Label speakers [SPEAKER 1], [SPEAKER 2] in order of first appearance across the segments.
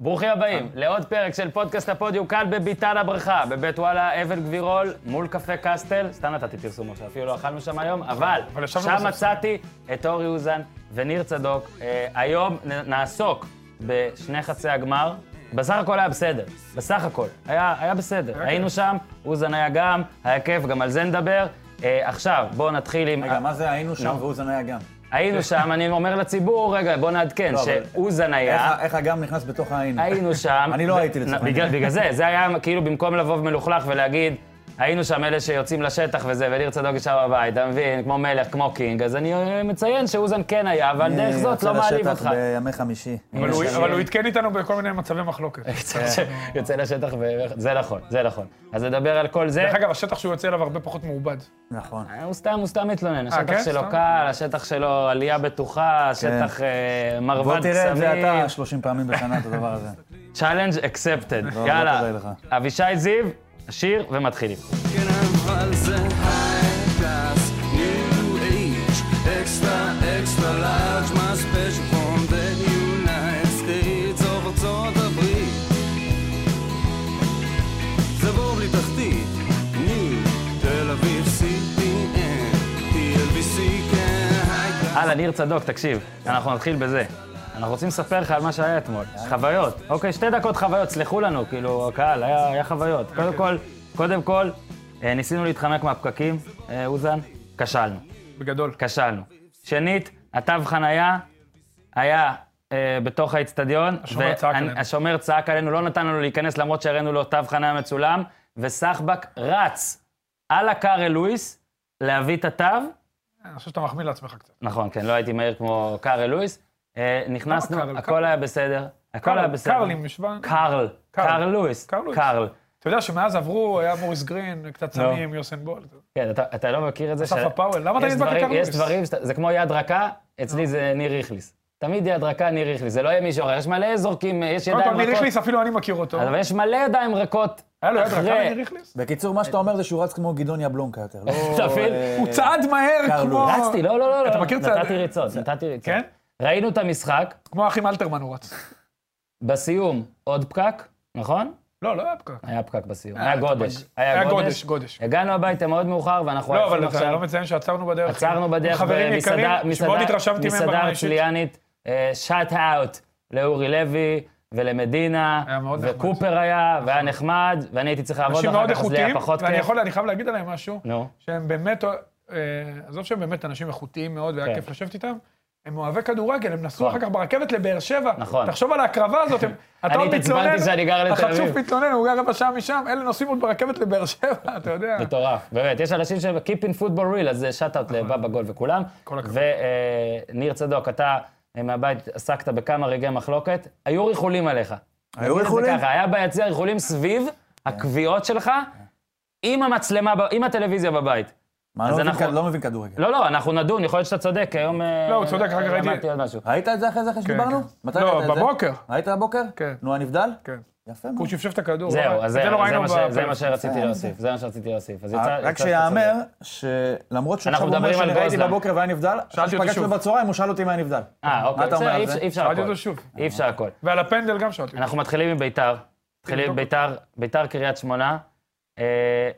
[SPEAKER 1] ברוכים הבאים לעוד פרק של פודקאסט הפודיום כאן בביתן הברכה, בבית וואלה, אבן גבירול, מול קפה קסטל. סתם נתתי פרסום עכשיו, אפילו לא אכלנו שם היום, אבל
[SPEAKER 2] אבל ישבנו
[SPEAKER 1] שם
[SPEAKER 2] בסוף.
[SPEAKER 1] מצאתי את אורי אוזן וניר צדוק. אה, היום נ- נעסוק בשני חצי הגמר. בסך הכל היה בסדר, בסך הכל. היה, היה בסדר. היינו שם, אוזן היה גם, היה כיף, גם על זה נדבר. אה, עכשיו, בואו נתחיל עם...
[SPEAKER 3] רגע, מה זה היינו
[SPEAKER 1] לא.
[SPEAKER 3] שם ואוזן היה גם?
[SPEAKER 1] היינו שם, אני אומר לציבור, רגע, בוא נעדכן,
[SPEAKER 3] לא, אבל-
[SPEAKER 1] שאוזן היה,
[SPEAKER 3] איך- איך הגם נכנס בתוך העין?
[SPEAKER 1] היינו שם.
[SPEAKER 3] אני לא הייתי לצורך
[SPEAKER 1] בגלל- בגלל זה, זה היה כאילו במקום לבוא ומלוכלך ולהגיד, היינו שם אלה שיוצאים לשטח וזה, וניר צדוק ישב בבית, אתה מבין? כמו מלך, כמו קינג, אז אני אה, מציין שאוזן כן היה, ועל דרך זאת לא
[SPEAKER 3] אני יוצא
[SPEAKER 1] מעליב אותך. אה,
[SPEAKER 3] לשטח בימי חמישי.
[SPEAKER 2] אבל הוא-
[SPEAKER 1] יש-
[SPEAKER 2] אבל הוא עדכן איתנו בכל מיני מצבי מחלוקת.
[SPEAKER 3] כן.
[SPEAKER 1] יוצא לשטח ו... זה נכון, זה נכון. אז נדבר על כל זה. אה,
[SPEAKER 2] דרך אגב, השטח שהוא יוצא אליו הרבה פחות מעובד.
[SPEAKER 3] נכון.
[SPEAKER 1] הוא סתם, הוא סתם מתלונן, השטח
[SPEAKER 2] כן?
[SPEAKER 1] שלו
[SPEAKER 2] סתם?
[SPEAKER 1] קל, השטח שלו עלייה בטוחה, השטח אה, מרבד קסמים.
[SPEAKER 3] כן. בוא תראה את זה אתה 30 פעמים בשנה, את הדבר הזה.
[SPEAKER 1] challenge accepted.
[SPEAKER 3] לא
[SPEAKER 1] יאללה,
[SPEAKER 3] כדאי לך.
[SPEAKER 1] אבישי זיו, השיר ומתחילים.
[SPEAKER 4] כן, אבל זה הייטס, ניו אייג', אקסטרה, אקסטרה לארג', מה ספיישל פרום דה יונייט סטייטס, אוף ארצות הברית. זה בור בלי תחתית, ניו, תל אביב, CPN, TLBC, כן, הייטס.
[SPEAKER 1] הלאה, ניר צדוק, תקשיב, אנחנו נתחיל בזה. אנחנו רוצים לספר לך על מה שהיה אתמול. חוויות. אוקיי, שתי דקות חוויות, סלחו לנו, כאילו, הקהל, היה היה חוויות.
[SPEAKER 2] אוקיי.
[SPEAKER 1] קודם כל, קודם כל, אה, ניסינו להתחמק מהפקקים, אה, אוזן, כשלנו.
[SPEAKER 2] בגדול.
[SPEAKER 1] כשלנו. שנית, התו חנייה היה אה, בתוך האיצטדיון.
[SPEAKER 2] השומר צעק
[SPEAKER 1] ואני-
[SPEAKER 2] עלינו.
[SPEAKER 1] השומר צעק עלינו, לא נתן לנו להיכנס למרות שהראינו לו תו חנייה מצולם, וסחבק רץ על הקארל לואיס להביא את התו.
[SPEAKER 2] אני חושב שאתה מחמיא לעצמך קצת.
[SPEAKER 1] נכון, כן, לא הייתי מהיר כמו קארל לואיס. אה, נכנסנו,
[SPEAKER 2] קארל?
[SPEAKER 1] הכל
[SPEAKER 2] קארל?
[SPEAKER 1] היה בסדר. הכל היה
[SPEAKER 2] קרל,
[SPEAKER 1] בסדר.
[SPEAKER 2] קרל עם משוואה.
[SPEAKER 1] קארל,
[SPEAKER 2] קארל.
[SPEAKER 1] קארל לואיס.
[SPEAKER 2] קארל לואיס.
[SPEAKER 1] קארל.
[SPEAKER 2] אתה יודע שמאז עברו, היה מוריס גרין, קצת
[SPEAKER 1] לא.
[SPEAKER 2] סמים, יוסן בולט.
[SPEAKER 1] כן, אתה, אתה לא מכיר את זה?
[SPEAKER 2] אסף הפאוול, למה אתה
[SPEAKER 1] יש
[SPEAKER 2] נדבק
[SPEAKER 1] דברים-
[SPEAKER 2] לקרל
[SPEAKER 1] יש
[SPEAKER 2] לואיס? אה.
[SPEAKER 1] דברים, שאתה- זה כמו יד רכה, אצלי זה ניר איכליס. תמיד יד רכה, ניר איכליס, זה לא יהיה מישהו אחר. יש מלא זורקים, אה, יש
[SPEAKER 2] קודם כל,
[SPEAKER 1] ידיים
[SPEAKER 2] ניר איכליס,
[SPEAKER 1] רכות.
[SPEAKER 2] אפילו אני מכיר אותו.
[SPEAKER 1] אבל יש מלא ידיים רכות
[SPEAKER 2] היה לו יד רכה
[SPEAKER 1] אחרי.
[SPEAKER 2] לניר איכליס?
[SPEAKER 3] בקיצור, מה שאתה אומר זה שהוא רץ כמו גדעון יבלונקה יותר. לא,
[SPEAKER 1] אתה מבין?
[SPEAKER 3] אה,
[SPEAKER 2] הוא צעד מהר
[SPEAKER 3] קרל
[SPEAKER 2] כמו...
[SPEAKER 1] רצתי, לא, לא, לא.
[SPEAKER 2] אתה
[SPEAKER 1] לא.
[SPEAKER 2] מכיר את זה?
[SPEAKER 1] נתתי ריצות, נתתי ריצות.
[SPEAKER 2] כן?
[SPEAKER 1] ראינו את המשחק,
[SPEAKER 2] כמו האחים אלתרמן הוא רץ.
[SPEAKER 1] בסיום עוד פקק, נכון?
[SPEAKER 2] לא, לא היה פקק.
[SPEAKER 1] היה פקק בסיום,
[SPEAKER 2] אה,
[SPEAKER 1] היה
[SPEAKER 2] אתה
[SPEAKER 1] גודש.
[SPEAKER 2] היה גודש, גודש.
[SPEAKER 1] הגענו הביתה מאוד מאוחר, ואנחנו
[SPEAKER 2] לא,
[SPEAKER 1] הולכים
[SPEAKER 2] אבל אתה
[SPEAKER 1] עכשיו...
[SPEAKER 2] לא מציין שעצרנו בדרך.
[SPEAKER 1] עצרנו
[SPEAKER 2] עם
[SPEAKER 1] בדרך,
[SPEAKER 2] חברים
[SPEAKER 1] במסעדה-
[SPEAKER 2] יקרים, שמאוד
[SPEAKER 1] מסעדה-
[SPEAKER 2] התרשמתי מהם ברמה
[SPEAKER 1] מסעדה
[SPEAKER 2] האישית.
[SPEAKER 1] הרצליאנית, שאט אאוט לאורי לוי ולמדינה,
[SPEAKER 2] היה מאוד נחמד.
[SPEAKER 1] וקופר היה, והיה נחמד, ואני הייתי צריך לעבוד
[SPEAKER 2] אנשים
[SPEAKER 1] אחר
[SPEAKER 2] מאוד
[SPEAKER 1] כך, אז לי היה
[SPEAKER 2] איכותיים,
[SPEAKER 1] פחות
[SPEAKER 2] ואני
[SPEAKER 1] כיף.
[SPEAKER 2] יכול, אני חייב להגיד עליהם משהו,
[SPEAKER 1] נו,
[SPEAKER 2] שהם באמת, אה, עזוב שהם באמת אנשים איכותיים מאוד, והיה
[SPEAKER 1] כן.
[SPEAKER 2] כיף לשבת איתם, הם אוהבי כדורגל, הם נסעו
[SPEAKER 1] נכון.
[SPEAKER 2] אחר כך ברכבת לבאר שבע.
[SPEAKER 1] נכון.
[SPEAKER 2] תחשוב על ההקרבה הזאת, הם- אתה
[SPEAKER 1] אני
[SPEAKER 2] מתלונן,
[SPEAKER 1] התעצבנתי שאני גר לתל
[SPEAKER 2] החצוף
[SPEAKER 1] אביב.
[SPEAKER 2] מתלונן, הוא גר רבע שעה משם, אלה נוסעים עוד ברכבת לבאר שבע, אתה יודע.
[SPEAKER 3] כן,
[SPEAKER 1] מטורף, באמת. יש אנשים ש- Keep in football real, אז שאט אאוט לבבא גול וכולם.
[SPEAKER 2] נכון. כל הכבוד.
[SPEAKER 1] וניר צדוק, אתה אה, מהבית עסקת בכמה רגעי מחלוקת, היו ריחולים עליך.
[SPEAKER 3] היו
[SPEAKER 1] נגיד את זה
[SPEAKER 3] ריחולים?
[SPEAKER 1] ככה, היה ביציע ריחולים סביב הקביעות שלך, עם המצלמה, ב- עם הטלוויזיה בבית.
[SPEAKER 3] מה, לא
[SPEAKER 1] אז
[SPEAKER 3] מבין
[SPEAKER 1] אנחנו-
[SPEAKER 3] כד- לא מבין כדורגל.
[SPEAKER 1] לא, לא, אנחנו נדון, יכול להיות שאתה צודק, כי היום... אה,
[SPEAKER 2] לא, הוא צודק, רק ראיתי-
[SPEAKER 1] למדתי עוד משהו.
[SPEAKER 3] ראית את זה אחרי זה, אחרי שדיברנו?
[SPEAKER 2] כן.
[SPEAKER 3] מתי
[SPEAKER 2] לא,
[SPEAKER 3] ראית את זה?
[SPEAKER 2] בבוקר.
[SPEAKER 3] ראית בבוקר?
[SPEAKER 2] כן.
[SPEAKER 3] נו, הנבדל?
[SPEAKER 2] כן.
[SPEAKER 3] יפה מאוד.
[SPEAKER 2] הוא שפשף את הכדור.
[SPEAKER 1] זהו, אז
[SPEAKER 2] אבל- את
[SPEAKER 1] זה-
[SPEAKER 2] לא
[SPEAKER 1] זה
[SPEAKER 2] ראינו
[SPEAKER 1] מה ש- זה
[SPEAKER 2] בפרק.
[SPEAKER 1] מה שרציתי
[SPEAKER 3] אה,
[SPEAKER 1] להוסיף, זה מה שרציתי להוסיף. אז יצא-
[SPEAKER 3] רק
[SPEAKER 1] יצא
[SPEAKER 3] שיאמר
[SPEAKER 1] שאתה צודק.
[SPEAKER 3] שלמרות
[SPEAKER 1] אנחנו
[SPEAKER 3] שעכשיו הוא אומר
[SPEAKER 1] מדברים על
[SPEAKER 3] שאני ראיתי
[SPEAKER 1] גוזלן.
[SPEAKER 3] בבוקר והיה נבדל, עכשיו
[SPEAKER 2] שאלתי אותו
[SPEAKER 3] שפגשנו
[SPEAKER 2] שוב.
[SPEAKER 3] בצהריים, הוא שאל אותי מה הנבדל.
[SPEAKER 1] אה, אוקיי,
[SPEAKER 3] אתה אומר
[SPEAKER 1] בסדר,
[SPEAKER 3] על
[SPEAKER 1] אי אפשר-
[SPEAKER 3] זה?
[SPEAKER 1] אי אפשר
[SPEAKER 2] שאלתי
[SPEAKER 1] הכל.
[SPEAKER 2] אותו שוב.
[SPEAKER 1] אי אפשר הכל.
[SPEAKER 2] ועל הפנדל גם שאלתי. אותו.
[SPEAKER 1] אנחנו מתחילים עם ביתר. מתחילים עם ביתר, ביתר קריית שמונה. אה,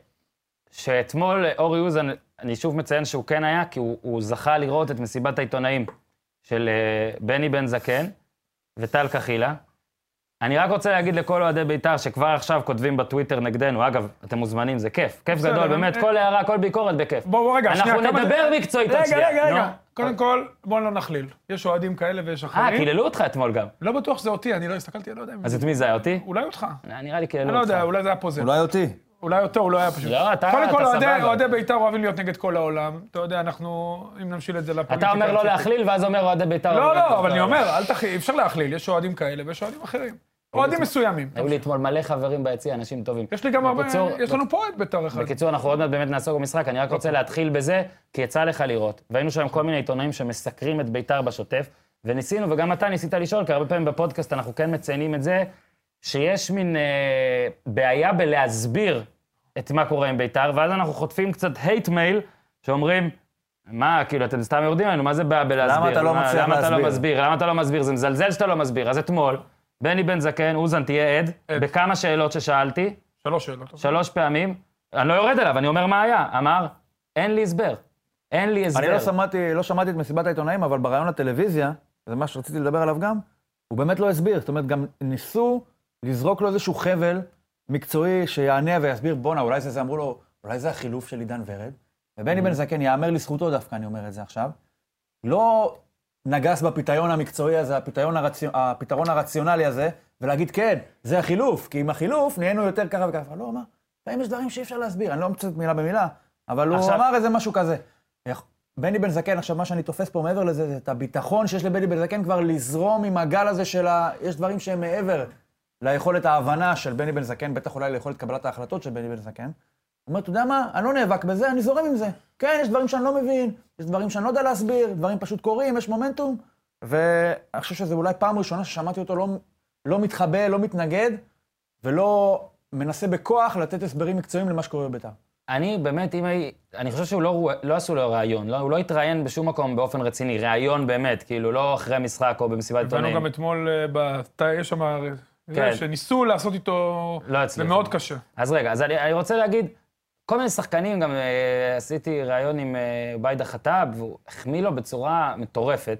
[SPEAKER 1] שאתמול אורי אוזן, אני שוב מציין שהוא כן היה, כי הוא, הוא זכה לראות את מסיבת העיתונאים של אה, בני בן זקן וטל קחילה. אני רק רוצה להגיד לכל אוהדי ביתר שכבר עכשיו כותבים בטוויטר נגדנו, אגב, אתם מוזמנים, זה כיף, כיף
[SPEAKER 2] בסדר,
[SPEAKER 1] גדול, באמת,
[SPEAKER 2] אה,
[SPEAKER 1] כל הערה, כל ביקורת בכיף.
[SPEAKER 2] בואו בואו, רגע,
[SPEAKER 1] אנחנו
[SPEAKER 2] כמה-
[SPEAKER 1] נדבר מקצועית על
[SPEAKER 2] רגע,
[SPEAKER 1] שנייה,
[SPEAKER 2] רגע, רגע.
[SPEAKER 1] נו. אוקיי.
[SPEAKER 2] קודם כל, בואו לא נכליל. יש אוהדים כאלה ויש
[SPEAKER 1] אה,
[SPEAKER 2] אחרים.
[SPEAKER 1] קיללו אותך אתמול גם.
[SPEAKER 2] לא בטוח שזה אותי, אני לא הסתכלתי, אני לא יודע. אם-
[SPEAKER 1] אז את מי זה היה אותי? אה,
[SPEAKER 2] אולי אותך.
[SPEAKER 1] נראה לי קיללו
[SPEAKER 2] אני
[SPEAKER 1] אותך.
[SPEAKER 2] לא יודע, אולי זה היה פה זה.
[SPEAKER 3] אולי אותי.
[SPEAKER 2] אולי אותו, הוא לא היה פשוט.
[SPEAKER 1] לא, אתה-
[SPEAKER 2] קודם
[SPEAKER 1] אתה
[SPEAKER 2] כל, אוהדי-
[SPEAKER 1] סבבה.
[SPEAKER 2] אוהדי בית"ר אוהבים להיות נגד כל העולם. אתה יודע, אנחנו, אם נמשיל את זה לפוליטיקה...
[SPEAKER 1] אתה אומר לא
[SPEAKER 2] קצת-
[SPEAKER 1] להכליל, ואז אומר אוהדי ביתר...
[SPEAKER 2] לא,
[SPEAKER 1] אוהבים
[SPEAKER 2] לא,
[SPEAKER 1] אותך.
[SPEAKER 2] אבל אני אומר, אל תכי... אי אפשר להכליל, יש אוהדים כאלה ויש אוהדים אחרים. אוהדים מסוימים.
[SPEAKER 1] היו לי אתמול מלא חברים ביציע, אנשים טובים.
[SPEAKER 2] יש לי גם הרבה...
[SPEAKER 1] בקיצור-
[SPEAKER 2] יש לנו פה אוהד בית"ר
[SPEAKER 3] נכון.
[SPEAKER 2] אחד.
[SPEAKER 1] בקיצור, אנחנו עוד מעט באמת נעסוק במשחק, אני רק רוצה
[SPEAKER 3] אוקיי.
[SPEAKER 1] להתחיל בזה, כי יצא לך לראות, והיינו שם כל מיני עיתונאים שמסקרים את בית"ר בשוטף, וניסינו, וגם אתה ניסית לשאול, כי הרבה פעמים בפודקאסט אנחנו כן מציינים את זה, שיש מין אה, בעיה בלהסביר את מה קורה עם בית"ר, ואז אנחנו חוטפים קצת הייט מייל, שאומרים, מה, כאילו, אתם סתם יורדים עלינו, מה זה בעיה בלהסביר?
[SPEAKER 3] אתה לא
[SPEAKER 1] מה-
[SPEAKER 3] מצליח
[SPEAKER 1] למה אתה לא
[SPEAKER 3] להסביר?"
[SPEAKER 1] מסביר? למה אתה לא מסביר? זה מזלזל שאתה לא מסביר. אז אתמול, בני בן זקן, אוזן, תהיה עד,
[SPEAKER 2] עד.
[SPEAKER 1] בכמה שאלות ששאלתי,
[SPEAKER 2] שלוש שאלות.
[SPEAKER 1] שלוש פעמים, אני לא יורד עליו, אני אומר מה היה. אמר, אין לי הסבר. אין לי הסבר.
[SPEAKER 5] אני לא שמעתי, לא שמעתי את מסיבת העיתונאים, אבל בריאיון לטלוויזיה, זה מה שרציתי לדבר עליו גם, הוא באמת לא הסביר. זאת אומרת, גם ניסו לזרוק לו איזשהו חבל מקצועי שיענה ויסביר, בואנה, אולי זה זה, אמרו לו, אולי זה החילוף של עידן ורד. ובני בן זקן, יאמר לזכותו דווקא, אני אומר את זה עכשיו, לא נגס בפיתיון המקצועי הזה, הפיתיון הרצי... הפתרון הרציונלי הזה, ולהגיד, כן, זה החילוף, כי עם החילוף נהיינו יותר ככה וככה. אבל לא, הוא אמר, לפעמים יש דברים שאי אפשר להסביר, אני לא מצטט מילה במילה, אבל הוא
[SPEAKER 1] עכשיו-
[SPEAKER 5] אמר איזה משהו כזה. איך- בני בן זקן, עכשיו, מה שאני תופס פה מעבר לזה, זה את הביטחון שיש לבני בן זקן כבר לזרום עם הגל הזה של ה... יש דברים שהם מעבר ליכולת ההבנה של בני בן זקן, בטח אולי ליכולת קבלת ההחלטות של בני בן זקן. הוא אומר, אתה יודע מה, אני לא נאבק בזה, אני זורם עם זה. כן, יש דברים שאני לא מבין, יש דברים שאני לא יודע להסביר, דברים פשוט קורים, יש מומנטום. ואני חושב שזו אולי פעם ראשונה ששמעתי אותו לא, לא מתחבא, לא מתנגד, ולא מנסה בכוח לתת הסברים מקצועיים למה שקורה בבית"ר.
[SPEAKER 1] אני באמת, אם הי... אני חושב שהוא לא, רו- לא עשו לו ראיון, לא, הוא לא התראיין בשום מקום באופן רציני, ראיון באמת, כאילו, לא אחרי משחק או במסיבת
[SPEAKER 2] הבנו
[SPEAKER 1] עיתונאים.
[SPEAKER 2] גם אתמול, אה, בת- יש שם, אה,
[SPEAKER 1] כן.
[SPEAKER 2] שניסו לעשות איתו,
[SPEAKER 1] לא
[SPEAKER 2] זה
[SPEAKER 1] הצליחו.
[SPEAKER 2] מאוד קשה.
[SPEAKER 1] אז רגע, אז אני, אני רוצה להגיד, כל מיני שחקנים, גם אה, עשיתי ראיון עם אה, ביידה חטאב, והוא החמיא לו בצורה מטורפת.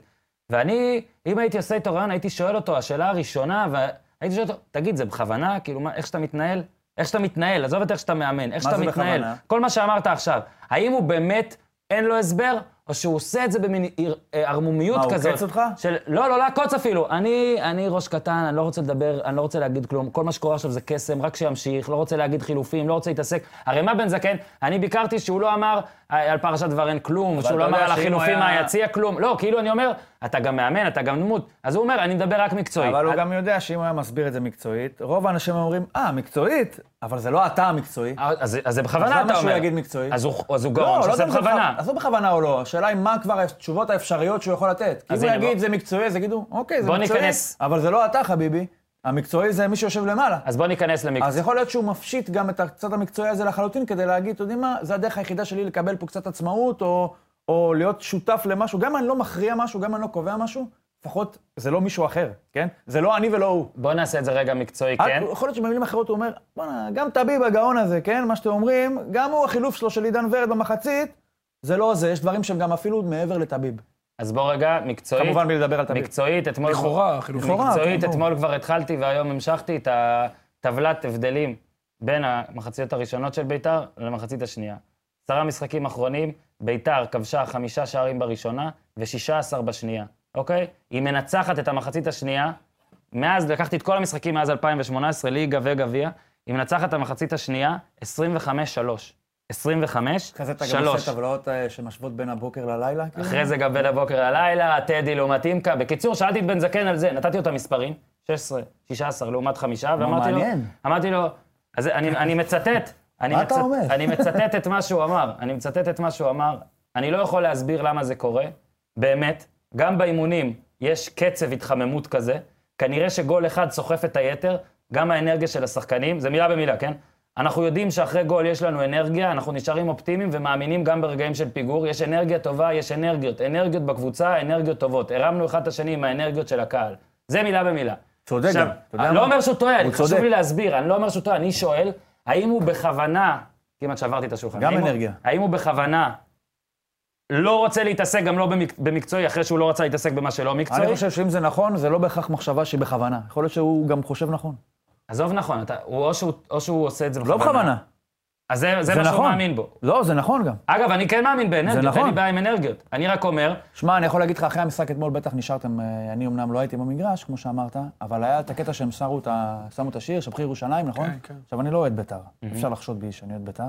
[SPEAKER 1] ואני, אם הייתי עושה איתו ראיון, הייתי שואל אותו, השאלה הראשונה, והייתי שואל אותו, תגיד, זה בכוונה? כאילו, מה, איך שאתה מתנהל? איך שאתה מתנהל, עזוב את איך שאתה מאמן, איך
[SPEAKER 5] מה
[SPEAKER 1] שאתה
[SPEAKER 5] זה
[SPEAKER 1] מתנהל.
[SPEAKER 5] בכוונה?
[SPEAKER 1] כל מה שאמרת עכשיו, האם הוא באמת אין לו הסבר, או שהוא עושה את זה במין עיר- אה, ערמומיות
[SPEAKER 5] מה, הוא
[SPEAKER 1] כזאת?
[SPEAKER 5] עוקץ אותך?
[SPEAKER 1] של לא, לא לעקוץ אפילו. אני, אני ראש קטן, אני לא רוצה לדבר, אני לא רוצה להגיד כלום. כל מה שקורה עכשיו זה קסם, רק שימשיך, לא רוצה להגיד חילופים, לא רוצה להתעסק. הרי מה בן זקן? אני ביקרתי שהוא לא אמר אה, על פרשת דבר אין כלום, שהוא
[SPEAKER 5] אתה
[SPEAKER 1] לא אמר
[SPEAKER 5] יודע
[SPEAKER 1] על
[SPEAKER 5] שאם
[SPEAKER 1] החילופים
[SPEAKER 5] הוא היה-
[SPEAKER 1] מהיציע כלום. לא, כאילו אני אומר, אתה גם מאמן, אתה גם דמות. אז הוא אומר, אני מדבר רק מקצועי.
[SPEAKER 5] אבל הוא
[SPEAKER 1] אה,
[SPEAKER 5] גם יודע שאם הוא היה מסביר את זה מקצועית, רוב האנשים אומרים, אה, מקצועית? אבל זה לא אתה המקצועי.
[SPEAKER 1] אז אז זה
[SPEAKER 5] אז
[SPEAKER 1] בכוונה,
[SPEAKER 5] למה
[SPEAKER 1] אתה
[SPEAKER 5] שהוא
[SPEAKER 1] אומר.
[SPEAKER 5] יגיד מקצועית?
[SPEAKER 1] אז הוא- אז הוא
[SPEAKER 5] לא,
[SPEAKER 1] גאון,
[SPEAKER 5] לא
[SPEAKER 1] שעושה
[SPEAKER 5] יודע אם זה
[SPEAKER 1] בכוונה.
[SPEAKER 5] בכוונה. עזוב בכוונה או לא, השאלה היא מה כבר התשובות האפשריות שהוא יכול לתת. כי אם הוא
[SPEAKER 1] הנה,
[SPEAKER 5] יגיד
[SPEAKER 1] בוא-
[SPEAKER 5] זה מקצועי, אז יגידו, אוקיי, זה
[SPEAKER 1] בוא
[SPEAKER 5] מקצועי,
[SPEAKER 1] ניכנס."
[SPEAKER 5] אבל זה לא אתה, חביבי. המקצועי זה מי שיושב למעלה.
[SPEAKER 1] אז בוא ניכנס למקצוע.
[SPEAKER 5] אז יכול להיות שהוא מפשיט גם את הצד המקצועי הזה לחלוטין, כדי להגיד, אתם יודעים מה, זה הדרך היחידה שלי לקבל פה קצת עצמאות, או, או להיות שותף למשהו. גם אם אני לא מכריע משהו, גם אם אני לא קובע משהו, לפחות זה לא מישהו אחר, כן? זה לא אני ולא הוא.
[SPEAKER 1] בוא נעשה את זה רגע מקצועי,
[SPEAKER 5] רק-
[SPEAKER 1] כן?
[SPEAKER 5] יכול להיות שבמילים אחרות הוא אומר, בואנה, גם טביב הגאון הזה, כן? מה שאתם אומרים, גם הוא החילוף שלו של עידן ורד במחצית, זה לא זה, יש דברים שהם גם אפילו מעבר לטביב.
[SPEAKER 1] אז בוא רגע, מקצועית.
[SPEAKER 5] כמובן, בלי לדבר על טביב.
[SPEAKER 1] מקצועית, אתמול...
[SPEAKER 2] לכאורה, חילופים.
[SPEAKER 5] לכאורה.
[SPEAKER 1] מקצועית,
[SPEAKER 5] כן, ברור.
[SPEAKER 1] אתמול כבר התחלתי והיום המשכתי את הטבלת הבדלים בין המחציות הראשונות של ביתר למחצית השנייה. עשרה משחקים אחרונים, ביתר כבשה חמישה שערים בראשונה ושישה עשר בשנייה, אוקיי? היא מנצחת את המחצית השנייה, מאז, לקחתי את כל המשחקים מאז 2018, ליגה וגביע, היא מנצחת את המחצית השנייה 25-3. 25
[SPEAKER 5] אחרי זה אתה גם
[SPEAKER 1] שלוש.
[SPEAKER 5] עושה טבלאות אה, שמשוות בין הבוקר ללילה, כאילו?
[SPEAKER 1] אחרי זה גם בין הבוקר ללילה, טדי לעומת אימקה. בקיצור, שאלתי את בן זקן על זה, נתתי לו את המספרים, 16, 16 לעומת חמישה, ואמרתי לו...
[SPEAKER 5] מעניין.
[SPEAKER 1] אמרתי לו, אז אני, אני מצטט. אני
[SPEAKER 5] מה אתה
[SPEAKER 1] מצט-
[SPEAKER 5] אומר?
[SPEAKER 1] אני מצטט את מה שהוא אמר, אני מצטט את מה שהוא אמר. אני לא יכול להסביר למה זה קורה, באמת. גם באימונים יש קצב התחממות כזה. כנראה שגול אחד סוחף את היתר, גם האנרגיה של השחקנים, זה מילה במילה, כן? אנחנו יודעים שאחרי גול יש לנו אנרגיה, אנחנו נשארים אופטימיים ומאמינים גם ברגעים של פיגור. יש אנרגיה טובה, יש אנרגיות. אנרגיות בקבוצה, אנרגיות טובות. הרמנו אחד את השני עם האנרגיות של הקהל. זה מילה במילה.
[SPEAKER 5] צודק
[SPEAKER 1] עכשיו,
[SPEAKER 5] גם, אתה יודע
[SPEAKER 1] אני לא
[SPEAKER 5] מה?
[SPEAKER 1] אומר שהוא טועה, אני- חשוב
[SPEAKER 5] צודק.
[SPEAKER 1] לי להסביר, אני לא אומר שהוא טועה, אני שואל, האם הוא בכוונה, כמעט שברתי את השולחן,
[SPEAKER 5] גם
[SPEAKER 1] האם הוא-
[SPEAKER 5] אנרגיה.
[SPEAKER 1] האם הוא בכוונה לא רוצה להתעסק גם לא במק- במקצועי, אחרי שהוא לא רצה להתעסק במה שלא
[SPEAKER 5] אני
[SPEAKER 1] מקצועי?
[SPEAKER 5] חושב שאם זה נכון, זה לא בהכרח מחשבה שהיא בכוונה. יכול להיות שהוא גם חושב נכון.
[SPEAKER 1] עזוב נכון, אתה- הוא- או שהוא- או שהוא עושה את זה
[SPEAKER 5] לא
[SPEAKER 1] בכוונה.
[SPEAKER 5] בכוונה.
[SPEAKER 1] אז זה- זה
[SPEAKER 5] זה
[SPEAKER 1] מה שהוא
[SPEAKER 5] נכון.
[SPEAKER 1] מאמין בו.
[SPEAKER 5] לא, זה נכון גם.
[SPEAKER 1] אגב, אני כן מאמין באנרגיות, אין לי
[SPEAKER 5] נכון.
[SPEAKER 1] בעיה עם אנרגיות. אני רק אומר,
[SPEAKER 5] שמע, אני יכול להגיד לך, אחרי המשחק אתמול בטח נשארתם, אה, אני אמנם לא הייתי במגרש, כמו שאמרת, אבל היה את הקטע שהם שרו את ה- שמו את השיר, שבחי ירושלים, נכון?
[SPEAKER 2] כן, כן.
[SPEAKER 5] עכשיו, אני לא אוהד בית"ר, אפשר לחשוד בי שאני אוהד בית"ר,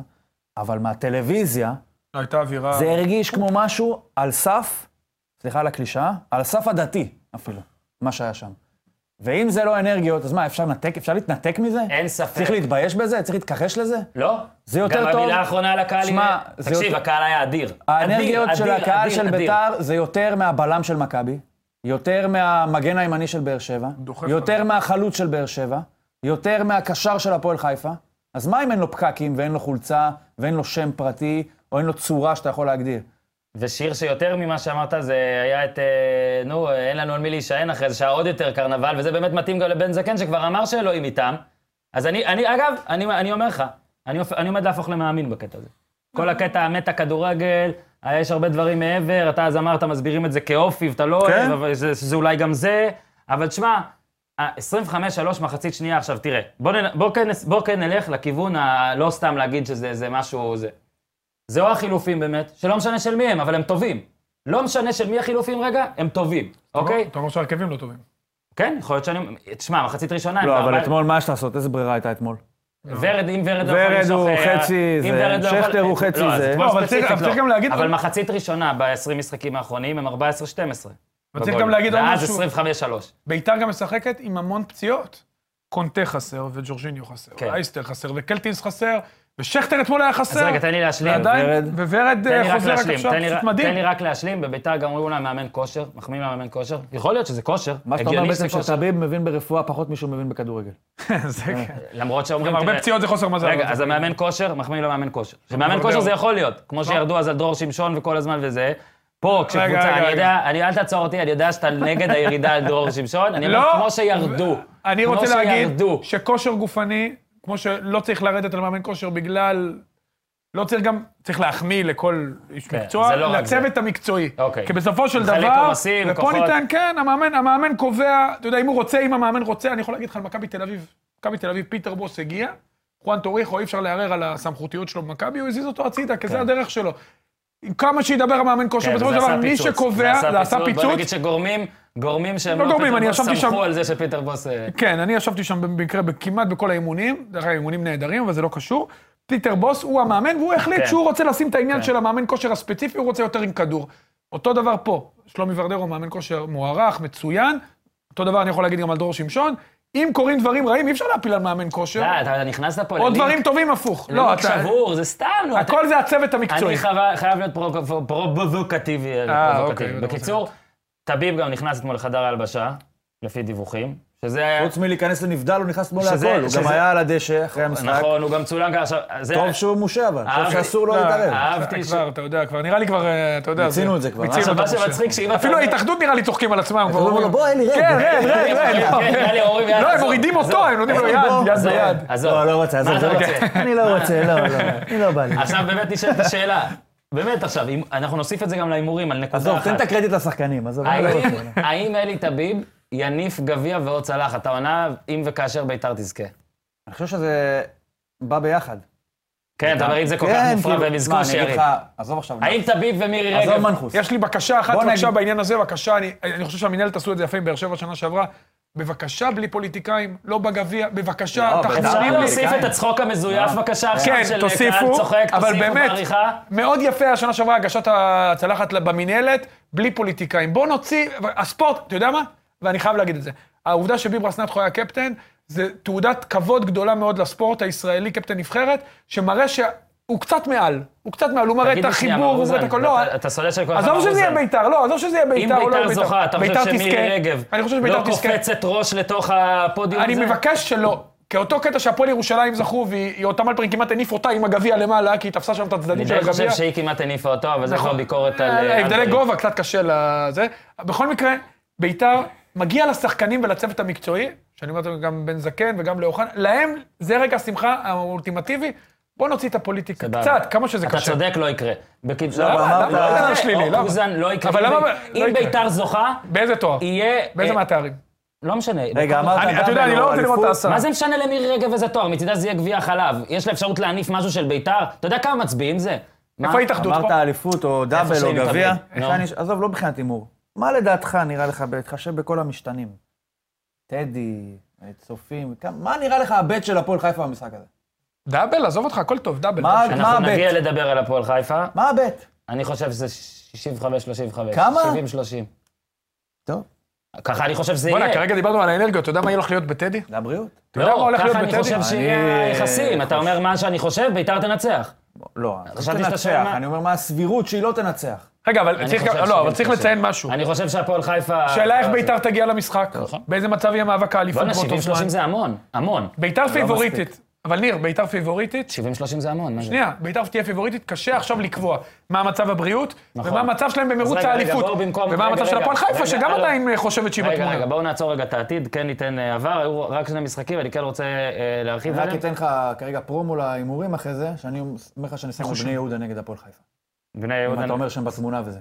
[SPEAKER 5] אבל מהטלוויזיה,
[SPEAKER 2] הייתה אווירה...
[SPEAKER 5] זה הרגיש כמו משהו על סף, סליחה על הקלישאה, על סף הדתי אפילו, מה שהיה שם. ואם זה לא אנרגיות, אז מה, אפשר לנתק, אפשר להתנתק מזה?
[SPEAKER 1] אין ספק.
[SPEAKER 5] צריך להתבייש בזה? צריך להתכחש לזה?
[SPEAKER 1] לא.
[SPEAKER 5] זה יותר
[SPEAKER 1] גם
[SPEAKER 5] טוב.
[SPEAKER 1] המילה האחרונה על הקהל,
[SPEAKER 5] שמע,
[SPEAKER 1] היא-
[SPEAKER 5] זה
[SPEAKER 1] תקשיב,
[SPEAKER 5] יותר-
[SPEAKER 1] הקהל היה אדיר.
[SPEAKER 5] האנרגיות
[SPEAKER 1] אדיר,
[SPEAKER 5] של
[SPEAKER 1] אדיר,
[SPEAKER 5] הקהל
[SPEAKER 1] אדיר,
[SPEAKER 5] של
[SPEAKER 1] אדיר.
[SPEAKER 5] ביתר זה יותר מהבלם של מכבי, יותר מהמגן הימני של באר שבע,
[SPEAKER 2] דוחף
[SPEAKER 5] יותר
[SPEAKER 2] עליו.
[SPEAKER 5] מהחלוץ של באר שבע, יותר מהקשר של הפועל חיפה. אז מה אם אין לו פקקים ואין לו חולצה ואין לו שם פרטי, או אין לו צורה שאתה יכול להגדיר?
[SPEAKER 1] ושיר שיותר ממה שאמרת זה היה את, אה, נו, אין לנו על מי להישען אחרי זה, שהיה עוד יותר קרנבל, וזה באמת מתאים גם לבן זקן שכבר אמר שאלוהים איתם. אז אני, אני אגב, אני, אני אומר לך, אני, הופ- אני עומד להפוך למאמין בקטע הזה.
[SPEAKER 5] נכון.
[SPEAKER 1] כל הקטע המת הכדורגל, אה, יש הרבה דברים מעבר, אתה אז אמרת, מסבירים את זה כאופי, ואתה לא
[SPEAKER 5] כן.
[SPEAKER 1] אוהב, אבל זה, זה אולי גם זה, אבל אה, תשמע, ה- 25-3 מחצית שנייה, עכשיו תראה, בוא, נ, בוא, כן, בוא כן נלך לכיוון הלא סתם להגיד שזה זה משהו, זה. זה או החילופים באמת, שלא משנה של מי הם, אבל הם טובים. לא משנה של מי החילופים רגע, הם טובים, אוקיי?
[SPEAKER 2] אתה אומר שהרכבים לא טובים.
[SPEAKER 1] כן, יכול להיות שאני... תשמע, מחצית ראשונה... הם
[SPEAKER 5] לא,
[SPEAKER 1] בארבע-
[SPEAKER 5] אבל אתמול, מה יש לעשות? איזה ברירה הייתה אתמול?
[SPEAKER 1] ורד, אם ורד לא יכול
[SPEAKER 5] ורד
[SPEAKER 1] למשוך...
[SPEAKER 5] הוא
[SPEAKER 1] אה,
[SPEAKER 5] חצי
[SPEAKER 1] אם
[SPEAKER 5] זה,
[SPEAKER 1] ורד לא יכול-
[SPEAKER 5] שכטר הוא חצי
[SPEAKER 1] לא, אז
[SPEAKER 5] זה.
[SPEAKER 1] אתמול
[SPEAKER 2] לא, אבל צריך-
[SPEAKER 1] ספציפית
[SPEAKER 2] אבל צריך
[SPEAKER 1] לא.
[SPEAKER 2] גם להגיד-
[SPEAKER 1] אבל מחצית ראשונה ב-20 משחקים האחרונים הם 14-12.
[SPEAKER 2] אבל צריך
[SPEAKER 1] בגול.
[SPEAKER 2] גם להגיד עוד משהו.
[SPEAKER 1] ואז 25-3.
[SPEAKER 2] ביתר גם משחקת עם המון פציעות. קונטה חסר, וג'ורג'יניו חסר,
[SPEAKER 1] כן.
[SPEAKER 2] אייסטר חסר, וקלטינס חסר, ושכטר אתמול היה
[SPEAKER 1] אז
[SPEAKER 2] חסר.
[SPEAKER 1] רגע, תן לי להשלים.
[SPEAKER 2] ועדיין,
[SPEAKER 5] ורד.
[SPEAKER 2] וורד
[SPEAKER 1] תן
[SPEAKER 2] אה,
[SPEAKER 1] לי רק
[SPEAKER 2] חוזר רק
[SPEAKER 1] להשלים,
[SPEAKER 2] עכשיו,
[SPEAKER 1] תן לי
[SPEAKER 2] פשוט
[SPEAKER 1] רק- תן לי
[SPEAKER 2] מדהים.
[SPEAKER 1] רק להשלים, בביתר גם אומרים לה מאמן כושר, מחמיאים לה מאמן כושר, יכול להיות שזה כושר,
[SPEAKER 3] מה שאתה אומר
[SPEAKER 1] הגיוני
[SPEAKER 3] בעצם
[SPEAKER 1] שזה כושר,
[SPEAKER 3] שטביב מבין ברפואה פחות משהוא מבין בכדורגל.
[SPEAKER 2] זה
[SPEAKER 1] אה.
[SPEAKER 2] כן.
[SPEAKER 1] למרות שאומרים,
[SPEAKER 2] גם הרבה
[SPEAKER 1] תראה,
[SPEAKER 2] פציעות זה חוסר מזל. לא
[SPEAKER 1] רגע, אז המאמן כושר, מחמיא לו מאמן כושר. שמאמן
[SPEAKER 2] אבל לא
[SPEAKER 1] כושר
[SPEAKER 2] זהו.
[SPEAKER 1] זה יכול להיות, כמו שירדו אז על דרור שמשון וכל הזמן וזה. פה,
[SPEAKER 2] לא. רגע,
[SPEAKER 1] כשקבוצה, אני
[SPEAKER 2] רגע. לא,
[SPEAKER 1] יודע, אני- אל תעצור אותי, אני יודע שאתה נגד הירידה על דרור שמשון, אני אומר, כמו שירדו.
[SPEAKER 2] אני
[SPEAKER 1] כמו
[SPEAKER 2] רוצה להגיד
[SPEAKER 1] שירדו.
[SPEAKER 2] שכושר גופני, כמו שלא צריך לרדת על מאמן כושר בגלל... לא צריך גם, צריך להחמיא לכל איש
[SPEAKER 1] כן,
[SPEAKER 2] מקצוע,
[SPEAKER 1] זה לא רק
[SPEAKER 2] לצוות המקצועי.
[SPEAKER 1] אוקיי.
[SPEAKER 2] כי בסופו של
[SPEAKER 1] מחלק
[SPEAKER 2] דבר,
[SPEAKER 1] עומסים,
[SPEAKER 2] ופה
[SPEAKER 1] כוחות.
[SPEAKER 2] ניתן, כן, המאמן, המאמן קובע, אתה יודע, אם הוא רוצה, אם המאמן רוצה, אני יכול להגיד לך על מכבי תל אביב. מכבי תל אביב, פיטר בוס הגיע, חואן טוריחו, אי אפשר לערער על הסמכותיות שלו במכבי, הוא הזיז אותו הצידה, כי זה הדרך שלו. כמה שידבר המאמן כושר,
[SPEAKER 1] כן,
[SPEAKER 2] בסופו של
[SPEAKER 1] וזה
[SPEAKER 2] דבר,
[SPEAKER 1] עשה
[SPEAKER 2] מי
[SPEAKER 1] פיצוץ.
[SPEAKER 2] שקובע, זה עשה
[SPEAKER 1] בוא
[SPEAKER 2] פיצוץ,
[SPEAKER 1] נגיד שגורמים, גורמים שהם
[SPEAKER 2] לא
[SPEAKER 1] לא
[SPEAKER 2] גורמים,
[SPEAKER 1] פיטר
[SPEAKER 2] אני
[SPEAKER 1] בוס,
[SPEAKER 2] ישבתי שם-
[SPEAKER 1] סמכו על זה שפיטר בוס... אה,
[SPEAKER 2] כן, אני ישבתי שם במקרה ב- כמעט בכל האימונים, דרך אגב, אימונים נהדרים, אבל זה לא קשור. פיטר בוס הוא המאמן, והוא החליט
[SPEAKER 1] כן.
[SPEAKER 2] שהוא רוצה לשים את העניין
[SPEAKER 1] כן.
[SPEAKER 2] של המאמן כושר הספציפי, הוא רוצה יותר עם כדור. אותו דבר פה, שלומי ורדרו הוא מאמן כושר מוערך, מצוין. אותו דבר אני יכול להגיד גם על דרור שמשון. אם קורים דברים רעים, אי אפשר להפיל על מאמן כושר.
[SPEAKER 1] לא, אתה נכנסת פה
[SPEAKER 2] או
[SPEAKER 1] ללינק-
[SPEAKER 2] דברים טובים הפוך. לא,
[SPEAKER 1] לינק
[SPEAKER 2] אתה...
[SPEAKER 1] שבור, זה סתם, נו. אתה-
[SPEAKER 2] הכל זה הצוות
[SPEAKER 1] אני
[SPEAKER 2] המקצועי.
[SPEAKER 1] חייב- חייב להיות פרוק- פרובוקטיבי.
[SPEAKER 2] אה,
[SPEAKER 1] פרובוקטיבי.
[SPEAKER 3] לא
[SPEAKER 2] אוקיי,
[SPEAKER 1] בקיצור, טביב גם נכנס אתמול לחדר ההלבשה, לפי דיווחים, שזה היה...
[SPEAKER 3] חוץ מלהיכנס לנבדל, הוא נכנס אתמול
[SPEAKER 1] שזה-
[SPEAKER 3] להכל. הוא
[SPEAKER 1] שזה-
[SPEAKER 3] גם היה על הדשא אחרי המשחק.
[SPEAKER 1] נכון, אה, הוא גם צולם ככה עכשיו. זה-
[SPEAKER 3] טוב שהוא מושה, אבל.
[SPEAKER 1] אהבתי.
[SPEAKER 3] טוב שאסור לו
[SPEAKER 2] לא,
[SPEAKER 3] להתערב. אה,
[SPEAKER 1] אהבתי ש...
[SPEAKER 2] כבר, אתה יודע, כבר, נראה לי כבר, אה, אתה יודע,
[SPEAKER 3] מיצינו
[SPEAKER 2] זה-
[SPEAKER 3] את זה כבר, אה?
[SPEAKER 2] מיצינו
[SPEAKER 1] עכשיו,
[SPEAKER 2] את
[SPEAKER 1] מה
[SPEAKER 2] הנושא.
[SPEAKER 1] שמצחיק, שאם אתה...
[SPEAKER 2] אפילו ההתאחדות נראה לי צוחקים על עצמם. כבר
[SPEAKER 3] הוא אומר לו, בוא, אלי, רד.
[SPEAKER 2] כן, רד, רד, רד.
[SPEAKER 1] כן, נראה לי אומרים, יאללה,
[SPEAKER 2] לא, הם
[SPEAKER 1] עזוב,
[SPEAKER 2] מורידים אותו,
[SPEAKER 1] עזוב.
[SPEAKER 2] הם נותנים לו
[SPEAKER 3] עזוב,
[SPEAKER 2] יד,
[SPEAKER 3] בוא.
[SPEAKER 2] יד
[SPEAKER 1] עזוב,
[SPEAKER 2] ביד.
[SPEAKER 1] עזוב.
[SPEAKER 3] לא, לא רוצה, עזוב,
[SPEAKER 1] מה
[SPEAKER 3] זה
[SPEAKER 1] אתה
[SPEAKER 3] לא-
[SPEAKER 1] רוצה?
[SPEAKER 3] אני לא רוצה, לא, לא, אני לא בא לי.
[SPEAKER 1] עכשיו באמת נשאלת השאלה, באמת עכשיו, אם- אנחנו נוסיף את זה גם להימורים, על נקודה
[SPEAKER 3] עזוב, אה. תן
[SPEAKER 1] אחת.
[SPEAKER 3] את הקרדיט לשחקנים, עזוב, אני לא
[SPEAKER 1] האם-
[SPEAKER 3] רוצה.
[SPEAKER 1] האם אלי טביב יניף גביע ועוד צלחת? העונה, אם וכאשר ביתר תזכה.
[SPEAKER 3] אני חושב שזה בא ביחד.
[SPEAKER 1] כן, אתה אומר, אם זה כל כך
[SPEAKER 3] כן,
[SPEAKER 1] מופרע
[SPEAKER 3] כאילו,
[SPEAKER 1] והם יזכו,
[SPEAKER 3] מה, אני אגיד
[SPEAKER 1] שיריב.
[SPEAKER 3] לך, עזוב עכשיו,
[SPEAKER 1] האם טביב ומירי רגב...
[SPEAKER 3] עזוב מנחוס.
[SPEAKER 2] יש לי בקשה אחת,
[SPEAKER 3] בוא
[SPEAKER 2] בבקשה,
[SPEAKER 3] נגיד-
[SPEAKER 2] בעניין הזה, בבקשה, אני- אני חושב שהמינהלת עשו את זה יפה עם באר שבע שנה שעברה. בבקשה, בלי פוליטיקאים, לא בגביע, בבקשה,
[SPEAKER 3] לא,
[SPEAKER 1] אפשר
[SPEAKER 2] תחזירים לי.
[SPEAKER 1] להוסיף את הצחוק המזויף בבקשה עכשיו,
[SPEAKER 2] כן,
[SPEAKER 1] של אה, קהל
[SPEAKER 2] תוסיפו,
[SPEAKER 1] צוחק,
[SPEAKER 2] אבל
[SPEAKER 1] תוסיפו
[SPEAKER 2] באמת,
[SPEAKER 1] בעריכה?
[SPEAKER 2] מאוד יפה השנה שעברה הגשת הצלחת במינהלת, בלי פוליטיקאים. בוא נוציא, הספורט, אתה יודע מה? ואני חייב להגיד את זה. העובדה שביברס נתחו היה קפטן, זה תעודת כבוד גדולה מאוד לספורט הישראלי, קפטן נבחרת, שמראה שהוא קצת מעל. הוא קצת מעל, הוא מראה את
[SPEAKER 1] תגיד לי שנייה,
[SPEAKER 2] החיבור, הוא
[SPEAKER 1] מרוזן,
[SPEAKER 2] מראה את הכל. לא,
[SPEAKER 1] אתה- אתה סולד של כל אחד
[SPEAKER 2] עזוב שזה יהיה
[SPEAKER 1] מרוזן.
[SPEAKER 2] בית"ר, לא, עזוב שזה יהיה
[SPEAKER 1] אם
[SPEAKER 2] בית"ר או לא
[SPEAKER 1] ביתר
[SPEAKER 2] יהיה בית"ר.
[SPEAKER 1] זוכה, אתה חושב
[SPEAKER 2] בית"ר
[SPEAKER 1] שמירי
[SPEAKER 2] תזכה.
[SPEAKER 1] רגב
[SPEAKER 2] אני חושב
[SPEAKER 1] לא
[SPEAKER 2] שבית"ר תזכה.
[SPEAKER 1] קופצת ראש לתוך הפודיום
[SPEAKER 2] אני
[SPEAKER 1] הזה?
[SPEAKER 2] מבקש שלא. כי אותו קטע שהפועל ירושלים זכו, והיא אותה מלפרין כמעט הניף אותה עם הגביע למעלה, כי היא תפסה שם את
[SPEAKER 1] אני
[SPEAKER 2] הצדדים
[SPEAKER 1] די
[SPEAKER 2] של הגביע.
[SPEAKER 1] חושב שהיא כמעט הניפה אותו, אבל זה כבר ביקורת על...
[SPEAKER 2] אה,
[SPEAKER 1] אה,
[SPEAKER 2] הבדלי
[SPEAKER 1] אלברין.
[SPEAKER 2] גובה קצת קשה לזה. בכל מקרה, ביתר מגיע לשחקנים ולצוות המקצועי, שאני אומר את זה גם בן זקן וגם לאוחנה, להם זה רגע השמחה האולטימטיבי. בוא נוציא את הפוליטיקה
[SPEAKER 1] סבבה.
[SPEAKER 2] קצת, כמה שזה
[SPEAKER 1] אתה
[SPEAKER 2] קשה.
[SPEAKER 1] צודק, לא יקרה. בקיצור,
[SPEAKER 3] למה? אמרת-
[SPEAKER 1] לא
[SPEAKER 2] למה
[SPEAKER 1] יקרה.
[SPEAKER 2] שלילי? למה?
[SPEAKER 1] אוזן, לא יקרה.
[SPEAKER 2] אבל
[SPEAKER 1] אם
[SPEAKER 2] למה-
[SPEAKER 1] בי-
[SPEAKER 2] לא
[SPEAKER 1] אם
[SPEAKER 2] יקרה.
[SPEAKER 1] ביתר זוכה,
[SPEAKER 2] באיזה תואר?
[SPEAKER 1] יהיה...
[SPEAKER 2] באיזה
[SPEAKER 1] אה,
[SPEAKER 2] מהתארים?
[SPEAKER 1] לא משנה.
[SPEAKER 3] רגע, אמרת...
[SPEAKER 2] אני- אתה יודע,
[SPEAKER 3] דאבל
[SPEAKER 2] אני
[SPEAKER 3] או
[SPEAKER 2] לא רוצה לראות את
[SPEAKER 3] אליפות?
[SPEAKER 2] ההסעה.
[SPEAKER 1] מה זה משנה למירי רגב איזה תואר? מצידה זה יהיה גביע חלב. יש לה אפשרות להניף משהו של ביתר? אתה יודע כמה מצביעים זה? מה?
[SPEAKER 2] איפה ההתאחדות
[SPEAKER 3] אמרת
[SPEAKER 2] פה?
[SPEAKER 3] אליפות או דאבל
[SPEAKER 1] שהיא
[SPEAKER 3] או גביע?
[SPEAKER 1] מתאבדת, נו.
[SPEAKER 3] שאני- עזוב, לא מבחינת הימור. מה לדעתך נראה לך, בהתחשב בכל המשתנים? טדי, צופים, כמה- מה נראה לך הבט של הפועל חיפה במשחק הזה?
[SPEAKER 2] דאבל, עזוב אותך, הכל טוב, דאבל.
[SPEAKER 3] מה-
[SPEAKER 1] אנחנו
[SPEAKER 3] הבט?
[SPEAKER 1] נגיע לדבר על הפועל חיפה.
[SPEAKER 3] מה הבט?
[SPEAKER 1] אני חושב שזה 65-35.
[SPEAKER 3] כמה?
[SPEAKER 1] 70-30.
[SPEAKER 3] טוב.
[SPEAKER 1] ככה אני חושב שזה יהיה. לא,
[SPEAKER 2] בוא'נה, כרגע דיברנו על האנרגיות, אתה יודע מה הולך להיות בטדי?
[SPEAKER 3] לבריאות?
[SPEAKER 2] אתה יודע מה הולך להיות
[SPEAKER 1] ככה אני
[SPEAKER 2] בטדי?
[SPEAKER 1] חושב שיהיה
[SPEAKER 3] אני-
[SPEAKER 1] היחסים. אתה אומר מה שאני חושב, ביתר תנצח.
[SPEAKER 3] לא, אני חושב
[SPEAKER 1] חשבתי שאתה שואל
[SPEAKER 3] תנצח,
[SPEAKER 1] מה-
[SPEAKER 3] אני אומר מה הסבירות שהיא לא תנצח.
[SPEAKER 2] רגע,
[SPEAKER 1] אני
[SPEAKER 2] אבל צריך
[SPEAKER 1] חושב
[SPEAKER 2] גם- לא, אבל צריך
[SPEAKER 1] 70-30.
[SPEAKER 2] לציין משהו.
[SPEAKER 1] אני חושב שהפועל חיפה...
[SPEAKER 2] שאלה איך ביתר תגיע למשחק,
[SPEAKER 1] אה, נכון.
[SPEAKER 2] באיזה מצב יהיה מאבק האליפות
[SPEAKER 1] בואנה,
[SPEAKER 2] באותו
[SPEAKER 1] 70-30
[SPEAKER 2] זמן.
[SPEAKER 1] זה לא המון, המון.
[SPEAKER 2] ביתר פייבוריטית, אבל ניר, ביתר פיבוריטית,
[SPEAKER 1] 70-30 זה המון, מה זה?
[SPEAKER 2] שנייה, ביתר תהיה פיבוריטית, קשה עכשיו לקבוע מה מצב הבריאות,
[SPEAKER 1] נכון.
[SPEAKER 2] ומה המצב שלהם במרוץ
[SPEAKER 1] אז רגע, רגע,
[SPEAKER 2] האליפות,
[SPEAKER 1] בואו במקום-
[SPEAKER 2] ומה
[SPEAKER 1] רגע,
[SPEAKER 2] המצב של
[SPEAKER 1] רגע,
[SPEAKER 2] הפועל חיפה,
[SPEAKER 1] רגע,
[SPEAKER 2] שגם
[SPEAKER 1] הלו.
[SPEAKER 2] עדיין אה, חושבת שהיא
[SPEAKER 1] רגע,
[SPEAKER 2] בתמונה.
[SPEAKER 1] רגע, בואו נעצור רגע את העתיד, כן ניתן אה, עבר, היו רק שני משחקים, אני כן רוצה אה, להרחיב
[SPEAKER 3] אני רק
[SPEAKER 1] עליהם.
[SPEAKER 3] אתן לך כרגע פרומו להימורים אחרי זה, שאני אומר לך שאני שם את בני יהודה נגד הפועל חיפה.
[SPEAKER 1] בני
[SPEAKER 3] אם
[SPEAKER 1] יהודה...
[SPEAKER 3] אתה אומר שהם בתמונה וזה.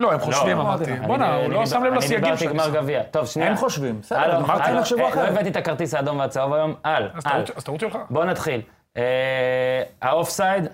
[SPEAKER 2] לא, הם חושבים,
[SPEAKER 1] לא,
[SPEAKER 2] אמרתי.
[SPEAKER 3] אמרתי,
[SPEAKER 2] בואנה,
[SPEAKER 1] אני-
[SPEAKER 2] הוא
[SPEAKER 1] אני
[SPEAKER 2] לא
[SPEAKER 1] דיבר-
[SPEAKER 2] שם לב לסייגים
[SPEAKER 1] אני
[SPEAKER 2] של
[SPEAKER 1] דיברתי גמר
[SPEAKER 2] המשחק.
[SPEAKER 1] גביע. טוב, שנייה.
[SPEAKER 3] הם חושבים, בסדר,
[SPEAKER 1] הלו,
[SPEAKER 3] הם חושבים
[SPEAKER 1] הלו,
[SPEAKER 3] יחשבו
[SPEAKER 1] אה, לא
[SPEAKER 3] אחרת.
[SPEAKER 1] הבאתי את הכרטיס האדום והצהוב היום, על,
[SPEAKER 2] אז
[SPEAKER 1] על.
[SPEAKER 2] טעות- אז טעות שלך.
[SPEAKER 1] בואו נתחיל. אה, האופסייד,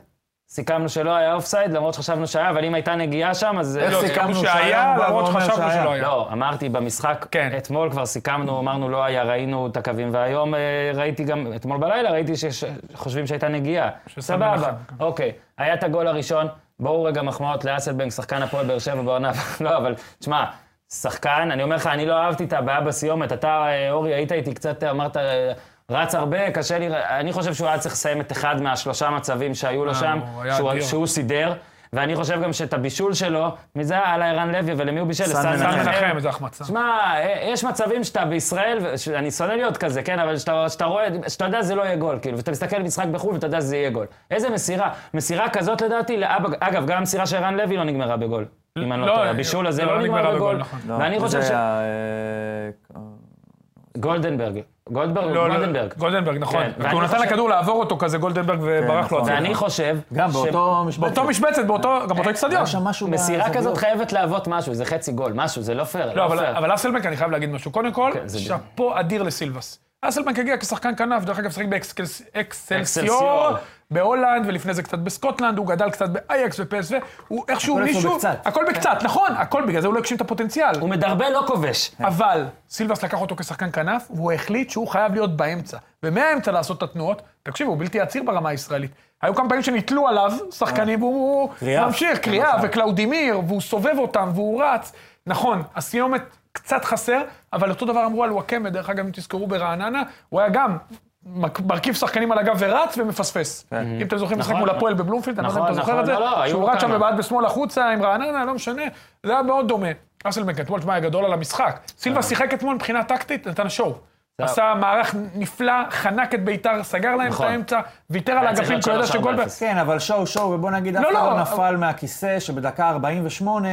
[SPEAKER 1] סיכמנו שלא היה אופסייד, למרות שחשבנו שהיה, אבל אם הייתה נגיעה שם, אז...
[SPEAKER 3] איך
[SPEAKER 2] לא,
[SPEAKER 1] לא,
[SPEAKER 3] סיכמנו
[SPEAKER 2] סיכמנו
[SPEAKER 3] שהיה,
[SPEAKER 2] שהיה,
[SPEAKER 3] הוא בא
[SPEAKER 2] למרות
[SPEAKER 3] ואומר
[SPEAKER 2] שחשבנו
[SPEAKER 3] שהיה.
[SPEAKER 2] שלא היה.
[SPEAKER 1] לא, אמרתי במשחק,
[SPEAKER 2] כן.
[SPEAKER 1] אתמול כבר סיכמנו, אמרנו לא היה, ראינו את הקווים, והיום אה, ראיתי גם, אתמול בלילה ראיתי שחושבים שהייתה נגיעה. סבבה,
[SPEAKER 2] מלאכה,
[SPEAKER 1] אוקיי. היה את הגול הראשון, בואו רגע מחמאות לאסלבנג, שחקן הפועל באר שבע בענף. לא, אבל תשמע, שחקן, אני אומר לך, אני לא אהבתי את הבעיה בסיומת. אתה, אה, אורי, היית איתי קצת, אה, אמרת, אה, רץ הרבה, קשה לי, אני חושב שהוא היה צריך לסיים את אחד מהשלושה מצבים שהיו לו
[SPEAKER 2] אה,
[SPEAKER 1] שם,
[SPEAKER 2] הוא היה
[SPEAKER 1] שהוא-
[SPEAKER 2] אדיר.
[SPEAKER 1] שהוא סידר. ואני חושב גם שאת הבישול שלו, מי זה היה? על ערן לוי, ולמי הוא בישל? לסן
[SPEAKER 2] סן מנחם, איזה החמצה.
[SPEAKER 1] שמע, אה, יש מצבים שאתה בישראל, ש- אני שונא להיות כזה, כן, אבל שאתה, שאתה רואה, שאתה יודע זה לא יהיה גול, כאילו, ואתה מסתכל על משחק בחו"ל ואתה יודע שזה יהיה גול. איזה מסירה. מסירה כזאת לדעתי, לאבא, אגב, גם המסירה של ערן לוי לא נגמרה בגול. אם אני לא
[SPEAKER 2] לא,
[SPEAKER 1] טועה, הבישול הזה לא נגמר בגול.
[SPEAKER 2] נכון.
[SPEAKER 5] לא,
[SPEAKER 1] ואני חושב
[SPEAKER 5] זה
[SPEAKER 1] ש...
[SPEAKER 5] היה, אה,
[SPEAKER 1] גולדנברג. גולדברג,
[SPEAKER 2] לא, לא,
[SPEAKER 1] גולדנברג.
[SPEAKER 2] גולדנברג, נכון.
[SPEAKER 1] כן, ואני
[SPEAKER 2] הוא נתן
[SPEAKER 1] חושב- כן,
[SPEAKER 2] לכדור לעבור אותו כזה, גולדנברג, וברח לו.
[SPEAKER 5] נכון.
[SPEAKER 2] הצדה.
[SPEAKER 1] ואני חושב...
[SPEAKER 3] גם
[SPEAKER 1] ש-
[SPEAKER 3] באותו משבצת.
[SPEAKER 2] באותו משבצת, באותו- גם באותו אצטדיון.
[SPEAKER 1] לא
[SPEAKER 3] היה שם משהו
[SPEAKER 1] מסירה
[SPEAKER 3] בזוויות.
[SPEAKER 1] כזאת חייבת להוות משהו, זה חצי גול, משהו, זה לא פייר,
[SPEAKER 2] לא,
[SPEAKER 1] לא
[SPEAKER 2] אבל-
[SPEAKER 1] פייר.
[SPEAKER 2] אבל אסלבנק, אני חייב להגיד משהו. קודם כל,
[SPEAKER 1] כן, זה-
[SPEAKER 2] שאפו אדיר לסילבס. אסלבנק הגיע כשחקן כנף, דרך אגב, שיחק באקסלסיור,
[SPEAKER 1] אקסלסיור.
[SPEAKER 2] בהולנד, ולפני זה קצו בסקוטלנד, הוא גדל קצת באייקס ופסו, הוא איכשהו
[SPEAKER 3] הכל אצלו
[SPEAKER 2] מישהו...
[SPEAKER 3] בקצת.
[SPEAKER 2] הכל בקצת, נכון, הכל בגלל זה הוא לא הגשים את הפוטנציאל.
[SPEAKER 1] הוא מדרבל, לא כובש.
[SPEAKER 2] אבל סילבס לקח אותו כשחקן כנף, והוא החליט שהוא חייב להיות באמצע. ומהאמצע לעשות את התנועות, תקשיבו, הוא בלתי עציר ברמה הישראלית. היו כמה פעמים שנתלו עליו שחקנים, והוא
[SPEAKER 5] קריאה.
[SPEAKER 2] ממשיך, קריאה, וקלאודימיר, והוא סובב אותם, והוא רץ. נכון, הסיומת קצת חסר, אבל אותו דבר אמרו על וואקמה, דרך אגב, אם תזכרו ברעננה, הוא היה גם מק- מרכיב שחקנים על הגב ורץ ומפספס. אם אתם זוכרים, משחק
[SPEAKER 1] נכון,
[SPEAKER 2] מול
[SPEAKER 1] נכון.
[SPEAKER 2] הפועל בבלומפילד, אני לא יודע אם
[SPEAKER 1] נכון,
[SPEAKER 2] אתה זוכר
[SPEAKER 1] נכון,
[SPEAKER 2] את זה,
[SPEAKER 1] לא, לא, היו
[SPEAKER 2] שהוא רץ שם
[SPEAKER 1] כמה.
[SPEAKER 2] ובעט בשמאל החוצה עם רעננה, לא משנה, זה היה מאוד דומה. אסלמן אתמול, תשמע, היה גדול על המשחק.
[SPEAKER 1] אה.
[SPEAKER 2] סילבה שיחק אתמול מבחינה טקטית, נתן שואו. עשה מערך נפלא, חנק את ביתר, סגר להם את
[SPEAKER 1] נכון.
[SPEAKER 2] האמצע, ויתר על
[SPEAKER 1] היה צריך
[SPEAKER 2] האגפים,
[SPEAKER 1] להיות
[SPEAKER 2] כי הוא יודע
[SPEAKER 1] שלוש, ארבע,
[SPEAKER 2] שגולדברג...
[SPEAKER 1] אפס.
[SPEAKER 3] כן, אבל שואו שואו, ובוא נגיד, אף
[SPEAKER 2] לא,
[SPEAKER 3] אחד
[SPEAKER 2] לא,
[SPEAKER 3] לא נפל מהכיסא שבדקה 48,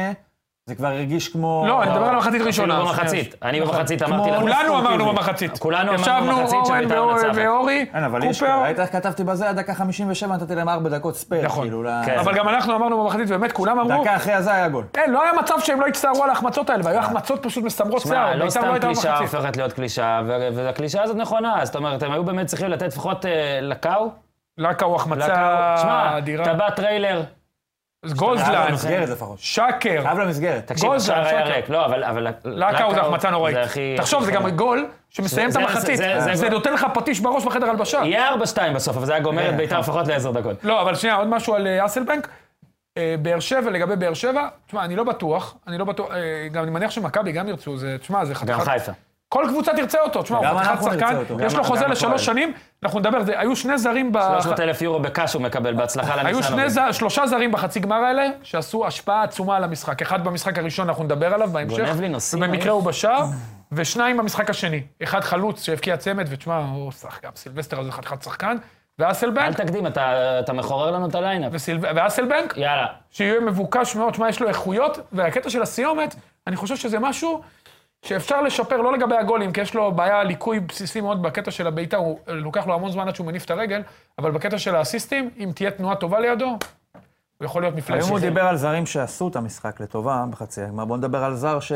[SPEAKER 3] זה כבר הרגיש כמו...
[SPEAKER 2] לא, אני מדבר על המחצית
[SPEAKER 1] אפילו
[SPEAKER 2] ראשונה. אוקיי. נכון.
[SPEAKER 1] במחצית, אני במחצית אמרתי
[SPEAKER 3] כמו-
[SPEAKER 1] לך.
[SPEAKER 2] כולנו
[SPEAKER 3] ספורטיבית.
[SPEAKER 2] אמרנו במחצית.
[SPEAKER 1] כולנו אמרנו במחצית
[SPEAKER 2] ישבנו אורן
[SPEAKER 1] שביתר
[SPEAKER 2] ואור-
[SPEAKER 1] מנצחת.
[SPEAKER 2] ואורי,
[SPEAKER 3] כן, אבל יש...
[SPEAKER 2] קופר,
[SPEAKER 3] ראית איך כתבתי בזה? עד דקה 57 נתתי להם 4 דקות ספייר,
[SPEAKER 2] נכון.
[SPEAKER 3] כאילו,
[SPEAKER 1] כן.
[SPEAKER 3] ל-
[SPEAKER 2] אבל גם אנחנו אמרנו במחצית, ובאמת, כולם אמרו,
[SPEAKER 3] דקה אחרי הזה היה גול.
[SPEAKER 2] אין, לא היה מצב שהם לא הצטערו על ההחמצות האלה, והיו החמצות פשוט מסמרות שיער,
[SPEAKER 1] אה. שמע, לא
[SPEAKER 2] ביתר לא
[SPEAKER 1] סתם
[SPEAKER 2] הייתה
[SPEAKER 1] קלישאה
[SPEAKER 2] במחצית.
[SPEAKER 1] הופכת להיות קלישאה, ו- והקלישאה הזאת נכונה. זאת אומרת, הם היו באמת צריכים לתת לפחות אה, לקאו.
[SPEAKER 2] לקה הוא
[SPEAKER 1] שמע,
[SPEAKER 2] החמצה אדירה.
[SPEAKER 1] טבע טריילר.
[SPEAKER 2] גולדלנד,
[SPEAKER 3] למסגרת לפחות.
[SPEAKER 2] שקר,
[SPEAKER 3] חייב למסגרת.
[SPEAKER 1] תקשיב,
[SPEAKER 2] גול
[SPEAKER 1] השער
[SPEAKER 2] זה
[SPEAKER 1] היה
[SPEAKER 2] הצוקר.
[SPEAKER 1] ריק. לא, אבל... אבל-
[SPEAKER 2] לקה הוא זה החמצה נוראית.
[SPEAKER 1] זה הכי...
[SPEAKER 2] תחשוב, זה
[SPEAKER 1] הכי
[SPEAKER 2] גם
[SPEAKER 1] חמור.
[SPEAKER 2] גול שמסיים את
[SPEAKER 1] זה- זה-
[SPEAKER 2] המחצית.
[SPEAKER 1] זה- זה-
[SPEAKER 2] זה
[SPEAKER 1] זה-
[SPEAKER 2] נותן לך פטיש בראש בחדר הלבשה.
[SPEAKER 1] יהיה 4-2 בסוף, אבל זה היה גומר את
[SPEAKER 3] כן,
[SPEAKER 1] בית"ר
[SPEAKER 2] נכון.
[SPEAKER 1] לפחות לעשר דקות.
[SPEAKER 2] לא, אבל שנייה, עוד משהו על אה, אסלבנק. אה, באר שבע, לגבי באר שבע, תשמע, אני לא בטוח, אני לא בטוח, אה, גם אני מניח שמכבי גם ירצו, זה, תשמע, זה חתיכת...
[SPEAKER 1] גם חיפה.
[SPEAKER 2] כל קבוצה תרצה אותו, תשמע,
[SPEAKER 3] גם
[SPEAKER 2] הוא חתיכת
[SPEAKER 3] אנחנו נרצה
[SPEAKER 2] שחקן,
[SPEAKER 3] אותו.
[SPEAKER 2] יש
[SPEAKER 1] גם-
[SPEAKER 2] לו חוזה
[SPEAKER 1] גם
[SPEAKER 2] לשלוש
[SPEAKER 1] הפועל.
[SPEAKER 2] שנים, אנחנו נדבר, זה- היו שני זרים ב...
[SPEAKER 1] 300 אלף יורו בקאש הוא מקבל, בהצלחה לניצן.
[SPEAKER 2] אה, היו שני
[SPEAKER 1] אורי.
[SPEAKER 2] ז... שלושה זרים בחצי גמר האלה, שעשו השפעה עצומה על המשחק. אחד במשחק הראשון, אנחנו נדבר עליו בהמשך.
[SPEAKER 1] גונב לי נושאים,
[SPEAKER 2] ובמקרה
[SPEAKER 1] אריאל.
[SPEAKER 2] הוא בשער, ושניים במשחק השני. אחד חלוץ שהבקיע צמד, ותשמע, הוא שחק, גם סילבסטר הזה חתיכת שחקן,
[SPEAKER 1] אל
[SPEAKER 2] ואסלבנק,
[SPEAKER 1] תקדים, אתה אתה מחורר לנו את הליינאפ.
[SPEAKER 2] וסילב... ואסלבנק,
[SPEAKER 1] יאללה.
[SPEAKER 2] שיהיה מבוקש מאוד, שמע, יש לו איכויות, והקטע של הסיומת, אני חושב שזה משהו שאפשר לשפר, לא לגבי הגולים, כי יש לו בעיה, ליקוי בסיסי מאוד בקטע של הבעיטה, הוא לוקח לו המון זמן עד שהוא מניף את הרגל, אבל בקטע של האסיסטים, אם תהיה תנועה טובה לידו, הוא יכול להיות מפלט
[SPEAKER 3] היום הוא
[SPEAKER 2] שחרור.
[SPEAKER 3] דיבר על זרים שעשו את המשחק לטובה בחצי הגמר. בואו נדבר על זר ש...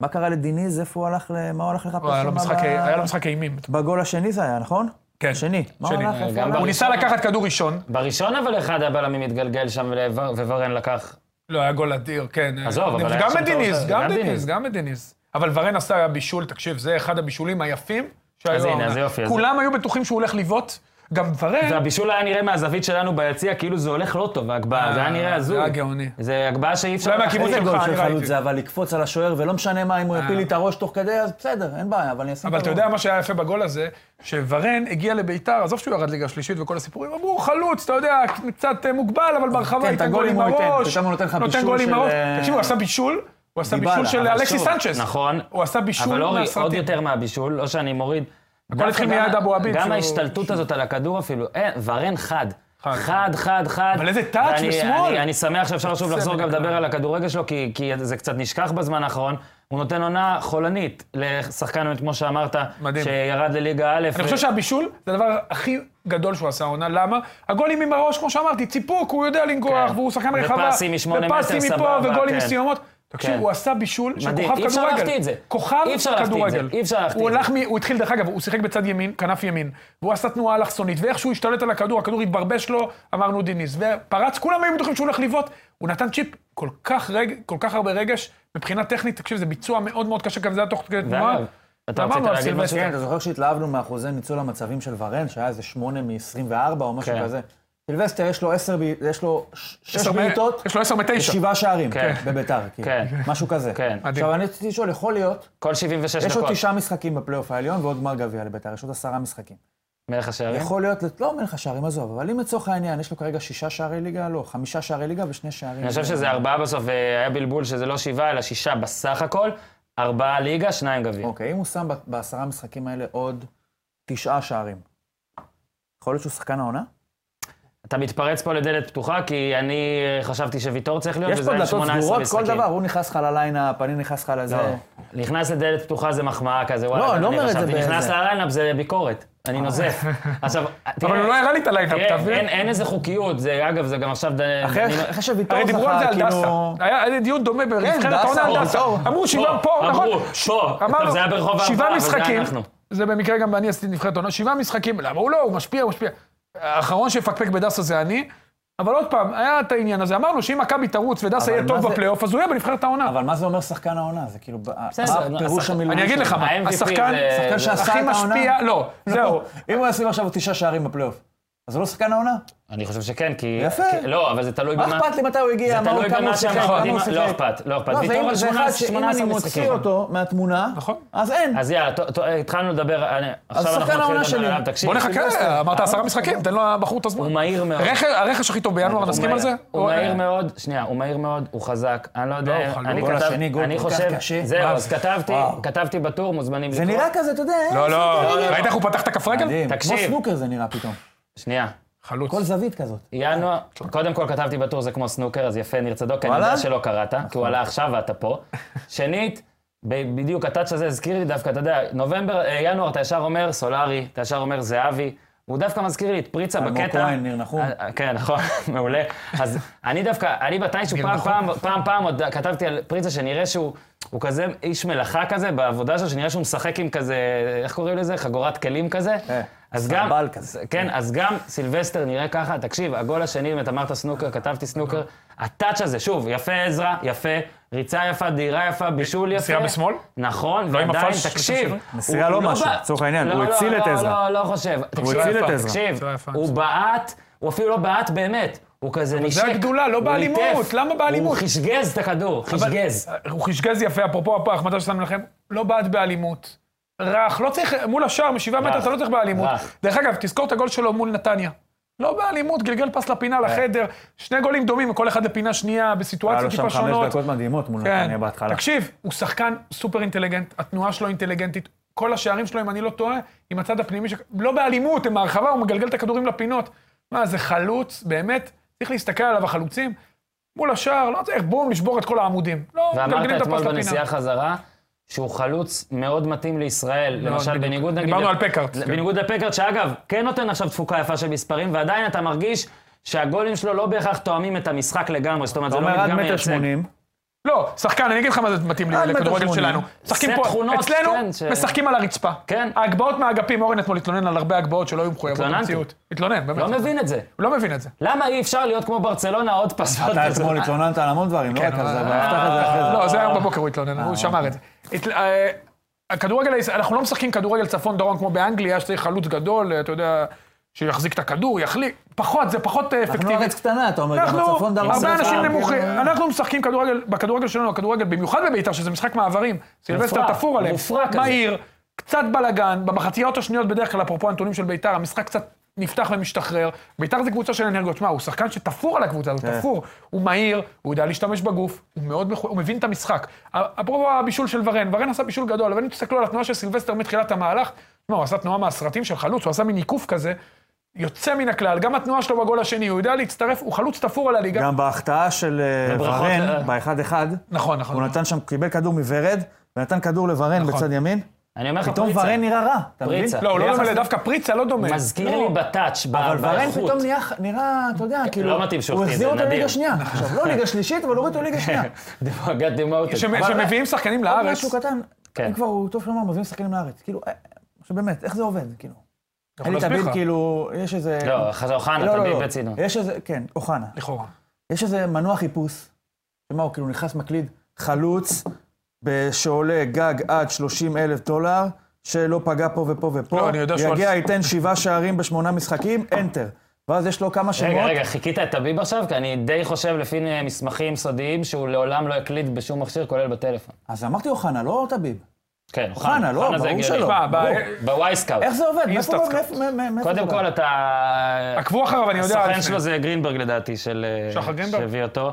[SPEAKER 3] מה קרה לדיניז? איפה הוא הלך ל... מה הוא הלך לחפש?
[SPEAKER 2] הוא, היה לו
[SPEAKER 3] שם
[SPEAKER 2] משחק-
[SPEAKER 3] ב-
[SPEAKER 2] היה לו משחק אימים.
[SPEAKER 3] בגול השני זה היה, נכון?
[SPEAKER 2] כן.
[SPEAKER 3] שני. מה הוא
[SPEAKER 2] שני.
[SPEAKER 3] הלך? איפה
[SPEAKER 1] גם
[SPEAKER 3] הוא
[SPEAKER 2] הוא
[SPEAKER 3] הלך?
[SPEAKER 2] ניסה לקחת כדור ראשון,
[SPEAKER 1] בראשון אבל אחד הבלמים התגלגל שם ולבר- וורן לקח.
[SPEAKER 2] לא, היה גול אדיר, כן.
[SPEAKER 1] עזוב, אבל היה
[SPEAKER 2] גם
[SPEAKER 1] שם
[SPEAKER 2] מדיניז,
[SPEAKER 1] טעות,
[SPEAKER 2] גם
[SPEAKER 1] גם
[SPEAKER 2] מדיניז,
[SPEAKER 1] מדיניז.
[SPEAKER 2] גם מדיניז. אבל ורן עשה בישול, תקשיב, זה אחד הבישולים היפים שהיו.
[SPEAKER 1] אז הנה,
[SPEAKER 2] העונה.
[SPEAKER 1] אז יופי, אז-
[SPEAKER 2] כולם היו בטוחים שהוא הולך לבעוט, גם ורן,
[SPEAKER 1] והבישול היה נראה מהזווית שלנו ביציע, כאילו זה הולך לא טוב, ההגבהה, זה היה נראה הזוי.
[SPEAKER 2] אה, זה היה גאוני.
[SPEAKER 1] זה הגבהה שאי אפשר...
[SPEAKER 2] אולי
[SPEAKER 1] לקחת.
[SPEAKER 2] מהכיוון
[SPEAKER 3] איזה
[SPEAKER 2] שלך,
[SPEAKER 3] גול
[SPEAKER 2] אני
[SPEAKER 3] של
[SPEAKER 2] ראיתי. אה.
[SPEAKER 3] חלוץ זה, אבל לקפוץ על השוער, ולא משנה מה, אם הוא יפיל לי את הראש תוך כדי, אז בסדר, אין בעיה, אבל אני אשים את
[SPEAKER 2] אבל
[SPEAKER 3] הראש.
[SPEAKER 2] אתה יודע מה שהיה יפה בגול הזה? שוורן הגיע לביתר, עזוב שהוא ירד ליגה שלישית וכל הסיפורים, אמרו, חלוץ, אתה יודע, קצת אה, מוגבל, אבל ברחבה
[SPEAKER 3] כן, את
[SPEAKER 2] ייתן גול
[SPEAKER 3] הגולים
[SPEAKER 2] עם
[SPEAKER 3] הוא ייתן,
[SPEAKER 2] הראש.
[SPEAKER 3] פתאום הוא נותן לך בישול
[SPEAKER 2] גול עם
[SPEAKER 3] של,
[SPEAKER 2] הראש.
[SPEAKER 3] אה,
[SPEAKER 2] תקשיב, הוא עשה בישול, הוא עשה
[SPEAKER 3] דיבאלה,
[SPEAKER 2] בישול של
[SPEAKER 3] אבל
[SPEAKER 2] אלכסיס
[SPEAKER 3] שוב,
[SPEAKER 2] סנצ'ס.
[SPEAKER 1] נכון.
[SPEAKER 2] הוא עשה בישול
[SPEAKER 1] אבל אורי, עוד
[SPEAKER 2] מהסרטים.
[SPEAKER 1] יותר מהבישול, לא שאני מוריד,
[SPEAKER 2] הכל התחיל
[SPEAKER 1] דווקא גם-
[SPEAKER 2] מיד אבו עביד.
[SPEAKER 1] גם
[SPEAKER 2] שהוא-
[SPEAKER 1] ההשתלטות הזאת על הכדור אפילו, אין, ורן חד.
[SPEAKER 2] חד.
[SPEAKER 1] חד, חד, חד.
[SPEAKER 2] אבל איזה טאץ'
[SPEAKER 1] ואני-
[SPEAKER 2] בשמאל.
[SPEAKER 1] אני- אני שמח שאפשר שוב
[SPEAKER 2] צמד
[SPEAKER 1] לחזור גם
[SPEAKER 2] הקרב.
[SPEAKER 1] לדבר על הכדורגל שלו, כי כי זה קצת נשכח בזמן האחרון. הוא נותן עונה חולנית לשחקן, באמת, כמו שאמרת,
[SPEAKER 2] מדהים.
[SPEAKER 1] שירד לליגה א'.
[SPEAKER 2] אני חושב שהבישול זה הדבר הכי גדול שהוא עשה העונה, למה? הגולים עם הראש, כמו שאמרתי, ציפוק, הוא יודע לנגוח,
[SPEAKER 1] כן.
[SPEAKER 2] והוא שחקן רחבה.
[SPEAKER 1] ופסים משמונה
[SPEAKER 2] ופסים
[SPEAKER 1] מטר,
[SPEAKER 2] מפה,
[SPEAKER 1] סבבה,
[SPEAKER 2] וגולים
[SPEAKER 1] כן.
[SPEAKER 2] מסיומות. תקשיב,
[SPEAKER 1] כן.
[SPEAKER 2] הוא עשה בישול של
[SPEAKER 1] מדהים.
[SPEAKER 2] כוכב
[SPEAKER 1] אי אפשר
[SPEAKER 2] כדורגל.
[SPEAKER 1] להחטיא את זה.
[SPEAKER 2] כוכב
[SPEAKER 1] אי אפשר להחטיא את זה.
[SPEAKER 2] כדורגל.
[SPEAKER 1] אי אפשר להחטיא
[SPEAKER 2] הוא
[SPEAKER 1] את זה.
[SPEAKER 2] הלך, מ- הוא התחיל, דרך אגב, הוא שיחק בצד ימין, כנף ימין, והוא עשה תנועה אלכסונית, ואיכשהו השתלט על הכדור, הכדור התברבש לו, אמרנו דיניס, ופרץ, כולם היו בטוחים שהוא הולך לבעוט, הוא נתן צ'יפ כל כך, רג, כל כך הרבה רגש, מבחינה טכנית, תקשיב, זה ביצוע מאוד מאוד קשה, גם זה היה תוך כדי תנועה.
[SPEAKER 1] ואגב, אתה
[SPEAKER 2] ואמרנו
[SPEAKER 1] רצית
[SPEAKER 2] על
[SPEAKER 1] להגיד משהו?
[SPEAKER 2] סילבסטר.
[SPEAKER 3] כן, אתה זוכר שהתלהבנו מאחוזי ניצול המצבים של ורן, שהיה איזה 8 מ-24 או משהו
[SPEAKER 1] כן.
[SPEAKER 3] כזה. סילבסטר, יש לו 10, יש לו 6
[SPEAKER 2] עשר מ-
[SPEAKER 3] בעיטות,
[SPEAKER 2] יש לו עשר מתשע.
[SPEAKER 3] שבעה שערים
[SPEAKER 1] כן.
[SPEAKER 3] בביתר, כאילו.
[SPEAKER 1] כן.
[SPEAKER 3] משהו כזה.
[SPEAKER 1] כן.
[SPEAKER 3] עכשיו, אני רציתי לשאול, יכול להיות,
[SPEAKER 1] כל 76 דקות.
[SPEAKER 3] יש עוד תשעה משחקים בפלייאוף העליון ועוד גמר גביע לביתר, יש עוד עשרה משחקים.
[SPEAKER 1] מלך השערים.
[SPEAKER 3] יכול להיות, לא מלך השערים, עזוב, אבל אם לצורך העניין, יש לו כרגע שישה שערי ליגה, לא, חמישה שערי ליגה ושני שערים.
[SPEAKER 1] אני חושב שזה ארבעה בסוף, והיה בלבול שזה לא שבעה, אלא שישה בסך הכל. ארבעה ליגה, שניים גביע.
[SPEAKER 3] אוקיי, אם הוא שם ב- בעשרה המשחקים האלה עוד תשעה שערים, יכול להיות שהוא שחקן העונה?
[SPEAKER 1] אתה מתפרץ פה לדלת פתוחה, כי אני אה, חשבתי שוויטור צריך להיות,
[SPEAKER 3] יש
[SPEAKER 1] וזה
[SPEAKER 3] פה
[SPEAKER 1] היה
[SPEAKER 3] דלתות
[SPEAKER 1] 18 משחקים.
[SPEAKER 3] סגורות, כל דבר, הוא נכנס לך לליינאפ, אני נכנס לך לזה.
[SPEAKER 1] לא. נכנס לדלת פתוחה זה מחמאה כזה, וואלה.
[SPEAKER 3] אני לא אומר את זה אה.
[SPEAKER 1] חשבתי,
[SPEAKER 3] באיזה-
[SPEAKER 1] נכנס לליינאפ זה ביקורת, אני נוזף. עכשיו,
[SPEAKER 2] אבל הוא לא הראה לי את הליינאפ, אתה
[SPEAKER 1] תראה,
[SPEAKER 2] מבין?
[SPEAKER 1] כן, אין- אין איזה חוקיות, זה אגב, זה גם עכשיו... ד- אני לא-
[SPEAKER 3] אחרי אחרי שוויטור
[SPEAKER 2] הרי
[SPEAKER 3] זכה,
[SPEAKER 2] דיברו על זה על דסה.
[SPEAKER 3] כאילו...
[SPEAKER 2] היה היה דיון
[SPEAKER 1] כן,
[SPEAKER 2] דומה בנבחרת
[SPEAKER 3] דסה,
[SPEAKER 2] העונה על
[SPEAKER 3] אור,
[SPEAKER 2] דסה.
[SPEAKER 3] אור.
[SPEAKER 2] אמרו שבעה
[SPEAKER 1] פה,
[SPEAKER 2] פה, נכון?
[SPEAKER 1] לא, אמרו, פה.
[SPEAKER 2] אמרנו,
[SPEAKER 1] אה, טוב, זה היה ברחוב הארבעה,
[SPEAKER 2] שבעה
[SPEAKER 1] אבל זה היה
[SPEAKER 2] משחקים,
[SPEAKER 1] אנחנו.
[SPEAKER 2] זה במקרה גם אני עשיתי נבחרת העונה, שבעה משחקים, למה הוא לא, הוא משפיע, הוא משפיע. האחרון שיפקפק בדסה זה אני. אבל עוד פעם, היה את העניין הזה, אמרנו שאם מכבי תרוץ ודסה
[SPEAKER 3] אבל
[SPEAKER 2] יהיה
[SPEAKER 3] מה
[SPEAKER 2] טוב
[SPEAKER 3] זה-
[SPEAKER 2] בפלייאוף, אז הוא יהיה בנבחרת העונה.
[SPEAKER 3] אבל מה זה אומר שחקן העונה? זה כאילו, ב-
[SPEAKER 1] בסדר,
[SPEAKER 3] מה הפירוש
[SPEAKER 1] השחק-
[SPEAKER 3] המילולי
[SPEAKER 2] אני אגיד
[SPEAKER 3] שלו?
[SPEAKER 2] לך מה,
[SPEAKER 1] ה- MVP
[SPEAKER 2] השחקן,
[SPEAKER 1] זה-
[SPEAKER 3] שחקן שעשה
[SPEAKER 2] הכי
[SPEAKER 3] את העונה?
[SPEAKER 2] משפיע, לא, זהו.
[SPEAKER 3] אם הוא ישים עכשיו תשעה שערים בפלייאוף, אז הוא לא שחקן העונה?
[SPEAKER 1] אני חושב שכן, כי...
[SPEAKER 3] יפה.
[SPEAKER 1] כי- לא, אבל זה תלוי
[SPEAKER 3] מה
[SPEAKER 1] במה...
[SPEAKER 3] אכפת לי מתי הוא הגיע,
[SPEAKER 1] זה
[SPEAKER 3] מה הוא-
[SPEAKER 1] תלוי
[SPEAKER 3] כמה הוא
[SPEAKER 1] במה
[SPEAKER 3] שיחק,
[SPEAKER 1] שהמחרדים-
[SPEAKER 3] כמה הוא שיחק.
[SPEAKER 1] לא אכפת, לא אכפת.
[SPEAKER 3] לא,
[SPEAKER 1] ויתור
[SPEAKER 3] זה אם-
[SPEAKER 1] על
[SPEAKER 3] זה אחד
[SPEAKER 1] 18
[SPEAKER 3] שאם אני מוציא
[SPEAKER 1] משחקים.
[SPEAKER 3] אותו מהתמונה,
[SPEAKER 2] נכון.
[SPEAKER 3] אז אין.
[SPEAKER 1] אז יאללה, ט- ט- התחלנו לדבר, אני- עכשיו
[SPEAKER 3] שחקן
[SPEAKER 1] אנחנו
[SPEAKER 3] העונה
[SPEAKER 1] נתחיל
[SPEAKER 3] שלי.
[SPEAKER 1] לדבר עליו, תקשיב.
[SPEAKER 2] בוא נחכה, אמרת עשרה משחקים, תן לו הבחור את הזמן.
[SPEAKER 1] הוא מהיר מאוד.
[SPEAKER 2] רכב- הרכש הכי טוב בינואר,
[SPEAKER 1] הוא
[SPEAKER 2] נסכים
[SPEAKER 1] מהיר-
[SPEAKER 2] על זה?
[SPEAKER 1] הוא
[SPEAKER 3] אה.
[SPEAKER 1] מהיר מאוד, שנייה, הוא מהיר מאוד, הוא חזק, אני לא
[SPEAKER 2] לא,
[SPEAKER 1] יודע,
[SPEAKER 2] הוא
[SPEAKER 1] אני
[SPEAKER 2] חלוק.
[SPEAKER 3] גול
[SPEAKER 1] כתב-
[SPEAKER 3] השני, גול
[SPEAKER 1] אני
[SPEAKER 3] כל כך
[SPEAKER 1] חושב,
[SPEAKER 3] קשה.
[SPEAKER 1] זהו,
[SPEAKER 2] מה
[SPEAKER 1] אז
[SPEAKER 2] זה?
[SPEAKER 1] כתבתי,
[SPEAKER 3] וואו.
[SPEAKER 1] כתבתי בטור, מוזמנים לקרוא.
[SPEAKER 3] זה נראה כזה, אתה יודע,
[SPEAKER 2] לא, לא,
[SPEAKER 1] לא.
[SPEAKER 2] ראית איך הוא פתח את הכף רגל?
[SPEAKER 3] מדהים, כמו
[SPEAKER 1] תקשיב.
[SPEAKER 3] סנוקר זה נראה פתאום.
[SPEAKER 1] שנייה.
[SPEAKER 2] חלוץ.
[SPEAKER 3] כל זווית כזאת.
[SPEAKER 1] ינואר, קודם כל כתבתי בטור זה כמו סנוקר, אז יפה, ניר צדוק, אני
[SPEAKER 3] וואלה? נכון.
[SPEAKER 1] יודע שלא קראת, כי הוא עלה עכשיו ואתה פה. שנית, ב- בדיוק הטאץ' הזה הזכיר לי דווקא, אתה יודע, נובמבר, אה, ינואר, אתה ישר אומר סולארי, אתה ישר אומר זהבי, הוא דווקא מזכיר לי את פריצה
[SPEAKER 3] אלמוג
[SPEAKER 1] בקטע.
[SPEAKER 3] כהן, ניר נחום.
[SPEAKER 1] אה, אה, כן, נכון, מעולה. אז אני דווקא, אני מתישהו
[SPEAKER 2] ניר
[SPEAKER 1] פעם,
[SPEAKER 2] נחום.
[SPEAKER 1] פעם, פעם, פעם עוד כתבתי על פריצה שנראה שהוא... הוא כזה איש מלאכה כזה, בעבודה שלו, שנראה שהוא משחק עם כזה, איך קוראים לזה? חגורת כלים כזה.
[SPEAKER 3] אה,
[SPEAKER 1] אז גם,
[SPEAKER 3] סרבל כזה. אה.
[SPEAKER 1] כן, אז גם סילבסטר נראה ככה, תקשיב, הגול השני, אם אתה אמרת סנוקר, כתבתי סנוקר, הטאץ' הזה, שוב, יפה עזרא, יפה, ריצה יפה, דהירה יפה, בישול יפה.
[SPEAKER 2] מסירה בשמאל?
[SPEAKER 1] נכון,
[SPEAKER 2] עם
[SPEAKER 1] ועדיין,
[SPEAKER 2] הפלש של
[SPEAKER 1] תקשיב.
[SPEAKER 2] שינוי?
[SPEAKER 5] לא מסירה
[SPEAKER 1] הוא
[SPEAKER 5] לא משהו,
[SPEAKER 1] בא-
[SPEAKER 5] לצורך העניין,
[SPEAKER 1] לא,
[SPEAKER 5] הוא
[SPEAKER 1] לא,
[SPEAKER 5] הציל את
[SPEAKER 1] לא,
[SPEAKER 5] עזרא.
[SPEAKER 1] לא, לא חושב. תקשיב,
[SPEAKER 5] הציל את עזרא.
[SPEAKER 1] תקשיב,
[SPEAKER 2] מסירה יפה,
[SPEAKER 1] הוא בעט, הוא אפילו לא בעט באמת, הוא כזה נשק.
[SPEAKER 2] זה הגדולה, לא
[SPEAKER 1] הוא
[SPEAKER 2] באלימות,
[SPEAKER 1] ליטף,
[SPEAKER 2] למה באלימות?
[SPEAKER 1] הוא חשגז את הכדור, חשגז.
[SPEAKER 2] אבל- הוא חשגז יפה, אפרופו ההחמדה ששמנו לכם, לא בעט באלימות. רך, לא צריך, מול השער, משבעה מטר אתה לא צריך באלימות.
[SPEAKER 1] רך.
[SPEAKER 2] דרך אגב, תזכור את הגול שלו מול נתניה. לא באלימות, גלגל פס לפינה, לחדר, שני גולים דומים, כל אחד לפינה שנייה,
[SPEAKER 5] היה
[SPEAKER 2] בסיטואציות
[SPEAKER 5] לו
[SPEAKER 2] טיפה
[SPEAKER 5] שם חמש
[SPEAKER 2] שונות.
[SPEAKER 5] דקות מדהימות מול
[SPEAKER 1] כן.
[SPEAKER 5] נתניה בהתחלה.
[SPEAKER 2] כן. תקשיב, הוא שחקן סופר אינטליגנט, התנועה שלו אינטליגנטית, כל השערים שלו, אם אני לא טועה, עם הצד הפנימי, ש... לא באלימות, הם בהרחבה, הוא מגלגל את הכדורים לפינות. מה, זה חלוץ, באמת, צריך להסתכל עליו, החלוצים. מול השער, לא צריך, בום, לשבור את כל העמודים. לא,
[SPEAKER 1] ואמרת
[SPEAKER 2] מגלגלים את הפס
[SPEAKER 1] אתמול
[SPEAKER 2] לפינה.
[SPEAKER 1] בנסיעה חזרה, שהוא חלוץ מאוד מתאים לישראל, למשל
[SPEAKER 2] בדיוק.
[SPEAKER 1] בניגוד נגיד...
[SPEAKER 2] דיברנו על פקארט, כן.
[SPEAKER 1] בניגוד לפקארט, שאגב, כן נותן עכשיו תפוקה יפה של מספרים, ועדיין אתה מרגיש שהגולים שלו לא בהכרח תואמים את המשחק לגמרי, זאת אומרת,
[SPEAKER 5] אתה
[SPEAKER 1] זה לא
[SPEAKER 5] אומר עד
[SPEAKER 1] מדגם
[SPEAKER 5] מטר
[SPEAKER 1] מייצג.
[SPEAKER 5] שמונים,
[SPEAKER 2] לא, שחקן, אני אגיד לך מה זה מתאים לי
[SPEAKER 5] עד מטר
[SPEAKER 2] לכדורגל
[SPEAKER 5] שמונים.
[SPEAKER 2] שלנו. משחקים
[SPEAKER 1] סט
[SPEAKER 2] פה,
[SPEAKER 1] תכונות,
[SPEAKER 2] אצלנו
[SPEAKER 1] כן, ש-
[SPEAKER 2] משחקים על הרצפה.
[SPEAKER 1] כן.
[SPEAKER 2] ההגבהות מהאגפים, אורן אתמול התלונן על הרבה הגבהות שלא היו מחויבות
[SPEAKER 1] התלוננתי.
[SPEAKER 2] במציאות. התלונן, באמת.
[SPEAKER 1] לא מבין את זה.
[SPEAKER 2] הוא לא מבין את זה.
[SPEAKER 1] למה אי אפשר להיות כמו ברצלונה עוד פסות?
[SPEAKER 3] אתה אתמול התלוננת על המון דברים, לא
[SPEAKER 5] כן,
[SPEAKER 3] רק על זה, אבל נפתח את זה אחרי זה.
[SPEAKER 2] כן, אה, לא, זה היום בבוקר הוא התלונן, הוא שמר את זה. התל- אה, הכדורגל, הישראל- אנחנו לא משחקים כדורגל צפון-דרום כמו באנגליה, שצריך חלוץ גדול, אה, אתה יודע, שיחזיק את הכדור, יחליק. פחות, זה פחות אה,
[SPEAKER 3] אנחנו לא
[SPEAKER 2] אפקטיבי.
[SPEAKER 3] ארץ קטנה, אתה אומר, גם
[SPEAKER 2] אנחנו,
[SPEAKER 3] בצפון דרום.
[SPEAKER 2] הרבה
[SPEAKER 3] צפון,
[SPEAKER 2] אנשים
[SPEAKER 5] אה, כן.
[SPEAKER 3] כאילו,
[SPEAKER 2] נמוכים, אנחנו משחקים כדורגל, בכדורגל שלנו, הכדורגל, במיוחד בבית"ר, שזה משחק מעברים, סילבסטר
[SPEAKER 1] מופרע,
[SPEAKER 2] תפור עליהם,
[SPEAKER 1] מופרע כזה.
[SPEAKER 2] מהיר, קצת בלאגן, במחציות השניות בדרך כלל, אפרופו הנתונים של בית"ר, המשחק קצת נפתח ומשתחרר, בית"ר זה קבוצה של אנרגיות, שמע, הוא שחקן שתפור על הקבוצה הזאת, תפור, הוא מהיר, הוא יודע להשתמש בגוף, הוא מאוד, מחו- הוא מבין את המשחק. אפרופו הבישול של ורן, ורן עשה בישול גדול, אבל אם תסתכלו על התנועה של סילבסטר מתחילת המהלך, תשמע, תשמע, הוא עשה תנועה מהסרטים של חלוץ, הוא עשה מין עיקוף כזה, יוצא מן הכלל, גם התנועה שלו בגול השני, הוא יודע להצטרף, הוא חלוץ תפור על הליגה.
[SPEAKER 6] גם בהחטאה של אה,
[SPEAKER 1] וברכות, אה.
[SPEAKER 6] ורן, באחד-אחד,
[SPEAKER 2] נכון, נכון.
[SPEAKER 6] הוא נתן שם, קיבל כדור מוורד, ונתן כדור לוורן
[SPEAKER 2] נכון.
[SPEAKER 6] בצד ימין.
[SPEAKER 1] אני אומר לך פריצה.
[SPEAKER 6] פתאום ורן נראה רע, אתה מבין?
[SPEAKER 1] פריצה.
[SPEAKER 2] לא, הוא לא
[SPEAKER 1] ביחס-
[SPEAKER 2] דומה, דווקא פריצה לא דומה.
[SPEAKER 1] מזכיר
[SPEAKER 2] לא.
[SPEAKER 1] לי בטאץ', ב-
[SPEAKER 6] אבל ורן
[SPEAKER 5] ורן
[SPEAKER 1] אה, באיכות.
[SPEAKER 5] פתאום נהיה, נראה, אתה יודע, כאילו...
[SPEAKER 1] מתאים
[SPEAKER 5] הוא
[SPEAKER 1] שופטי,
[SPEAKER 5] החזיר
[SPEAKER 1] זה
[SPEAKER 5] אותו
[SPEAKER 1] נדיר.
[SPEAKER 5] לליגה שנייה. עכשיו, לא ליגה שלישית, אבל הוריד אותו לליגה שנייה.
[SPEAKER 1] got demoted.
[SPEAKER 2] שמ-
[SPEAKER 5] אבל-
[SPEAKER 2] שמביאים שחקנים
[SPEAKER 5] עוד
[SPEAKER 2] לארץ,
[SPEAKER 5] משהו קטן,
[SPEAKER 1] כן.
[SPEAKER 5] אם כבר הוא טוב שלמה, מביאים שחקנים לארץ. כאילו, אה, עכשיו באמת, איך זה עובד, כאילו? אין לי
[SPEAKER 2] להסביר
[SPEAKER 5] תמיד,
[SPEAKER 2] לך.
[SPEAKER 5] כאילו, יש איזה...
[SPEAKER 1] לא, חזר אוחנה,
[SPEAKER 5] לא, לא,
[SPEAKER 1] תביא
[SPEAKER 5] לא.
[SPEAKER 1] בצידון.
[SPEAKER 5] יש איזה, כן, אוחנה.
[SPEAKER 2] לכאורה.
[SPEAKER 5] יש איזה מנוע חיפוש, שמה, הוא כאילו נכנס מקליד חלוץ, ב- שעולה גג עד 30 אלף דולר, שלא פגע פה ופה ופה.
[SPEAKER 2] לא, אני יודע שהוא על-
[SPEAKER 5] יגיע, ייתן שבעה שערים בשמונה משחקים, enter. ואז יש לו כמה שמות.
[SPEAKER 1] רגע, רגע, חיכית את טביב עכשיו? כי אני די חושב, לפי מסמכים סודיים, שהוא לעולם לא הקליט בשום מכשיר, כולל בטלפון.
[SPEAKER 5] אז אמרתי אוחנה, לא תביב.
[SPEAKER 1] כן,
[SPEAKER 5] אוחנה, לא,
[SPEAKER 1] זה
[SPEAKER 5] ברור
[SPEAKER 1] הגיוני.
[SPEAKER 5] שלא.
[SPEAKER 2] תשמע,
[SPEAKER 5] ברור.
[SPEAKER 2] ב-
[SPEAKER 1] בווייסקאוט.
[SPEAKER 5] איך זה עובד?
[SPEAKER 2] אינסטאט
[SPEAKER 5] מאיפה-
[SPEAKER 2] סקאוט.
[SPEAKER 5] מאיפה- מאיפה
[SPEAKER 1] קודם
[SPEAKER 5] זה
[SPEAKER 1] כל
[SPEAKER 5] בא?
[SPEAKER 1] אתה...
[SPEAKER 2] עקבו אחריו, אני יודע.
[SPEAKER 1] הסוכן
[SPEAKER 2] לפני.
[SPEAKER 1] שלו זה גרינברג לדעתי, של... אה,
[SPEAKER 2] שחר גרינברג?
[SPEAKER 1] שהביא אותו.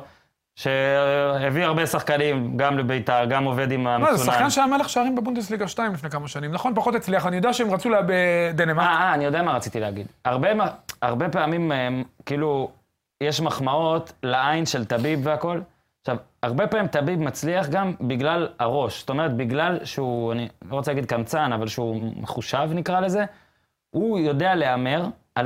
[SPEAKER 1] שהביא הרבה שחקנים, גם לביתר, גם עובד עם
[SPEAKER 2] מה,
[SPEAKER 5] לא,
[SPEAKER 1] המצונן.
[SPEAKER 2] זה שחקן שהיה מלך שערים בבונדסליגה 2 לפני כמה שנים, נכון? פחות הצליח, אני יודע שהם רצו לה בדנמרק.
[SPEAKER 1] אה, אה, אני יודע מה רציתי להגיד. הרבה, מה- הרבה פעמים, אה, כאילו, יש מחמאות לעין של טביב והכול. עכשיו, הרבה פעמים טביב מצליח גם בגלל הראש. זאת אומרת, בגלל שהוא, אני לא רוצה להגיד קמצן, אבל שהוא מחושב נקרא לזה, הוא יודע להמר על...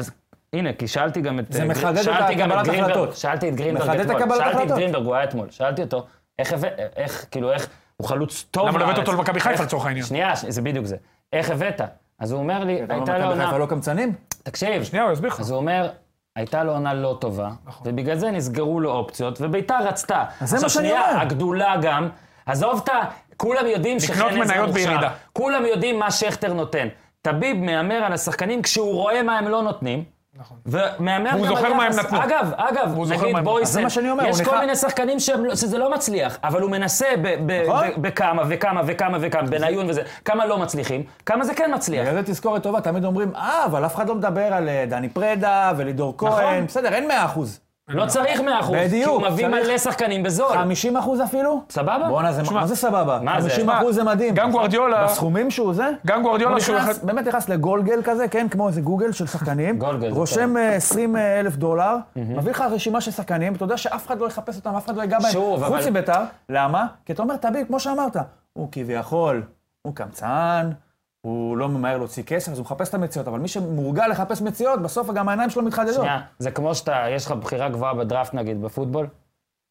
[SPEAKER 1] הנה, כי שאלתי גם את...
[SPEAKER 5] זה
[SPEAKER 1] אה, גר-
[SPEAKER 5] מחדד את
[SPEAKER 1] שאלתי גם
[SPEAKER 5] הקבלת
[SPEAKER 1] גרינברג-
[SPEAKER 5] החלטות.
[SPEAKER 1] שאלתי את גרינברג
[SPEAKER 5] מחדד את
[SPEAKER 1] אתמול.
[SPEAKER 5] הקבלת
[SPEAKER 1] שאלתי את
[SPEAKER 5] החלטות.
[SPEAKER 1] גרינברג, הוא היה אתמול. שאלתי אותו, איך, הבאת- איך, כאילו, איך, הוא חלוץ טוב
[SPEAKER 2] למה לא הבאת
[SPEAKER 1] בארץ.
[SPEAKER 2] אותו למכבי חיפה
[SPEAKER 1] איך-
[SPEAKER 2] לצורך העניין?
[SPEAKER 1] שנייה, ש- זה בדיוק זה. איך הבאת? אז הוא אומר לי,
[SPEAKER 5] אתה לא
[SPEAKER 1] הייתה לו
[SPEAKER 5] מכבי
[SPEAKER 1] עונה...
[SPEAKER 5] חיפה לא קמצנים?
[SPEAKER 1] תקשיב,
[SPEAKER 2] שנייה, הוא יסביר לך. נכון.
[SPEAKER 1] אז הוא אומר, הייתה לו עונה לא טובה, ובגלל זה נסגרו לו אופציות, וביתר רצתה.
[SPEAKER 5] זה מה שאני
[SPEAKER 1] עכשיו,
[SPEAKER 5] אומר.
[SPEAKER 1] שנייה, הגדולה גם, עזוב את ה... כולם יודעים
[SPEAKER 2] לקנות
[SPEAKER 1] שחן עזרא
[SPEAKER 2] מניות
[SPEAKER 1] מוכשר,
[SPEAKER 2] בירידה.
[SPEAKER 1] כולם יודעים מה שכטר נותן. טביב מהמר על השחקנים כשהוא רואה מה הם לא נותנים.
[SPEAKER 2] נכון.
[SPEAKER 1] ומהמר
[SPEAKER 2] והוא
[SPEAKER 1] גם
[SPEAKER 2] זוכר
[SPEAKER 1] על
[SPEAKER 2] מה הם
[SPEAKER 1] יחס-
[SPEAKER 2] נתנו.
[SPEAKER 1] אגב, אגב,
[SPEAKER 2] והוא זוכר מה הם
[SPEAKER 1] נגיד
[SPEAKER 2] נתנו.
[SPEAKER 1] בויסן,
[SPEAKER 5] אז זה מה שאני אומר,
[SPEAKER 1] יש
[SPEAKER 5] הוא
[SPEAKER 1] כל
[SPEAKER 5] נכנס-
[SPEAKER 1] מיני שחקנים שהם לא- שזה לא מצליח, אבל הוא מנסה ב- ב-
[SPEAKER 5] נכון.
[SPEAKER 1] ב- בכמה וכמה וכמה וכמה, בניון וזה, כמה לא מצליחים, כמה זה כן מצליח.
[SPEAKER 5] בגלל זה תזכורת טובה, תמיד אומרים, אה, אבל אף אחד לא מדבר על אה, דני פרדה ולידור כהן. בסדר, אין 100 אחוז.
[SPEAKER 1] לא צריך 100 אחוז, כי
[SPEAKER 5] בדיוק,
[SPEAKER 1] הוא מביא
[SPEAKER 5] צריך.
[SPEAKER 1] מלא שחקנים בזול.
[SPEAKER 5] 50 אחוז אפילו?
[SPEAKER 1] סבבה?
[SPEAKER 5] בואנה, זה-
[SPEAKER 2] תשמע,
[SPEAKER 5] מה זה סבבה?
[SPEAKER 1] מה זה?
[SPEAKER 5] 50 אחוז זה מדהים.
[SPEAKER 2] גם גוארדיולה,
[SPEAKER 5] בסכומים שהוא זה?
[SPEAKER 2] גם גוארדיולה
[SPEAKER 5] הוא
[SPEAKER 2] שהוא
[SPEAKER 5] נכנס-
[SPEAKER 2] אחד...
[SPEAKER 5] באמת נכנס לגולגל כזה, כן? כמו איזה גוגל של שחקנים.
[SPEAKER 1] גולגל, זה
[SPEAKER 5] רושם אה, 20 אלף דולר, מביא לך רשימה של שחקנים, אתה יודע שאף אחד לא יחפש אותם, אף אחד לא ייגע בהם.
[SPEAKER 1] שוב, אבל-
[SPEAKER 5] חוץ מביתר, למה? כי אתה אומר, תביב, כמו שאמרת, הוא כביכול, הוא קמצן, הוא לא ממהר להוציא כסף, אז הוא מחפש את המציאות, אבל מי שמורגל לחפש מציאות, בסוף גם העיניים שלו מתחדדות.
[SPEAKER 1] שנייה, זה כמו שאתה, יש לך בחירה גבוהה בדראפט נגיד, בפוטבול.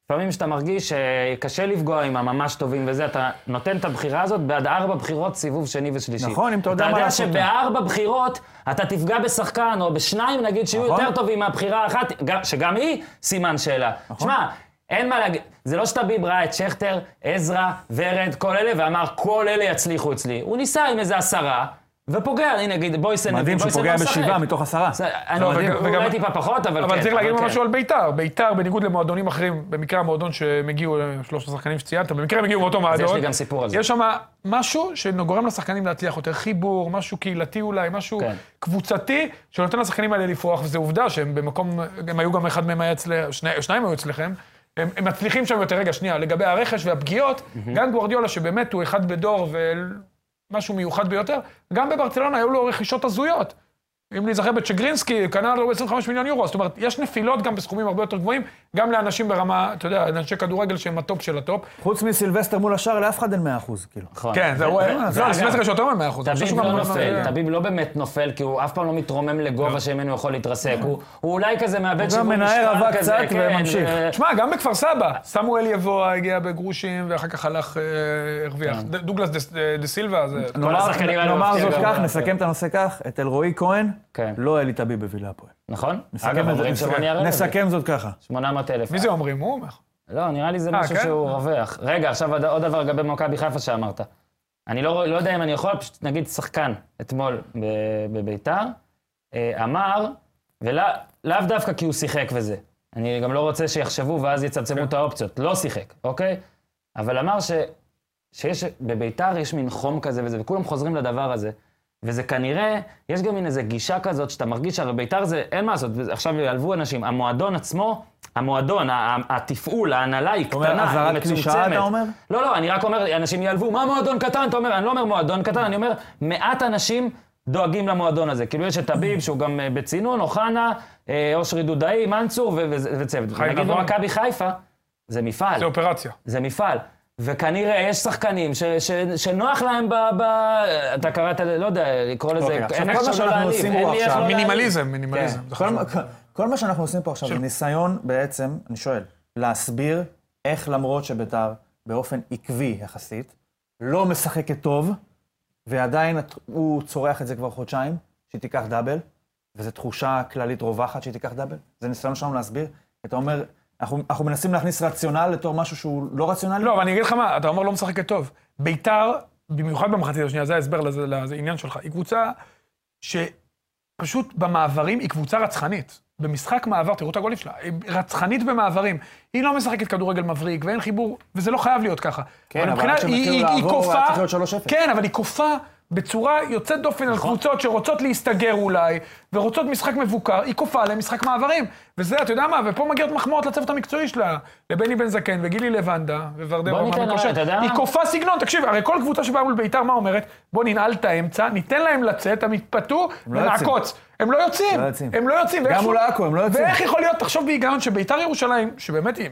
[SPEAKER 1] לפעמים שאתה מרגיש שקשה לפגוע עם הממש טובים וזה, אתה נותן את הבחירה הזאת בעד ארבע בחירות סיבוב שני ושלישי.
[SPEAKER 5] נכון, אם אתה יודע מה לעשות.
[SPEAKER 1] אתה יודע שבארבע בחירות אתה תפגע בשחקן, או בשניים נגיד, שיהיו
[SPEAKER 5] נכון.
[SPEAKER 1] יותר טובים מהבחירה האחת, גם- שגם היא סימן שאלה.
[SPEAKER 5] נכון.
[SPEAKER 1] שמע, אין מה להגיד, זה לא שתביב ראה את שכטר, עזרא, ורד, כל אלה, ואמר, כל אלה יצליחו אצלי. הוא ניסה עם איזה עשרה, ופוגע, הנה, נגיד, בויסן,
[SPEAKER 5] מדהים שהוא
[SPEAKER 1] בויסן
[SPEAKER 5] פוגע
[SPEAKER 1] לא משחק.
[SPEAKER 5] בשבעה מתוך עשרה.
[SPEAKER 1] זה- אני
[SPEAKER 2] לא,
[SPEAKER 1] מדהים,
[SPEAKER 2] וגם-
[SPEAKER 1] הוא
[SPEAKER 2] וגם-
[SPEAKER 1] אולי טיפה פחות, אבל כן.
[SPEAKER 2] אבל צריך להגיד
[SPEAKER 1] כן.
[SPEAKER 2] משהו על ביתר. ביתר, בניגוד למועדונים אחרים, במקרה המועדון שהם הגיעו, אה, שלושת השחקנים שציינת, במקרה הם הגיעו מאותו מועדון.
[SPEAKER 1] יש לי גם סיפור על זה.
[SPEAKER 2] יש שם משהו שגורם לשחקנים להצליח יותר, חיבור, משהו קהילתי אולי, משהו
[SPEAKER 1] כן.
[SPEAKER 2] קבוצתי, שנותן לשחקנים האלה לפרוח, וזו עובדה שהם במקום, הם היו גם אחד מהם היה אצלם, שניים היו אצלכם. הם, הם מצליחים שם יותר. רגע, שנייה, לגבי הרכש והפגיעות, גם גוורדיולה, שבאמת הוא אחד בדור ומשהו מיוחד ביותר, גם בברצלונה היו לו רכישות הזויות. אם להיזכר בצ'גרינסקי, קנה לו ב-25 מיליון יורו, זאת אומרת, יש נפילות גם בסכומים הרבה יותר גבוהים, גם לאנשים ברמה, אתה יודע, לאנשי כדורגל שהם הטופ של הטופ.
[SPEAKER 5] חוץ מסילבסטר מול השאר, לאף אחד אין 100 אחוז, כאילו.
[SPEAKER 1] נכון.
[SPEAKER 2] כן, זה הוא... לא,
[SPEAKER 1] אגב,
[SPEAKER 2] לסמסר יש יותר מ-100%. אני חושב
[SPEAKER 1] טביב
[SPEAKER 2] שהוא גם
[SPEAKER 1] לא
[SPEAKER 2] לא-
[SPEAKER 1] נופל, טביב לא באמת נופל, כי הוא אף פעם לא מתרומם לגובה שממנו הוא יכול להתרסק. הוא הוא אולי כזה מאבד שיווי משקל כזה,
[SPEAKER 5] מנער אבק קצת
[SPEAKER 1] כן,
[SPEAKER 5] וממשיך.
[SPEAKER 1] ו-
[SPEAKER 2] תשמע, גם בכפר סבא, סמואל יבואה הגיע בגרושים, ואחר כך הלך, אה, הרוויח. ד- דוגלס דה- אה, דה סילבה, זה...
[SPEAKER 1] כן. כל השחקנים האלה לא
[SPEAKER 5] נאמר
[SPEAKER 1] מבטיחים
[SPEAKER 5] זאת
[SPEAKER 1] גם
[SPEAKER 5] כך,
[SPEAKER 1] לעשות.
[SPEAKER 5] נסכם את הנושא כך, את אלרועי כהן,
[SPEAKER 1] כן.
[SPEAKER 5] לא אלי טביב בווילה הפועל.
[SPEAKER 1] נכון? אגב,
[SPEAKER 5] נסכם את זה,
[SPEAKER 1] אומרים שלא
[SPEAKER 5] נסכם-
[SPEAKER 1] נהיה רבע.
[SPEAKER 5] נסכם זאת ככה.
[SPEAKER 1] 800 אלף.
[SPEAKER 2] מי זה אומרים? הוא אומר.
[SPEAKER 1] לא, נראה לי זה
[SPEAKER 2] אה,
[SPEAKER 1] משהו
[SPEAKER 2] כן?
[SPEAKER 1] שהוא רווח. רגע, עכשיו עוד- עוד דבר לגבי מכבי חיפה שאמרת. אני לא לא יודע אם אני יכול, פשוט נגיד שחקן אתמול ב- בביתר, אה, אמר, ולאו דווקא כי הוא שיחק וזה. אני גם לא רוצה שיחשבו ואז יצמצמו
[SPEAKER 5] כן.
[SPEAKER 1] את האופציות. לא שיחק, אוקיי? אבל אמר ש... שיש, בביתר יש מין חום כזה וזה, וכולם חוזרים לדבר הזה. וזה כנראה, יש גם מין איזו גישה כזאת שאתה מרגיש שהרי ביתר זה, אין מה לעשות, וזה- עכשיו יעלבו אנשים. המועדון עצמו, המועדון, ה- ה- התפעול, ההנהלה היא
[SPEAKER 5] אומר,
[SPEAKER 1] קטנה, היא
[SPEAKER 5] אזהרת
[SPEAKER 1] מצומצמת.
[SPEAKER 5] קלישאה, אתה אומר?
[SPEAKER 1] לא, לא, אני רק אומר, אנשים יעלבו, מה מועדון קטן? אתה אומר, אני לא אומר מועדון קטן, אני אומר, מעט אנשים דואגים למועדון הזה. כאילו יש את הביב, שהוא גם אה, בצינון, אוחנה, אה, אושרי דודאי, מנצור ו- ו- וצוות.
[SPEAKER 2] חיים
[SPEAKER 1] נגיד
[SPEAKER 5] נכון.
[SPEAKER 2] נבון.
[SPEAKER 1] במכבי חיפה, זה מפעל.
[SPEAKER 2] זה אופרציה.
[SPEAKER 1] זה מפעל. וכנראה יש שחקנים ש, ש, שנוח להם ב, ב... אתה קראת, לא יודע, לקרוא לזה,
[SPEAKER 5] אוקיי, עכשיו
[SPEAKER 1] אין
[SPEAKER 5] כל
[SPEAKER 1] איך שלא
[SPEAKER 5] מה שאנחנו
[SPEAKER 1] להעליב,
[SPEAKER 5] עושים
[SPEAKER 1] אין
[SPEAKER 5] הוא
[SPEAKER 1] לי איך
[SPEAKER 5] עכשיו
[SPEAKER 1] לא להעליב.
[SPEAKER 2] מינימליזם, מינימליזם.
[SPEAKER 1] כן.
[SPEAKER 5] כל,
[SPEAKER 2] זה חשוב.
[SPEAKER 5] מה- נכון? כל מה שאנחנו עושים פה עכשיו זה ניסיון בעצם, אני שואל, להסביר איך למרות שביתר באופן עקבי יחסית, לא משחקת טוב, ועדיין הת- הוא צורח את זה כבר חודשיים, שהיא תיקח דאבל, וזו תחושה כללית רווחת שהיא תיקח דאבל. זה ניסיון שלנו להסביר. כי אתה אומר, אנחנו, אנחנו מנסים להכניס רציונל לתור משהו שהוא לא רציונלי.
[SPEAKER 2] לא, אבל אני אגיד לך מה, אתה אומר לא משחקת טוב. ביתר, במיוחד במחצית השנייה, זה ההסבר לזה, לעניין שלך, היא קבוצה שפשוט במעברים היא קבוצה רצחנית. במשחק מעבר, תראו את הגולים שלה, היא רצחנית במעברים. היא לא משחקת כדורגל מבריק ואין חיבור, וזה לא חייב להיות ככה.
[SPEAKER 5] כן, אבל
[SPEAKER 2] מבחינת-
[SPEAKER 5] רק כשהם
[SPEAKER 2] היא-
[SPEAKER 5] התחילו
[SPEAKER 2] היא- היא
[SPEAKER 5] לעבור, היה
[SPEAKER 2] כופה-
[SPEAKER 5] צריך להיות 3-0.
[SPEAKER 2] כן, אבל היא כופה בצורה יוצאת דופן
[SPEAKER 1] נכון.
[SPEAKER 2] על קבוצות שרוצות להסתגר אולי, ורוצות משחק מבוקר, היא כופה עליהם משחק מעברים. וזה, אתה יודע מה, ופה מגיעות מחמאות לצוות המקצועי שלה, לבני בן זקן וגילי לבנדה, וורדרה,
[SPEAKER 1] בוא ניתן
[SPEAKER 2] מאמן
[SPEAKER 1] לה,
[SPEAKER 2] כושר.
[SPEAKER 1] אתה יודע מה?
[SPEAKER 2] היא כופה סגנון, תקשיב, הרי כל קבוצה שבאה מול ביתר, מה אומרת? בוא ננעל את האמצע, ניתן להם לצאת, הם יתפתו,
[SPEAKER 5] לא יוצאים.
[SPEAKER 2] ונעקוץ. הם לא יוצאים,
[SPEAKER 5] לא יוצאים.
[SPEAKER 2] הם לא יוצאים. ואיכשהו-
[SPEAKER 5] מול עכו, הם לא יוצאים.
[SPEAKER 2] ואיך יכול להיות, תחשוב בהיגיון, שביתר ירושלים, שבאמת היא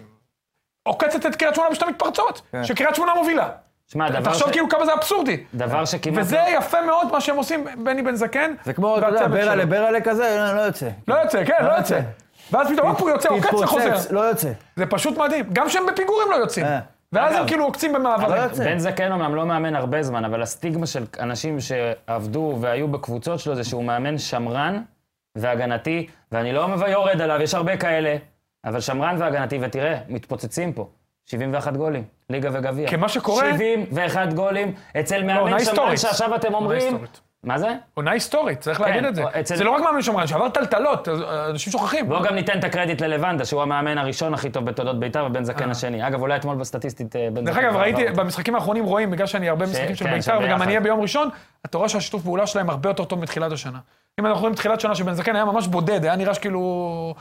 [SPEAKER 2] עוקצת את קריית שמונה בשתי מתפרצות,
[SPEAKER 5] כן.
[SPEAKER 2] שקריית שמונה מובילה.
[SPEAKER 1] שמע, דבר, ש...
[SPEAKER 2] תחשוב כאילו כמה זה אבסורדי.
[SPEAKER 1] דבר שכמעט...
[SPEAKER 2] וזה יפה מאוד מה שהם עושים, בני בן זקן.
[SPEAKER 5] זה כמו, אתה יודע,
[SPEAKER 2] והצוות שלו.
[SPEAKER 5] ברלה ברלה כזה, לא- לא יוצא.
[SPEAKER 2] לא יוצא, כן, לא
[SPEAKER 5] לא
[SPEAKER 2] יוצא.
[SPEAKER 5] יוצא.
[SPEAKER 2] ואז פתאום הופ, הוא יוצא, עוקץ וחוזר.
[SPEAKER 5] מתפוצץ, לא יוצא.
[SPEAKER 2] זה פשוט מדהים. גם כשהם בפיגורים לא יוצאים.
[SPEAKER 5] אה.
[SPEAKER 2] ואז הם כאילו עוקצים במעברים.
[SPEAKER 5] יוצא.
[SPEAKER 1] בן זקן אומנם לא מאמן הרבה זמן, אבל הסטיגמה של אנשים שעבדו והיו בקבוצות שלו זה שהוא מאמן שמרן והגנתי, ואני לא מב- יורד עליו, יש הרבה כאלה, אבל שמרן והגנתי, ותראה, מתפוצצים פה. 71 גולים, ליגה וגביע.
[SPEAKER 2] כי מה שקורה- לא,
[SPEAKER 1] 71 גולים אצל מאמן
[SPEAKER 2] עונה
[SPEAKER 1] שמרן
[SPEAKER 2] היסטורית.
[SPEAKER 1] שעכשיו אתם אומרים...
[SPEAKER 2] היסטורית.
[SPEAKER 1] מה זה?
[SPEAKER 2] עונה היסטורית,
[SPEAKER 5] כן,
[SPEAKER 2] צריך להגיד את זה.
[SPEAKER 1] אצל-
[SPEAKER 2] זה לא רק מאמן שומרן, שעבר טלטלות, אז, אה, אנשים שוכחים.
[SPEAKER 5] לא,
[SPEAKER 1] בואו גם ניתן את הקרדיט ללבנדה, שהוא המאמן הראשון הכי טוב בתולדות בית"ר, ובן זקן השני. אגב, אולי אתמול בסטטיסטית אה, בן זקן...
[SPEAKER 2] אה. דרך אגב,
[SPEAKER 1] עבר
[SPEAKER 2] ראיתי,
[SPEAKER 1] אותו.
[SPEAKER 2] במשחקים האחרונים רואים, בגלל שאני הרבה משחקים של
[SPEAKER 1] כן,
[SPEAKER 2] בית"ר,
[SPEAKER 1] שביחד.
[SPEAKER 2] וגם אני אהיה ביום ראשון, אתה רואה שהשיתוף פעולה שלהם הרבה יותר טוב מתחילת השנה. אם אנחנו רואים תחילת שנה שבן זקן היה ממש בודד, היה נראה שכאילו...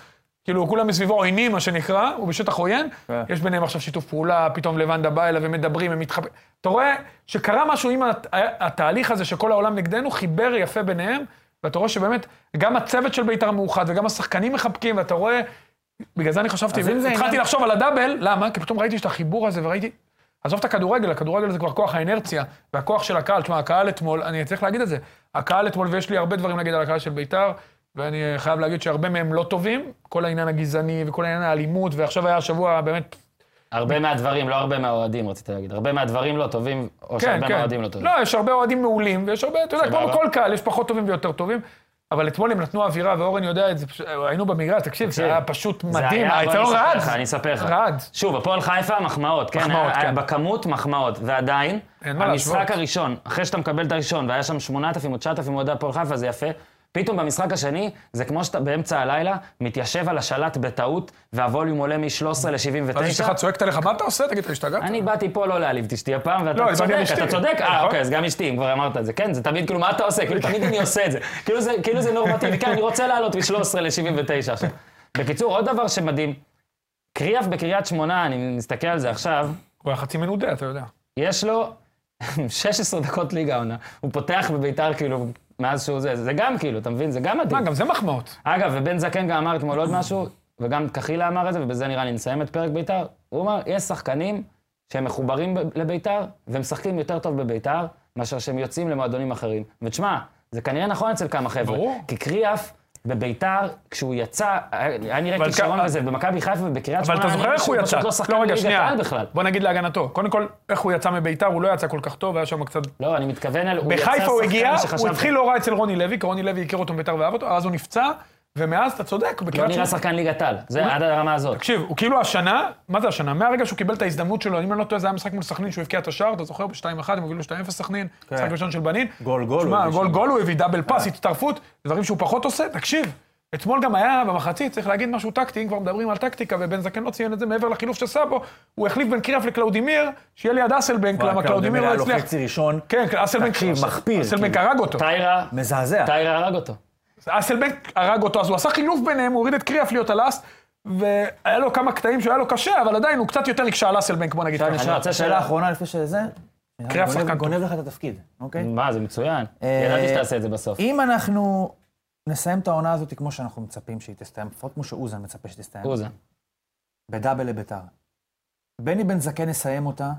[SPEAKER 2] כאילו, כולם מסביבו עוינים, מה שנקרא, הוא בשטח עוין,
[SPEAKER 1] כן.
[SPEAKER 2] יש ביניהם עכשיו שיתוף פעולה, פתאום לבנדה בא אליו ומדברים, הם מתחבאים. אתה רואה שקרה משהו עם הת- התהליך הזה שכל העולם נגדנו, חיבר יפה ביניהם, ואתה רואה שבאמת, גם הצוות של בית"ר מאוחד וגם השחקנים מחבקים, ואתה רואה, בגלל זה אני חשבתי,
[SPEAKER 5] אם זה
[SPEAKER 2] התחלתי
[SPEAKER 5] עניין-
[SPEAKER 2] לחשוב על הדאבל, למה? כי פתאום ראיתי את החיבור הזה וראיתי... עזוב את הכדורגל, הכדורגל זה כבר כוח האינרציה והכוח של הקהל. תשמע, הקהל אתמול, אני צריך להגיד את זה, הקהל אתמול, ויש לי הרבה דברים להגיד על הקהל של בית"ר, ואני אה, חייב להגיד שהרבה מהם לא טובים, כל העניין הגזעני וכל העניין האלימות, ועכשיו היה השבוע באמת...
[SPEAKER 1] הרבה מהדברים, לא הרבה מהאוהדים, רציתי להגיד. הרבה מהדברים לא טובים, או שהרבה מהאוהדים לא טובים.
[SPEAKER 2] כן, לא, יש הרבה אוהדים מעולים, ויש הרבה, אתה יודע, כמו
[SPEAKER 1] סבבה.
[SPEAKER 2] בכל קהל, יש פחות טובים ויותר טובים. אבל אתמול הם נתנו אווירה, ואורן יודע את זה, פש- היינו במגרש, תקשיב, זה
[SPEAKER 1] תקשיב,
[SPEAKER 2] היה פשוט
[SPEAKER 1] זה
[SPEAKER 2] מדהים,
[SPEAKER 1] היה,
[SPEAKER 2] היה
[SPEAKER 1] בוא, אני
[SPEAKER 2] אצלנו
[SPEAKER 1] אספר
[SPEAKER 2] רעד.
[SPEAKER 1] לך, אני אספר לך.
[SPEAKER 2] רעד.
[SPEAKER 1] שוב, הפועל חיפה, מחמאות, כן?
[SPEAKER 2] מחמאות,
[SPEAKER 1] היה-
[SPEAKER 2] כן.
[SPEAKER 1] בכמות, מחמאות. ועדיין,
[SPEAKER 2] אין מה
[SPEAKER 1] המשחק
[SPEAKER 2] להשוות.
[SPEAKER 1] הראשון, אחרי שאתה מקבל את הראשון, והיה שם 8,000 או 9,000 אוהדי הפועל חיפה, זה יפה. פתאום במשחק השני, זה כמו שאתה באמצע הלילה, מתיישב על השלט בטעות, והווליום עולה מ-13
[SPEAKER 2] אז אשתך
[SPEAKER 1] ל-79.
[SPEAKER 2] צועקת עליך, מה אתה עושה? תגיד, אתה השתגעת?
[SPEAKER 1] אני באתי פה לא להעליב את אשתי הפעם, ואתה
[SPEAKER 2] לא, אני
[SPEAKER 1] צודק,
[SPEAKER 2] באתי עם
[SPEAKER 1] אתה
[SPEAKER 2] אשתי.
[SPEAKER 1] צודק. אה,
[SPEAKER 2] נכון.
[SPEAKER 1] אוקיי, אז גם אשתי, אם כבר אמרת את זה. כן, זה תמיד, כאילו, מה אתה עושה? כאילו, תמיד אני עושה את זה. כאילו זה- כאילו זה נורמטיבי, כן, אני רוצה לעלות מ-13 ל-79 עכשיו. בקיצור, עוד דבר שמדהים, קריאף בקריית שמונה, אני מסתכל על זה עכשיו,
[SPEAKER 2] הוא היה חצי מנודה, אתה יודע.
[SPEAKER 1] יש לו 16 דקות ליגה עונה. הוא פותח בביתר, כאילו, מאז שהוא זה. זה גם, כאילו, אתה מבין? זה גם מדהים.
[SPEAKER 2] מה, אה, גם זה מחמאות.
[SPEAKER 1] אגב, ובן זקן גם אמר אתמול עוד משהו, וגם קחילה אמר את זה, ובזה נראה לי נסיים את פרק בית"ר. הוא אמר, יש שחקנים שהם מחוברים ב- לבית"ר, והם משחקים יותר טוב בבית"ר, מאשר שהם יוצאים למועדונים אחרים. ותשמע, זה כנראה נכון אצל כמה חבר'ה.
[SPEAKER 2] ברור.
[SPEAKER 1] כי קריאף... בביתר, כשהוא יצא, היה היה נראה
[SPEAKER 2] אבל
[SPEAKER 1] כישרון
[SPEAKER 2] כ-
[SPEAKER 1] כזה, במכבי חיפה ובקריית
[SPEAKER 2] אבל
[SPEAKER 1] שמונה,
[SPEAKER 2] אתה
[SPEAKER 1] היה
[SPEAKER 2] זוכר
[SPEAKER 1] נראה
[SPEAKER 2] איך הוא
[SPEAKER 1] שהוא
[SPEAKER 2] יצא?
[SPEAKER 1] פשוט לא שחקן בליגת העל בכלל.
[SPEAKER 2] בוא נגיד להגנתו. קודם כל, איך הוא יצא מביתר, הוא לא יצא כל כך טוב, היה שם קצת...
[SPEAKER 1] לא, אני מתכוון על... הוא יצא
[SPEAKER 2] בחיפה הוא
[SPEAKER 1] שחקן
[SPEAKER 2] הגיע,
[SPEAKER 1] שחשבת-
[SPEAKER 2] הוא התחיל לא רע אצל רוני לוי, כי רוני לוי הכיר אותו מביתר ואהב אותו, אז הוא נפצע, ומאז, אתה צודק,
[SPEAKER 1] לא
[SPEAKER 2] בקריית
[SPEAKER 1] נראה שחקן ליגת העל, זה עד הרמה הזאת.
[SPEAKER 2] תקשיב, הוא כאילו השנה, מה זה השנה? מהרגע שהוא קיבל את ההזדמנות שלו, אם אני לא טועה, זה היה משחק מול סכנין שהוא הבקיע את השער, אתה זוכר? ב-2-1, הם הובילו 2-0 סכנין, משחק ראשון של בנין.
[SPEAKER 5] כן. גול, גול כן. הוא
[SPEAKER 2] שמע,
[SPEAKER 5] הביא
[SPEAKER 2] גול גול הוא הביא דאבל פאס, הצטרפות, דברים שהוא פחות עושה. תקשיב, אתמול גם היה במחצית, צריך להגיד משהו טקטי, אם כבר מדברים על טקטיקה, ובן זקן לא ציין את זה מעבר לחילוף שעשה בו, הוא החליף בין קריאף לקלאודימיר, שיהיה ליד אסלבנק, למה קלאודימיר לא
[SPEAKER 5] היה לו
[SPEAKER 2] הצליח.
[SPEAKER 5] חצי ראשון,
[SPEAKER 2] כן, אסלבנק...
[SPEAKER 5] תקשיב, מחפיר,
[SPEAKER 2] אסלבנק
[SPEAKER 5] כאילו.
[SPEAKER 2] הרג אותו.
[SPEAKER 1] טיירה,
[SPEAKER 5] מזעזע.
[SPEAKER 1] טיירה הרג אותו.
[SPEAKER 2] אסלבנק הרג אותו, אז הוא עשה חילוף ביניהם, הוא הוריד את קריאף להיות על אס, והיה לו כמה קטעים שהיה לו קשה, אבל עדיין הוא קצת יותר הקשה על אסלבנק, בוא נגיד ככה.
[SPEAKER 1] אני רוצה
[SPEAKER 5] שאלה
[SPEAKER 1] שאלה.
[SPEAKER 5] אחרונה לפני שזה,
[SPEAKER 2] קריאה
[SPEAKER 5] גונב-
[SPEAKER 2] שחקן טוב.
[SPEAKER 5] גונב לך את התפקיד, אוקיי?
[SPEAKER 1] מה, זה מצוין.
[SPEAKER 5] אה,
[SPEAKER 1] ידעתי שתעשה את זה בסוף.
[SPEAKER 5] אם אנחנו נסיים את העונה הזאת כמו שאנחנו מצפים שהיא תסתיים, לפחות כמו שאוזן מצפה שתסתיים,
[SPEAKER 1] אוזן.
[SPEAKER 5] בדאבל לביתר. בני בן זקן יסיים אותה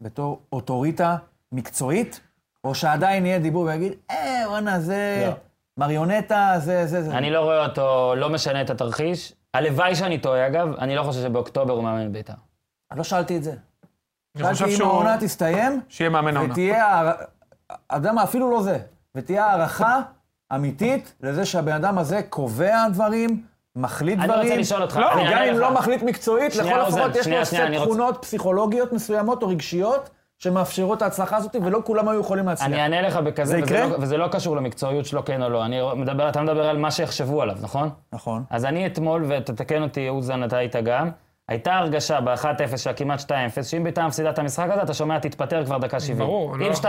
[SPEAKER 5] בתור אוטוריטה מקצועית, או שעדיין יהיה דיבור ויגיד, אה, וואנה, זה
[SPEAKER 1] לא.
[SPEAKER 5] מריונטה, זה, זה, זה.
[SPEAKER 1] אני לא רואה אותו, לא משנה את התרחיש. הלוואי שאני טועה, אגב, אני לא חושב שבאוקטובר הוא מאמן את בית"ר.
[SPEAKER 5] לא שאלתי את זה.
[SPEAKER 2] אני חושב
[SPEAKER 5] שאלתי אם
[SPEAKER 2] שהוא...
[SPEAKER 5] העונה תסתיים,
[SPEAKER 2] שיהיה מאמן העונה.
[SPEAKER 5] ותהיה, הע- אתה יודע מה, אפילו לא זה, ותהיה הערכה אמיתית לזה שהבן אדם הזה קובע דברים, מחליט
[SPEAKER 1] אני
[SPEAKER 5] דברים.
[SPEAKER 1] רוצה לשאול אותך.
[SPEAKER 2] לא,
[SPEAKER 1] אני
[SPEAKER 5] גם
[SPEAKER 1] אענה
[SPEAKER 5] אם
[SPEAKER 1] לך.
[SPEAKER 5] לא מחליט מקצועית,
[SPEAKER 1] שנייה,
[SPEAKER 5] לכל
[SPEAKER 1] עוזב,
[SPEAKER 5] הפחות יש
[SPEAKER 1] שנייה,
[SPEAKER 5] לו
[SPEAKER 1] שנייה,
[SPEAKER 5] סט
[SPEAKER 1] אני רוצה-
[SPEAKER 5] תכונות פסיכולוגיות מסוימות או רגשיות שמאפשרות את ההצלחה הזאת, ולא כולם היו יכולים להצליח.
[SPEAKER 1] אני אענה לך בכזה,
[SPEAKER 5] זה
[SPEAKER 1] וזה
[SPEAKER 5] יקרה?
[SPEAKER 1] לא- וזה לא קשור למקצועיות שלו, כן או לא. אני מדבר, אתה מדבר על מה שיחשבו עליו, נכון?
[SPEAKER 5] נכון.
[SPEAKER 1] אז אני אתמול, ותתקן אותי, אוזן, אתה היית גם, הייתה הרגשה ב-1-0, שהיה כמעט 2-0, שאם בית"ר מפסידה את המשחק הזה, אתה שומע תתפטר כבר דקה 70.
[SPEAKER 2] ברור, אני
[SPEAKER 1] אם
[SPEAKER 2] לא-
[SPEAKER 1] 2-0,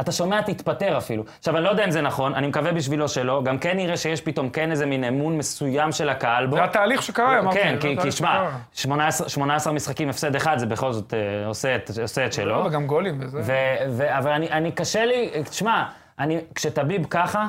[SPEAKER 1] אתה שומע תתפטר אפילו. עכשיו, אני לא יודע אם זה נכון, אני מקווה בשבילו שלא, גם כן נראה שיש פתאום כן איזה מין אמון מסוים של הקהל בו.
[SPEAKER 2] זה התהליך שקרה, אה, אמרתי. לא
[SPEAKER 1] כן,
[SPEAKER 2] זה
[SPEAKER 1] כי, כי
[SPEAKER 2] התהליך
[SPEAKER 1] שמע,
[SPEAKER 2] שקרה.
[SPEAKER 1] 18, 18 משחקים הפסד אחד, זה בכל זאת אה, עושה, את, עושה את שלו.
[SPEAKER 2] לא, וגם גולים וזה.
[SPEAKER 1] ו, ו, אבל אני, אני קשה לי, תשמע, אני, כשטביב ככה,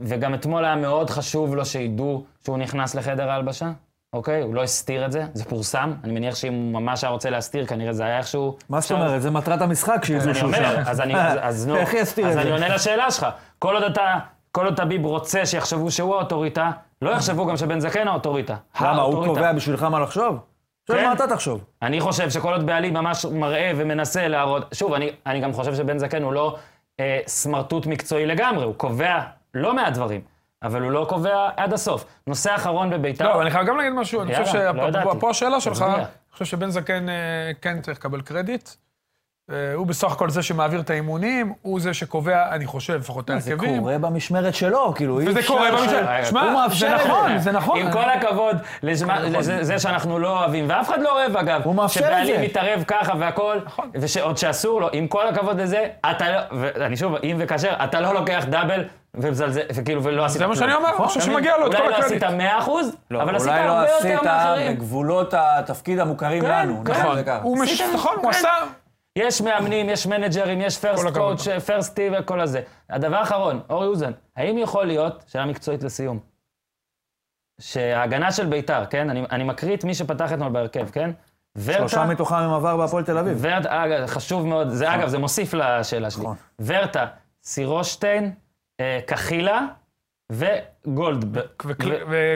[SPEAKER 1] וגם אתמול היה מאוד חשוב לו שידעו שהוא נכנס לחדר ההלבשה, אוקיי? הוא לא הסתיר את זה, זה פורסם. אני מניח שאם הוא ממש היה רוצה להסתיר, כנראה זה היה איכשהו...
[SPEAKER 5] מה זאת
[SPEAKER 1] אפשר-
[SPEAKER 5] אומרת? זה מטרת המשחק שיזו
[SPEAKER 1] אני
[SPEAKER 5] שהוא
[SPEAKER 1] אומר,
[SPEAKER 5] שם.
[SPEAKER 1] אז אני, אז- אז נו,
[SPEAKER 5] איך יסתיר את
[SPEAKER 1] אז
[SPEAKER 5] זה?
[SPEAKER 1] אני עונה לשאלה שלך. כל עוד אתה, כל עוד טביב רוצה שיחשבו שהוא האוטוריטה, לא יחשבו גם שבן זקן האוטוריטה.
[SPEAKER 5] למה, הוא
[SPEAKER 1] האוטוריטה.
[SPEAKER 5] קובע בשבילך מה לחשוב? שואל
[SPEAKER 1] כן.
[SPEAKER 5] מה אתה תחשוב.
[SPEAKER 1] אני חושב שכל עוד בעלים ממש מראה ומנסה להראות... שוב, אני, אני גם חושב שבן זקן הוא לא אה, סמרטוט מקצועי לגמרי, הוא קובע לא מעט דברים, אבל הוא לא קובע עד הסוף. נושא אחרון בביתר...
[SPEAKER 2] לא, אבל אני חייב גם להגיד משהו, אני
[SPEAKER 1] יאללה,
[SPEAKER 2] חושב
[SPEAKER 1] לא ידעתי.
[SPEAKER 2] שפה השאלה שלך,
[SPEAKER 1] תצביע.
[SPEAKER 2] אני חושב שבן זקן אה, כן צריך לקבל קרדיט. אה, הוא בסך הכל זה שמעביר את האימונים, הוא זה שקובע, אני חושב, לפחות את
[SPEAKER 1] אה,
[SPEAKER 5] זה
[SPEAKER 2] ההרכבים.
[SPEAKER 5] קורה במשמרת שלו, כאילו, אי אפשר...
[SPEAKER 2] וזה קורה
[SPEAKER 5] ש-
[SPEAKER 2] במשל.
[SPEAKER 5] הוא
[SPEAKER 2] שמע,
[SPEAKER 5] מאפשר
[SPEAKER 2] זה
[SPEAKER 5] את זה.
[SPEAKER 2] נכון, זה נכון.
[SPEAKER 1] אה, עם כל הכבוד לשמה- לזה זה שאנחנו לא אוהבים, ואף אחד לא אוהב אגב,
[SPEAKER 5] הוא מאפשר את זה.
[SPEAKER 1] שבעלים מתערב ככה והכל,
[SPEAKER 2] נכון.
[SPEAKER 1] ועוד שאסור לו, עם כל הכבוד לזה, אתה לא, ואני שוב, אם וכאשר, אתה לא לוקח דאבל ומזלזל, וכאילו, ולא עשית
[SPEAKER 2] זה
[SPEAKER 1] כלום.
[SPEAKER 2] מה שאני אומר, אני חושב שמגיע לו את כל
[SPEAKER 1] נכון. אולי לא
[SPEAKER 2] הקרדיט.
[SPEAKER 1] עשית 100%, אבל עשית
[SPEAKER 5] אולי לא
[SPEAKER 1] הרבה יותר
[SPEAKER 5] עשית
[SPEAKER 1] מאחרים. כן,
[SPEAKER 5] בגבולות התפקיד המוכרים לנו. נקרא
[SPEAKER 2] נכון,
[SPEAKER 5] לזה ככה.
[SPEAKER 2] הוא מש... נכון, הוא עשה...
[SPEAKER 1] יש מאמנים, יש מנג'רים, יש
[SPEAKER 2] כל
[SPEAKER 1] פרסט
[SPEAKER 2] הכבוד.
[SPEAKER 1] קואוץ', פרסט טי וכל הזה. הדבר האחרון, אורי אוזן, האם יכול להיות, שאלה מקצועית לסיום, שההגנה של ביתר, כן? אני, אני מקריא את מי שפתח אתמול בהרכב, כן?
[SPEAKER 5] שלושה
[SPEAKER 1] ורטה,
[SPEAKER 5] מתוכם הם עבר בהפועל תל אביב.
[SPEAKER 1] ורטה, אה, חשוב מאוד, זה אגב, זה מוסיף לשאלה שלי.
[SPEAKER 5] נכון.
[SPEAKER 1] ורטה, סירושטיין, אה, קחילה וגולד.
[SPEAKER 2] וקל-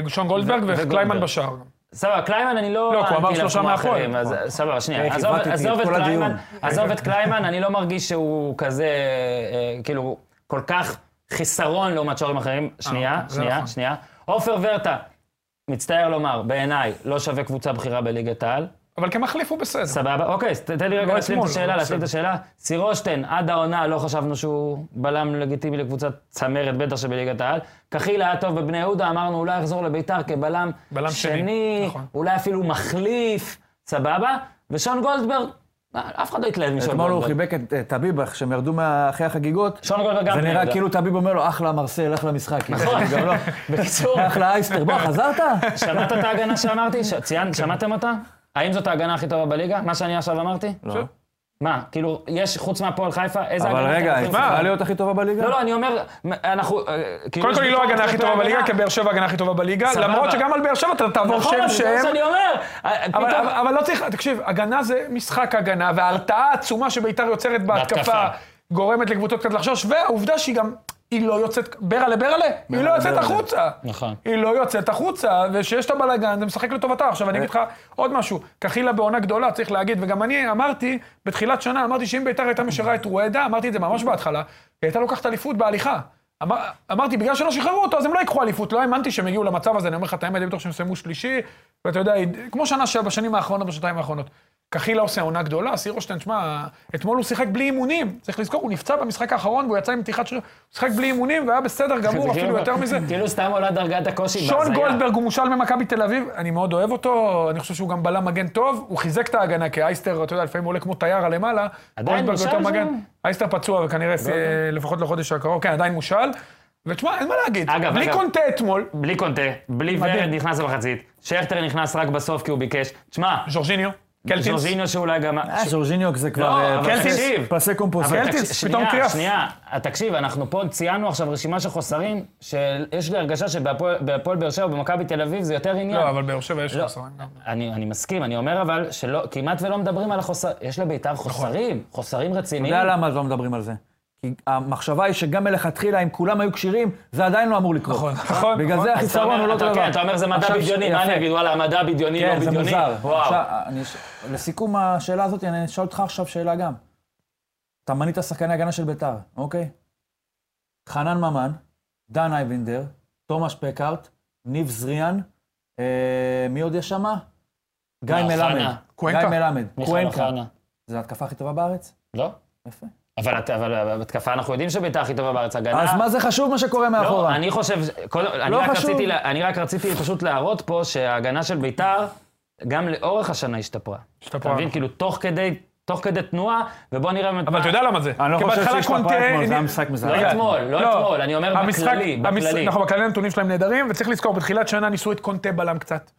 [SPEAKER 2] ושון גולדברג
[SPEAKER 1] ו-
[SPEAKER 2] וקליימן
[SPEAKER 1] וגולדברג.
[SPEAKER 2] בשער.
[SPEAKER 1] סבבה, קליימן אני לא...
[SPEAKER 2] לא, כי הוא אמר
[SPEAKER 1] עניתי לה
[SPEAKER 2] שלושה
[SPEAKER 1] כמו
[SPEAKER 2] מהפועל.
[SPEAKER 1] האחרים, אז סבבה,
[SPEAKER 5] אה,
[SPEAKER 1] שנייה.
[SPEAKER 5] כי
[SPEAKER 1] עזוב-
[SPEAKER 5] הבנתי
[SPEAKER 1] עזוב
[SPEAKER 5] את
[SPEAKER 1] את
[SPEAKER 5] כל הדיון.
[SPEAKER 1] קליימן, עזוב את קליימן, אני לא מרגיש שהוא כזה, אה, כאילו, כל כך חיסרון לעומת שוערים אחרים. שנייה,
[SPEAKER 2] אוקיי, זה
[SPEAKER 1] שנייה,
[SPEAKER 2] נכון.
[SPEAKER 1] שנייה. עופר ורטה, מצטער לומר, בעיניי, לא שווה קבוצה בכירה בליגת העל.
[SPEAKER 2] אבל כמחליף הוא בסדר.
[SPEAKER 1] סבבה, אוקיי, אז ת- תן לי רגע
[SPEAKER 2] לא
[SPEAKER 1] להשלים את
[SPEAKER 2] אתמול,
[SPEAKER 1] השאלה,
[SPEAKER 2] אבל
[SPEAKER 1] להשלים את השאלה. סירושטיין, עד העונה לא חשבנו שהוא בלם לגיטימי לקבוצת צמרת, בטח שבליגת העל. קחילה היה טוב בבני יהודה, אמרנו אולי יחזור לביתר כבלם
[SPEAKER 2] בלם שני, נכון.
[SPEAKER 1] אולי אפילו מחליף, סבבה. ושון גולדברג, אה, אף אחד לא התלהב משון
[SPEAKER 5] אתמול הוא
[SPEAKER 1] גולדברג.
[SPEAKER 5] חיבק את אה, טביב כשהם ירדו מה- אחרי החגיגות.
[SPEAKER 1] שון גולדברג גם
[SPEAKER 5] זה
[SPEAKER 1] בני
[SPEAKER 5] נראה
[SPEAKER 1] יהודה.
[SPEAKER 5] כאילו טביב אומר לו, אחלה מרסל, לך למשחק.
[SPEAKER 1] נכון.
[SPEAKER 5] גם לא.
[SPEAKER 1] בקיצור,
[SPEAKER 5] אחלה אייסטר, בוא, חזרת?
[SPEAKER 1] שמעת את ההגנה שאמרתי? ש-
[SPEAKER 5] כן.
[SPEAKER 1] ציינת, שמעתם אותה? האם זאת ההגנה הכי טובה בליגה? מה שאני עכשיו אמרתי?
[SPEAKER 5] לא.
[SPEAKER 1] מה, כאילו, יש, חוץ מהפועל חיפה, איזה הגנה...
[SPEAKER 5] אבל רגע,
[SPEAKER 1] אתם
[SPEAKER 5] היא
[SPEAKER 1] חושבים
[SPEAKER 5] צריכה
[SPEAKER 1] שצריכה
[SPEAKER 5] להיות הכי טובה בליגה?
[SPEAKER 1] לא, לא, אני אומר, אנחנו... אה, כאילו,
[SPEAKER 2] קודם
[SPEAKER 1] יש
[SPEAKER 2] כל היא לא
[SPEAKER 1] ביקורת
[SPEAKER 2] ההגנה הכי
[SPEAKER 1] כלפי
[SPEAKER 2] טובה בליגה,
[SPEAKER 1] ההגנה.
[SPEAKER 2] כי באר שבע ההגנה הכי טובה בליגה,
[SPEAKER 1] סבבה.
[SPEAKER 2] למרות שגם על באר שבע אתה תעבור
[SPEAKER 1] נכון,
[SPEAKER 2] שם
[SPEAKER 1] אבל זה מה
[SPEAKER 2] שם.
[SPEAKER 1] שאני אומר. אה,
[SPEAKER 2] אבל,
[SPEAKER 1] פתאום-
[SPEAKER 2] אבל, אבל לא צריך, תקשיב, הגנה זה משחק הגנה, וההרתעה העצומה שביתר יוצרת בהתקפה
[SPEAKER 1] בהתקפה.
[SPEAKER 2] גורמת לקבוצות קצת לחשוש, והעובדה שהיא גם, היא לא יוצאת, ברלה ברלה, היא לא יוצאת החוצה.
[SPEAKER 1] נכון.
[SPEAKER 2] היא לא יוצאת החוצה, וכשיש את הבלאגן, זה משחק לטובתה. עכשיו, אני אגיד לך עוד משהו, קחילה בעונה גדולה, צריך להגיד, וגם אני אמרתי, בתחילת שנה אמרתי שאם ביתר הייתה משאירה את רואדה, אמרתי את זה ממש בהתחלה, היא הייתה לוקחת אליפות בהליכה. אמר, אמרתי, בגלל שלא שחררו אותו, אז הם לא ייקחו אליפות. לא האמנתי שהם הגיעו למצב הזה, אני אומר לך את האמת, אני בטוח שהם יסיימו שלישי, ואתה יודע, כמו שנה ש... בשנים האחרונות, בשנתיים האחרונות. קחילה עושה עונה גדולה, סירושטיין, שמע, אתמול הוא שיחק בלי אימונים. צריך לזכור, הוא נפצע במשחק האחרון, והוא יצא עם פתיחת שריר, הוא שיחק בלי אימונים, והיה בסדר גמור, אפילו יותר מזה.
[SPEAKER 1] כאילו סתם עולה דרגת הקושי.
[SPEAKER 2] שון
[SPEAKER 1] בהזיה.
[SPEAKER 2] גולדברג הוא מושל ממכבי תל אביב, אני מאוד אוהב אותו, אני חושב שהוא גם בלם מגן טוב, הוא חיזק את ההגנה, כי אייסטר, אתה יודע, לפעמים עולה כמו תייר על למעלה,
[SPEAKER 1] עדיין
[SPEAKER 2] גולדברג
[SPEAKER 1] מושל
[SPEAKER 2] יותר
[SPEAKER 1] שם? לא
[SPEAKER 2] מגן. אייסטר פצוע וכנראה אה, לפחות לחודש הקרוב, כן, עדיין מושל. ותשמע, אין מה להגיד,
[SPEAKER 1] אגב,
[SPEAKER 2] בלי
[SPEAKER 1] אגב.
[SPEAKER 2] קונטה אתמול,
[SPEAKER 1] בלי קונטה, בלי
[SPEAKER 2] מדהים.
[SPEAKER 1] ורד נכנס למחצית, שכטר נכנס רק בסוף כי הוא ביקש. תשמע,
[SPEAKER 2] ז'ורג'יניו, קלטינס. אה,
[SPEAKER 1] ז'ורג'יניו שאולי גם... ש-
[SPEAKER 5] אה, ז'ורג'יניו זה כבר...
[SPEAKER 1] לא,
[SPEAKER 5] אה,
[SPEAKER 1] אבל
[SPEAKER 5] פסה-
[SPEAKER 1] תקשיב.
[SPEAKER 5] פסה
[SPEAKER 1] אבל
[SPEAKER 5] קומפוסט.
[SPEAKER 2] קלטינס,
[SPEAKER 1] תקש-
[SPEAKER 2] פתאום קריאף.
[SPEAKER 1] שנייה, שנייה. תקשיב, אנחנו פה ציינו עכשיו רשימה של חוסרים, שיש לי הרגשה שבהפועל בהפועל באר שבע ובמכבי תל אביב זה יותר עניין.
[SPEAKER 2] לא, אבל באר שבע יש חוסרים גם.
[SPEAKER 1] אני, אני מסכים, אני אומר אבל שכמעט ולא מדברים על החוסרים. יש לביתר חוסרים, חוסרים רציניים.
[SPEAKER 5] נכון. אתה יודע למה לא מדברים על זה? כי המחשבה היא שגם מלכתחילה, אם כולם היו כשירים, זה עדיין לא אמור לקרות. נכון,
[SPEAKER 2] נכון,
[SPEAKER 5] בגלל
[SPEAKER 2] נכון.
[SPEAKER 5] זה
[SPEAKER 1] אז אתה
[SPEAKER 5] החיסרון
[SPEAKER 1] אומר-
[SPEAKER 5] הוא לא
[SPEAKER 1] אתה-
[SPEAKER 5] אותו דבר.
[SPEAKER 1] כן, אתה אומר זה מדע
[SPEAKER 5] עכשיו,
[SPEAKER 1] בדיוני, מה
[SPEAKER 5] יפה.
[SPEAKER 1] אני אגיד, וואלה, מדע בדיוני, לא
[SPEAKER 5] כן, זה
[SPEAKER 1] בדיוני?
[SPEAKER 5] מוזר.
[SPEAKER 1] וואו.
[SPEAKER 5] עכשיו, אני ש- לסיכום השאלה הזאת, אני אשאל אותך עכשיו שאלה גם. אתה מנית שחקני הגנה של ביתר, אוקיי? חנן ממן, דן אייבינדר, תומש פקארט, ניב זריאן, אה, מי עוד יש שמה? גיא
[SPEAKER 1] מה,
[SPEAKER 5] מלמד.
[SPEAKER 1] חנה?
[SPEAKER 2] קוונקה?
[SPEAKER 5] גיא מלמד.
[SPEAKER 1] מיכאל
[SPEAKER 5] קוונקה.
[SPEAKER 1] אוחנה.
[SPEAKER 5] זו ההתקפה הכי טובה בארץ?
[SPEAKER 1] לא?
[SPEAKER 5] יפה.
[SPEAKER 1] אבל את- אבל בהתקפה אנחנו יודעים שביתר הכי טובה בארץ. הגנה...
[SPEAKER 5] אז מה זה חשוב מה שקורה
[SPEAKER 1] אה. לא,
[SPEAKER 5] מאחורה?
[SPEAKER 1] אני חושב, ש- כל- אני
[SPEAKER 5] לא
[SPEAKER 1] רק
[SPEAKER 5] חשוב.
[SPEAKER 1] רציתי לה- אני רק רציתי פשוט להראות פה שההגנה של ביתר, גם לאורך השנה השתפרה.
[SPEAKER 2] השתפרה.
[SPEAKER 1] אתה
[SPEAKER 5] נכון.
[SPEAKER 1] מבין? כאילו, תוך כדי... תוך כדי תנועה, ובוא נראה...
[SPEAKER 2] אבל אתה יודע למה זה.
[SPEAKER 5] אני לא
[SPEAKER 2] כי
[SPEAKER 5] חושב
[SPEAKER 2] בהתחלה
[SPEAKER 5] שיש מפה
[SPEAKER 2] קונטה-
[SPEAKER 5] אתמול, זה היה משחק מזעזע.
[SPEAKER 1] לא אתמול, לא אתמול, אני אומר בכללי,
[SPEAKER 2] המשחק-
[SPEAKER 1] בכללי.
[SPEAKER 2] נכון, בכללי הנתונים שלהם נהדרים, וצריך לזכור, בתחילת שנה ניסו את קונטה בלם קצת.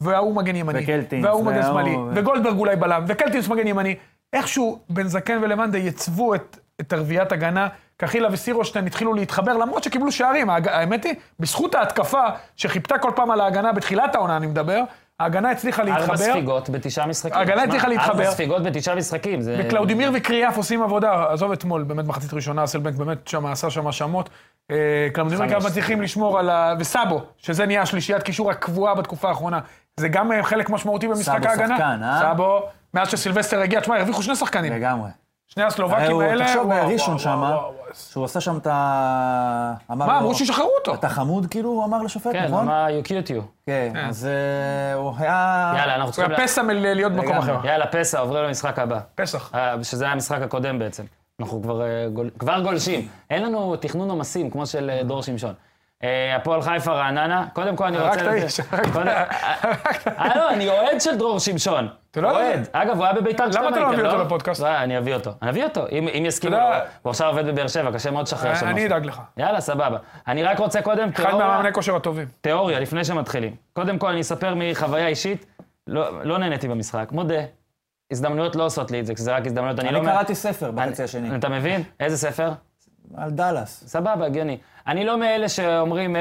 [SPEAKER 2] וההוא מגן ימני.
[SPEAKER 5] וקלטינס,
[SPEAKER 2] וההוא מגן
[SPEAKER 5] וההוא-
[SPEAKER 2] שמאלי. וגולדברג אולי בלם, וקלטינס מגן ימני. איכשהו בן זקן ולבנדה יצבו את את הרביעיית הגנה. קחילה וסירושטיין התחילו להתחבר, למרות שקיבלו שערים. ההג- האמת היא, בזכות ההתקפה שחיפתה כל פעם על ההגנה בתחילת העונה, אני מדבר, ההגנה הצליחה
[SPEAKER 1] ארבע
[SPEAKER 2] להתחבר.
[SPEAKER 1] ספיגות בתשעה משחקים.
[SPEAKER 2] הגנה
[SPEAKER 1] תשמע,
[SPEAKER 2] הצליחה להתחבר.
[SPEAKER 1] ארבע ספיגות בתשעה משחקים. זה-
[SPEAKER 2] וקלאודימיר וקריאף עושים עבודה, עזוב אתמול, באמת מחצית ראשונה, אסלבנק באמת שם עשה שם האשמות. אה, קלאודימיר וקריאף
[SPEAKER 1] חמש.
[SPEAKER 2] מצליחים לשמור על ה... וסאבו, שזה נהיה השלישיית קישור הקבועה בתקופה האחרונה. זה גם אה, חלק משמעותי במשחק
[SPEAKER 5] סאבו
[SPEAKER 2] ההגנה.
[SPEAKER 5] שחקן, אה?
[SPEAKER 2] סאבו, מאז שסילבסטר הגיע, תשמע, הרוויחו שני שחקנים.
[SPEAKER 5] לגמרי. אה,
[SPEAKER 2] שני הסלובקים
[SPEAKER 5] הוא-
[SPEAKER 2] האלה...
[SPEAKER 5] תחשוב אה?
[SPEAKER 2] וואו, וואו,
[SPEAKER 5] בראשון
[SPEAKER 2] וואו,
[SPEAKER 5] שמה,
[SPEAKER 2] וואו, וואו.
[SPEAKER 5] שהוא עשה שם את ה... אמר
[SPEAKER 2] מה,
[SPEAKER 5] לו,
[SPEAKER 2] אמרו שישחררו אותו.
[SPEAKER 5] אתה חמוד כאילו, הוא אמר לשופט,
[SPEAKER 1] כן,
[SPEAKER 5] נכון?
[SPEAKER 1] אמר you cute you.
[SPEAKER 5] כן, אז אה, הוא היה...
[SPEAKER 1] יאללה, אנחנו
[SPEAKER 2] הוא
[SPEAKER 1] צריכים...
[SPEAKER 2] היה
[SPEAKER 1] לה-
[SPEAKER 2] פסע מל- להיות במקום
[SPEAKER 5] לגמרי.
[SPEAKER 2] אחר.
[SPEAKER 1] יאללה, פסע, עוברים למשחק הבא.
[SPEAKER 2] פסח.
[SPEAKER 1] אה, שזה היה המשחק הקודם בעצם. אנחנו כבר, אה, גול- כבר גולשים. אין לנו תכנון עומסים, כמו של אה, דור שמשון. אה, הפועל חיפה, רעננה, קודם כל אני
[SPEAKER 2] הרגת
[SPEAKER 1] רוצה...
[SPEAKER 2] איש, הרגת.
[SPEAKER 1] קודם- אה, אה, לא, אני אוהד של דרור שמשון.
[SPEAKER 2] אתה לא יודע.
[SPEAKER 1] אוהד. אגב, הוא היה בביתר כשאתם
[SPEAKER 2] אתה לא מביא אותו לפודקאסט?
[SPEAKER 1] לא, אני אביא אותו. אני אביא אותו, אם אם יסכימו.
[SPEAKER 2] אתה
[SPEAKER 1] לו.
[SPEAKER 2] יודע-
[SPEAKER 1] הוא עכשיו עובד בבאר שבע, קשה מאוד לשחרר שם.
[SPEAKER 2] אני
[SPEAKER 1] משהו.
[SPEAKER 2] אדאג לך.
[SPEAKER 1] יאללה, סבבה. אני רק רוצה קודם
[SPEAKER 2] אחד
[SPEAKER 1] תיאוריה,
[SPEAKER 2] מהמאמני כושר הטובים.
[SPEAKER 1] תיאוריה, לפני שמתחילים. קודם כל, אני אספר מחוויה אישית. לא לא נהניתי במשחק, מודה. הזדמנויות לא עושות לי את זה, כי זה רק הזדמנויות. אני לא...
[SPEAKER 5] אני
[SPEAKER 1] מה-
[SPEAKER 5] קראתי ספר בחצי השני,
[SPEAKER 1] אתה מבין? איזה ספר?
[SPEAKER 5] על דאלאס.
[SPEAKER 1] סבבה, הגיוני. אני לא מאלה שאומרים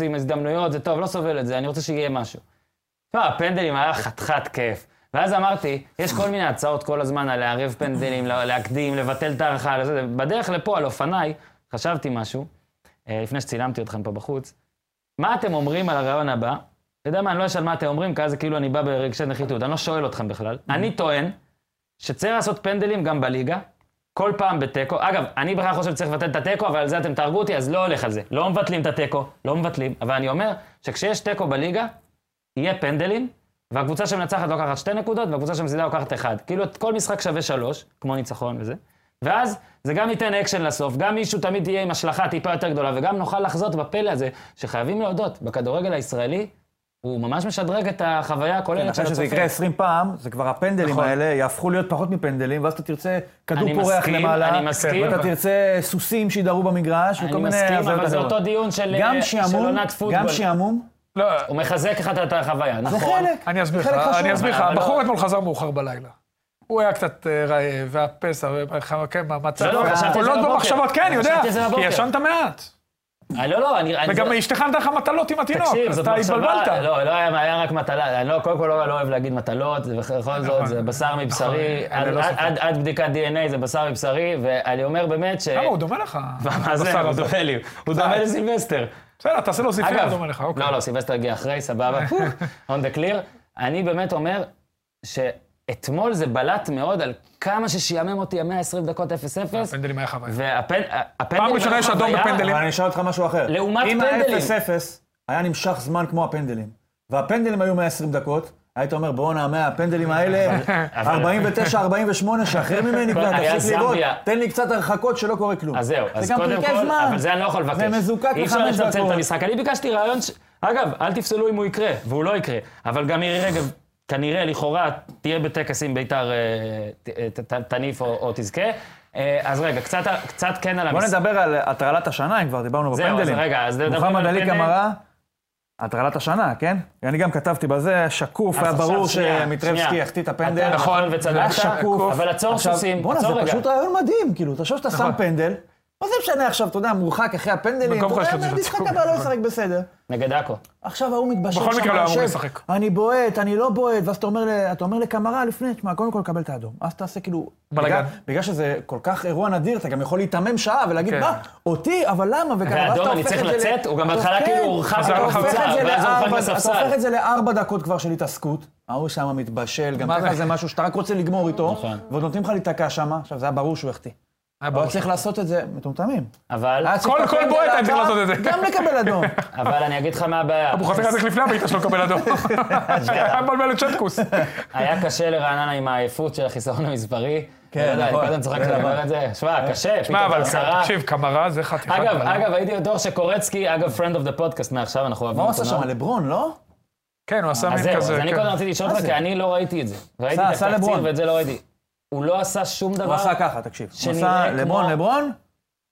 [SPEAKER 1] 0-0 עם הזדמנויות, זה טוב, לא סובל את זה, אני רוצה שיהיה משהו. תשמע, הפנדלים היה חתיכת כיף. ואז אמרתי, יש כל מיני הצעות כל הזמן על לערב פנדלים, לה- להקדים, לבטל את ההערכה, לזה. בדרך לפה, על אופניי, חשבתי משהו, אה, לפני שצילמתי אתכם פה בחוץ, מה אתם אומרים על הרעיון הבא? אתה יודע מה, אני לא אשאל מה אתם אומרים, כי אז זה כאילו אני בא ברגשי נחיתות, אני לא שואל אתכם בכלל. אני טוען שצריך לעשות פנדלים גם בליגה, כל פעם בתיקו. אגב, אני בכלל חושב שצריך לבטל את התיקו, אבל על זה אתם תהרגו אותי, אז לא הולך על זה. לא מבטלים את התיקו, לא מבטלים, אבל אני אומר שכשיש תיקו בליגה, יהיה פנדלים, והקבוצה שמנצחת לוקחת שתי נקודות, והקבוצה שמזידה לוקחת אחד. כאילו, כל משחק שווה שלוש, כמו ניצחון וזה. ואז זה גם ייתן אקשן לסוף, גם מישהו תמיד יהיה עם השלכה טיפה יותר גדולה, וגם נוכל לחזות בפלא הזה, שחייבים להודות, בכדורגל הישראלי, הוא ממש משדרג את החוויה הכוללת של
[SPEAKER 5] אחרי
[SPEAKER 1] הצופה.
[SPEAKER 5] כן, שזה יקרה 20 פעם, זה כבר הפנדלים
[SPEAKER 1] לא נכון.
[SPEAKER 5] האלה יהפכו להיות פחות מפנדלים, ואז אתה תרצה כדור
[SPEAKER 1] אני
[SPEAKER 5] פורח
[SPEAKER 1] מסכים,
[SPEAKER 5] למעלה,
[SPEAKER 1] אני מסכים.
[SPEAKER 5] ואתה תרצה סוסים שידהרו במגרש, וכל
[SPEAKER 1] אני
[SPEAKER 5] מיני...
[SPEAKER 1] מסכים,
[SPEAKER 5] הזיות
[SPEAKER 1] אבל זה
[SPEAKER 5] אחרות.
[SPEAKER 1] אותו דיון של
[SPEAKER 5] גם
[SPEAKER 1] אה, של
[SPEAKER 5] שעמום,
[SPEAKER 1] עונת פוטבול.
[SPEAKER 5] גם שעמום,
[SPEAKER 2] לא,
[SPEAKER 1] הוא מחזק לך את החוויה,
[SPEAKER 5] זה
[SPEAKER 1] נכון.
[SPEAKER 5] חלק.
[SPEAKER 2] אני אסביר לך,
[SPEAKER 5] זה חלק חשוב.
[SPEAKER 2] אני אסביר לך,
[SPEAKER 1] אבל לא-
[SPEAKER 2] הבחור אתמול חזר מאוחר בלילה. הוא היה קצת אה, רעב, והפסע, כן, והחמקם, והמצב,
[SPEAKER 1] לא, לא, חשבתי על זה
[SPEAKER 2] הקולות
[SPEAKER 1] בבוקר.
[SPEAKER 2] במחשבות, כן, אני יודע,
[SPEAKER 1] חשבתי על זה
[SPEAKER 2] כי
[SPEAKER 1] בבוקר.
[SPEAKER 2] ישנת מעט.
[SPEAKER 1] אה, לא, לא, אני... אני-
[SPEAKER 2] וגם
[SPEAKER 1] זה-
[SPEAKER 2] אשתך נתנה לך מטלות עם התינוק,
[SPEAKER 1] תקשיב,
[SPEAKER 2] אז
[SPEAKER 1] זאת
[SPEAKER 2] אתה
[SPEAKER 1] מחשבה...
[SPEAKER 2] התבלבלת.
[SPEAKER 1] לא, לא היה, היה רק מטלה. אני לא, קודם כל לא, לא אוהב להגיד מטלות, זה בכל זאת, זה בשר מבשרי.
[SPEAKER 2] אלה
[SPEAKER 1] עד,
[SPEAKER 2] נכון. לא
[SPEAKER 1] עד,
[SPEAKER 2] ספק.
[SPEAKER 1] עד, עד בדיקת DNA זה בשר מבשרי, ואני אומר באמת ש...
[SPEAKER 2] למה, הוא דומה לך,
[SPEAKER 1] אה, מה זה?
[SPEAKER 2] הבשר
[SPEAKER 1] הוא
[SPEAKER 2] הזה.
[SPEAKER 1] דומה לי. הוא דומה לסילבסטר.
[SPEAKER 2] בסדר, תעשה לו זיפים, הוא דומה לך, אוקיי.
[SPEAKER 1] לא, לא, סילבסטר הגיע אחרי, סבבה, on the clear. אני באמת אומר שאתמול זה בלט מאוד על כמה ששיעמם אותי ה-120 דקות 0-0,
[SPEAKER 2] הפנדלים היה חוויה.
[SPEAKER 1] והפנדלים...
[SPEAKER 2] ראשונה יש אדום בפנדלים.
[SPEAKER 5] אבל אני אשאל אותך משהו אחר.
[SPEAKER 1] לעומת פנדלים.
[SPEAKER 5] אם ה-0-0 היה נמשך זמן כמו הפנדלים, והפנדלים היו 120 דקות, היית אומר, בואנה, מה, הפנדלים האלה, 49-48, שחרר ממני כבר,
[SPEAKER 1] היה
[SPEAKER 5] תפסיק לראות,
[SPEAKER 1] זמביה.
[SPEAKER 5] תן לי קצת הרחקות שלא קורה כלום.
[SPEAKER 1] אז זהו, אז
[SPEAKER 5] גם
[SPEAKER 1] קודם
[SPEAKER 5] פרקי
[SPEAKER 1] כל,
[SPEAKER 5] זמן.
[SPEAKER 1] אבל זה אני לא יכול לבקש.
[SPEAKER 5] זה מזוקק
[SPEAKER 1] אי אפשר
[SPEAKER 5] לחמש
[SPEAKER 1] לצמצם את
[SPEAKER 5] דקות.
[SPEAKER 1] המשחק. אני ביקשתי רעיון, ש... אגב, אל תפסלו אם הוא יקרה, והוא לא יקרה, אבל גם מירי רגב, כנראה, לכאורה, תהיה בטקס אם ביתר אה, ת- אה, ת- ת- תניף או, או תזכה. אה, אז רגע, קצת, קצת כן על
[SPEAKER 5] בוא
[SPEAKER 1] המשחק.
[SPEAKER 5] נדבר על הטרלת השנה, אם כבר דיברנו
[SPEAKER 1] זהו,
[SPEAKER 5] בפנדלים.
[SPEAKER 1] אז רגע, אז נדבר על
[SPEAKER 5] מוחמד עלי
[SPEAKER 1] הפנדל.
[SPEAKER 5] קמרה, הטרלת השנה, כן? אני גם כתבתי בזה, שקוף, היה
[SPEAKER 1] עכשיו,
[SPEAKER 5] ברור
[SPEAKER 1] שנייה,
[SPEAKER 5] שמיטרבסקי
[SPEAKER 1] שנייה.
[SPEAKER 5] יחטיא את
[SPEAKER 1] אתה
[SPEAKER 5] הפנדל.
[SPEAKER 1] נכון
[SPEAKER 5] זה היה
[SPEAKER 1] וצדקת,
[SPEAKER 5] שקוף.
[SPEAKER 1] אבל עצור
[SPEAKER 5] עכשיו,
[SPEAKER 1] סוסים,
[SPEAKER 5] בואנה, זה
[SPEAKER 1] עצור רגע. נכון.
[SPEAKER 5] פשוט רעיון מדהים, כאילו, תחשוב שאתה שם פנדל, מה זה משנה עכשיו, אתה יודע, מורחק אחרי הפנדלים,
[SPEAKER 2] במקום
[SPEAKER 5] אתה
[SPEAKER 2] חשבתי
[SPEAKER 5] יודע,
[SPEAKER 2] שזה
[SPEAKER 5] המשחק
[SPEAKER 2] צחוק.
[SPEAKER 5] הבא לא ישחק בסדר.
[SPEAKER 1] נגד עכו.
[SPEAKER 5] עכשיו ההוא מתבשל
[SPEAKER 2] בכל מקרה לא היה אמור
[SPEAKER 5] יושב,
[SPEAKER 2] לשחק.
[SPEAKER 5] אני בועט, אני לא בועט, ואז אתה אומר, ל- אתה אומר לקמרה לפני, תשמע, קודם כל קבל את האדום. אז תעשה כאילו...
[SPEAKER 2] בלגן.
[SPEAKER 5] בגלל- בגלל שזה כל כך אירוע נדיר, אתה גם יכול להיתמם שעה ולהגיד,
[SPEAKER 2] כן.
[SPEAKER 5] מה, אותי, אבל למה? וכאלה, ואז אתה
[SPEAKER 1] והאדום, אני
[SPEAKER 5] הופך
[SPEAKER 1] צריך
[SPEAKER 5] את זה ל-
[SPEAKER 1] לצאת? הוא גם
[SPEAKER 5] אתה-
[SPEAKER 1] בהתחלה
[SPEAKER 5] כן,
[SPEAKER 1] כאילו הורחק
[SPEAKER 5] אתה
[SPEAKER 2] מהקבוצה,
[SPEAKER 5] הופך את זה
[SPEAKER 1] ואז הוא הורחק
[SPEAKER 5] לארבע-
[SPEAKER 1] לספסל.
[SPEAKER 5] אתה הופך את זה לארבע דקות כבר של התעסקות. ההוא שם מתבשל, גם
[SPEAKER 2] מה
[SPEAKER 5] ככה
[SPEAKER 2] זה?
[SPEAKER 5] זה משהו שאתה רק רוצה לגמור איתו,
[SPEAKER 1] נכון.
[SPEAKER 5] ועוד נותנים לך להיתקע שם, עכשיו זה היה ברור שהוא יחטיא.
[SPEAKER 2] היה
[SPEAKER 5] הוא
[SPEAKER 2] ברור.
[SPEAKER 5] היה צריך לעשות את זה, מטומטמים.
[SPEAKER 1] אבל,
[SPEAKER 5] היה צריך
[SPEAKER 2] כל-
[SPEAKER 5] את
[SPEAKER 2] כל
[SPEAKER 5] הפנדל
[SPEAKER 2] בועט היה צריך
[SPEAKER 5] הבא,
[SPEAKER 2] לעשות את זה.
[SPEAKER 5] גם לקבל אדום.
[SPEAKER 1] אבל אני אגיד לך מה הבעיה.
[SPEAKER 2] הוא חוזר צריך לפני הבעיטה שלו לקבל אדום. היה מבלבל את שטקוס.
[SPEAKER 1] היה קשה לרעננה עם העייפות של החיסרון המספרי.
[SPEAKER 5] כן,
[SPEAKER 1] לא יודע, אני
[SPEAKER 5] נכון.
[SPEAKER 1] כל הזמן צוחק
[SPEAKER 5] זה
[SPEAKER 1] שאני אומר
[SPEAKER 5] נכון.
[SPEAKER 1] את זה. שמע, קשה,
[SPEAKER 2] מה,
[SPEAKER 1] פתאום
[SPEAKER 2] אבל
[SPEAKER 1] עשרה.
[SPEAKER 2] תקשיב, קמרה זה חתיכת...
[SPEAKER 1] אגב,
[SPEAKER 2] מלאך.
[SPEAKER 1] אגב, הייתי בטוח שקורצקי, אגב, friend of the podcast מעכשיו, אנחנו אוהבים
[SPEAKER 5] מה הוא עשה
[SPEAKER 1] אותו
[SPEAKER 5] שם?
[SPEAKER 2] נכון.
[SPEAKER 1] מאוד.
[SPEAKER 5] לברון, לא?
[SPEAKER 2] כן, הוא עשה
[SPEAKER 1] אז
[SPEAKER 2] מין
[SPEAKER 1] זהו, אז
[SPEAKER 2] כזה.
[SPEAKER 1] אני
[SPEAKER 2] כן.
[SPEAKER 1] קודם רציתי לשאול
[SPEAKER 5] מה
[SPEAKER 1] אותך,
[SPEAKER 5] זה?
[SPEAKER 1] כי אני לא ראיתי את זה. ראיתי
[SPEAKER 5] עשה-
[SPEAKER 1] את
[SPEAKER 5] עשה
[SPEAKER 1] התקציר
[SPEAKER 5] לברון.
[SPEAKER 1] ואת זה לא ראיתי. הוא לא עשה שום דבר.
[SPEAKER 5] הוא עשה ככה, תקשיב. הוא
[SPEAKER 1] שנראה
[SPEAKER 5] עשה
[SPEAKER 1] כמו-
[SPEAKER 5] לברון, לברון,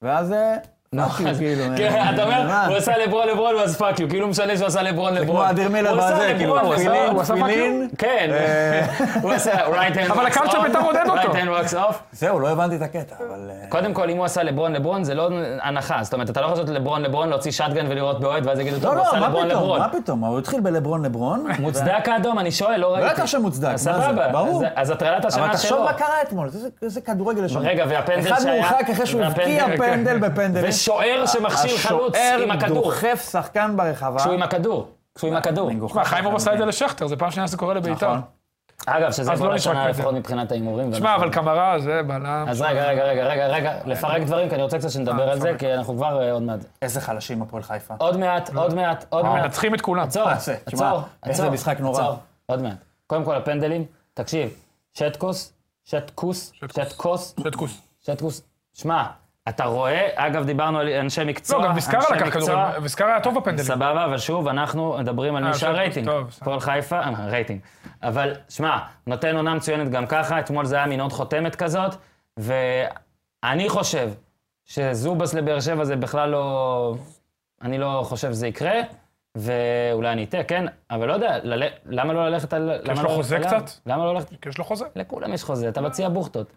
[SPEAKER 5] ואז... אה,
[SPEAKER 1] נו,
[SPEAKER 5] פאק יו,
[SPEAKER 1] לא, אז-
[SPEAKER 5] כאילו,
[SPEAKER 1] כן,
[SPEAKER 5] אה,
[SPEAKER 1] אתה אומר,
[SPEAKER 5] נראה.
[SPEAKER 1] הוא עשה לברון לברון, ואז פאק יו, כאילו משנה שהוא עשה לברון לברון.
[SPEAKER 5] כמו אדיר מילר
[SPEAKER 1] הוא עשה
[SPEAKER 5] בזה,
[SPEAKER 1] לברון,
[SPEAKER 5] כאילו,
[SPEAKER 1] לברון.
[SPEAKER 5] תפילין,
[SPEAKER 2] הוא עשה פאק
[SPEAKER 5] תפילין.
[SPEAKER 1] כן,
[SPEAKER 5] אה.
[SPEAKER 1] הוא עשה right hand
[SPEAKER 2] אבל
[SPEAKER 1] walks
[SPEAKER 2] הקהל של
[SPEAKER 1] off,
[SPEAKER 2] בית"ר עודד אותו.
[SPEAKER 1] right hand walks off.
[SPEAKER 5] זהו, לא הבנתי את הקטע, אבל... אה,
[SPEAKER 1] קודם כל, אם הוא עשה לברון לברון, זה לא הנחה. זאת אומרת, אתה לא יכול לעשות לברון לברון, להוציא שטגן ולראות באוהד, ואז יגידו, טוב,
[SPEAKER 5] לא,
[SPEAKER 1] הוא עשה
[SPEAKER 5] לא,
[SPEAKER 1] לברון
[SPEAKER 5] מה פתאום,
[SPEAKER 1] לברון.
[SPEAKER 5] מה פתאום? הוא התחיל בלברון לברון.
[SPEAKER 1] מוצדק האדום? אני שואל, לא ראיתי.
[SPEAKER 5] בטח שמוצדק, מה
[SPEAKER 1] אז
[SPEAKER 5] זה?
[SPEAKER 1] סבבה,
[SPEAKER 5] ברור.
[SPEAKER 1] אז- אז הטרלת השנה שלו.
[SPEAKER 5] אבל תחשוב מה קרה אתמול, איזה- איזה כדורגל יש שם.
[SPEAKER 1] רגע, והפנדל
[SPEAKER 5] אחד
[SPEAKER 1] שהיה-
[SPEAKER 5] מורחק אחרי שהוא הבקיע
[SPEAKER 1] והפנדל-
[SPEAKER 5] פנדל בפנדל.
[SPEAKER 1] ושוער שמכשיר חלוץ עם
[SPEAKER 5] השוער
[SPEAKER 1] הכדור.
[SPEAKER 5] דוחף שחקן ברחבה.
[SPEAKER 1] כשהוא עם הכדור. כשהוא
[SPEAKER 5] אה,
[SPEAKER 1] עם הכדור.
[SPEAKER 2] מה, חיים אור עשה את זה לשכטר, זה פעם שנייה שזה קורה לביתר.
[SPEAKER 5] נכון.
[SPEAKER 1] אגב, שזה
[SPEAKER 2] אז לא
[SPEAKER 1] כל
[SPEAKER 2] נשחק
[SPEAKER 1] השנה
[SPEAKER 2] בזה.
[SPEAKER 1] לפחות מבחינת ההימורים.
[SPEAKER 2] שמע,
[SPEAKER 1] ואנחנו-
[SPEAKER 2] אבל קמרה זה בלם.
[SPEAKER 1] אז רגע, רגע, רגע, רגע, רגע, לפרק דברים, כי אני רוצה קצת שנדבר על זה, כי אנחנו כבר אה, עוד מעט.
[SPEAKER 5] איזה חלשים הפועל חיפה.
[SPEAKER 1] עוד מעט,
[SPEAKER 5] אה,
[SPEAKER 1] עוד מעט, עוד מעט.
[SPEAKER 2] מנצחים את כולם.
[SPEAKER 1] עצור,
[SPEAKER 5] מה זה? תשמע,
[SPEAKER 1] עצור,
[SPEAKER 5] אה, איזה
[SPEAKER 1] עצור,
[SPEAKER 5] משחק נורא.
[SPEAKER 1] עצור, עוד מעט. קודם כל, הפנדלים, תקשיב, שטקוס, שטקוס, שטקוס,
[SPEAKER 2] שטקוס.
[SPEAKER 1] שטקוס, שמע, אתה רואה, אגב, דיברנו על אנשי מקצוע,
[SPEAKER 2] לא, גם
[SPEAKER 1] אנשי
[SPEAKER 2] ויסקרה לקח
[SPEAKER 1] מקצוע.
[SPEAKER 2] כדורים. ויסקרה היה טוב בפנדלים.
[SPEAKER 1] סבבה, אבל שוב, אנחנו מדברים על מי
[SPEAKER 2] אה, בסדר,
[SPEAKER 1] שהרייטינג.
[SPEAKER 2] טוב, בסדר.
[SPEAKER 1] הפועל חיפה, אה, רייטינג. אבל, שמע, נותן עונה מצוינת גם ככה, אתמול זה היה מין עוד חותמת כזאת, ואני חושב שזובס לבאר שבע זה בכלל לא... אני לא חושב שזה יקרה, ואולי אני אטעה, כן, אבל לא יודע, לל... למה לא ללכת על... למה
[SPEAKER 2] לו
[SPEAKER 1] לא ללכת
[SPEAKER 2] חוזה
[SPEAKER 1] עליו?
[SPEAKER 2] קצת?
[SPEAKER 1] למה לא ללכת...
[SPEAKER 2] כי יש לו חוזה.
[SPEAKER 1] לכולם יש חוזה, אתה מציע בוכטות.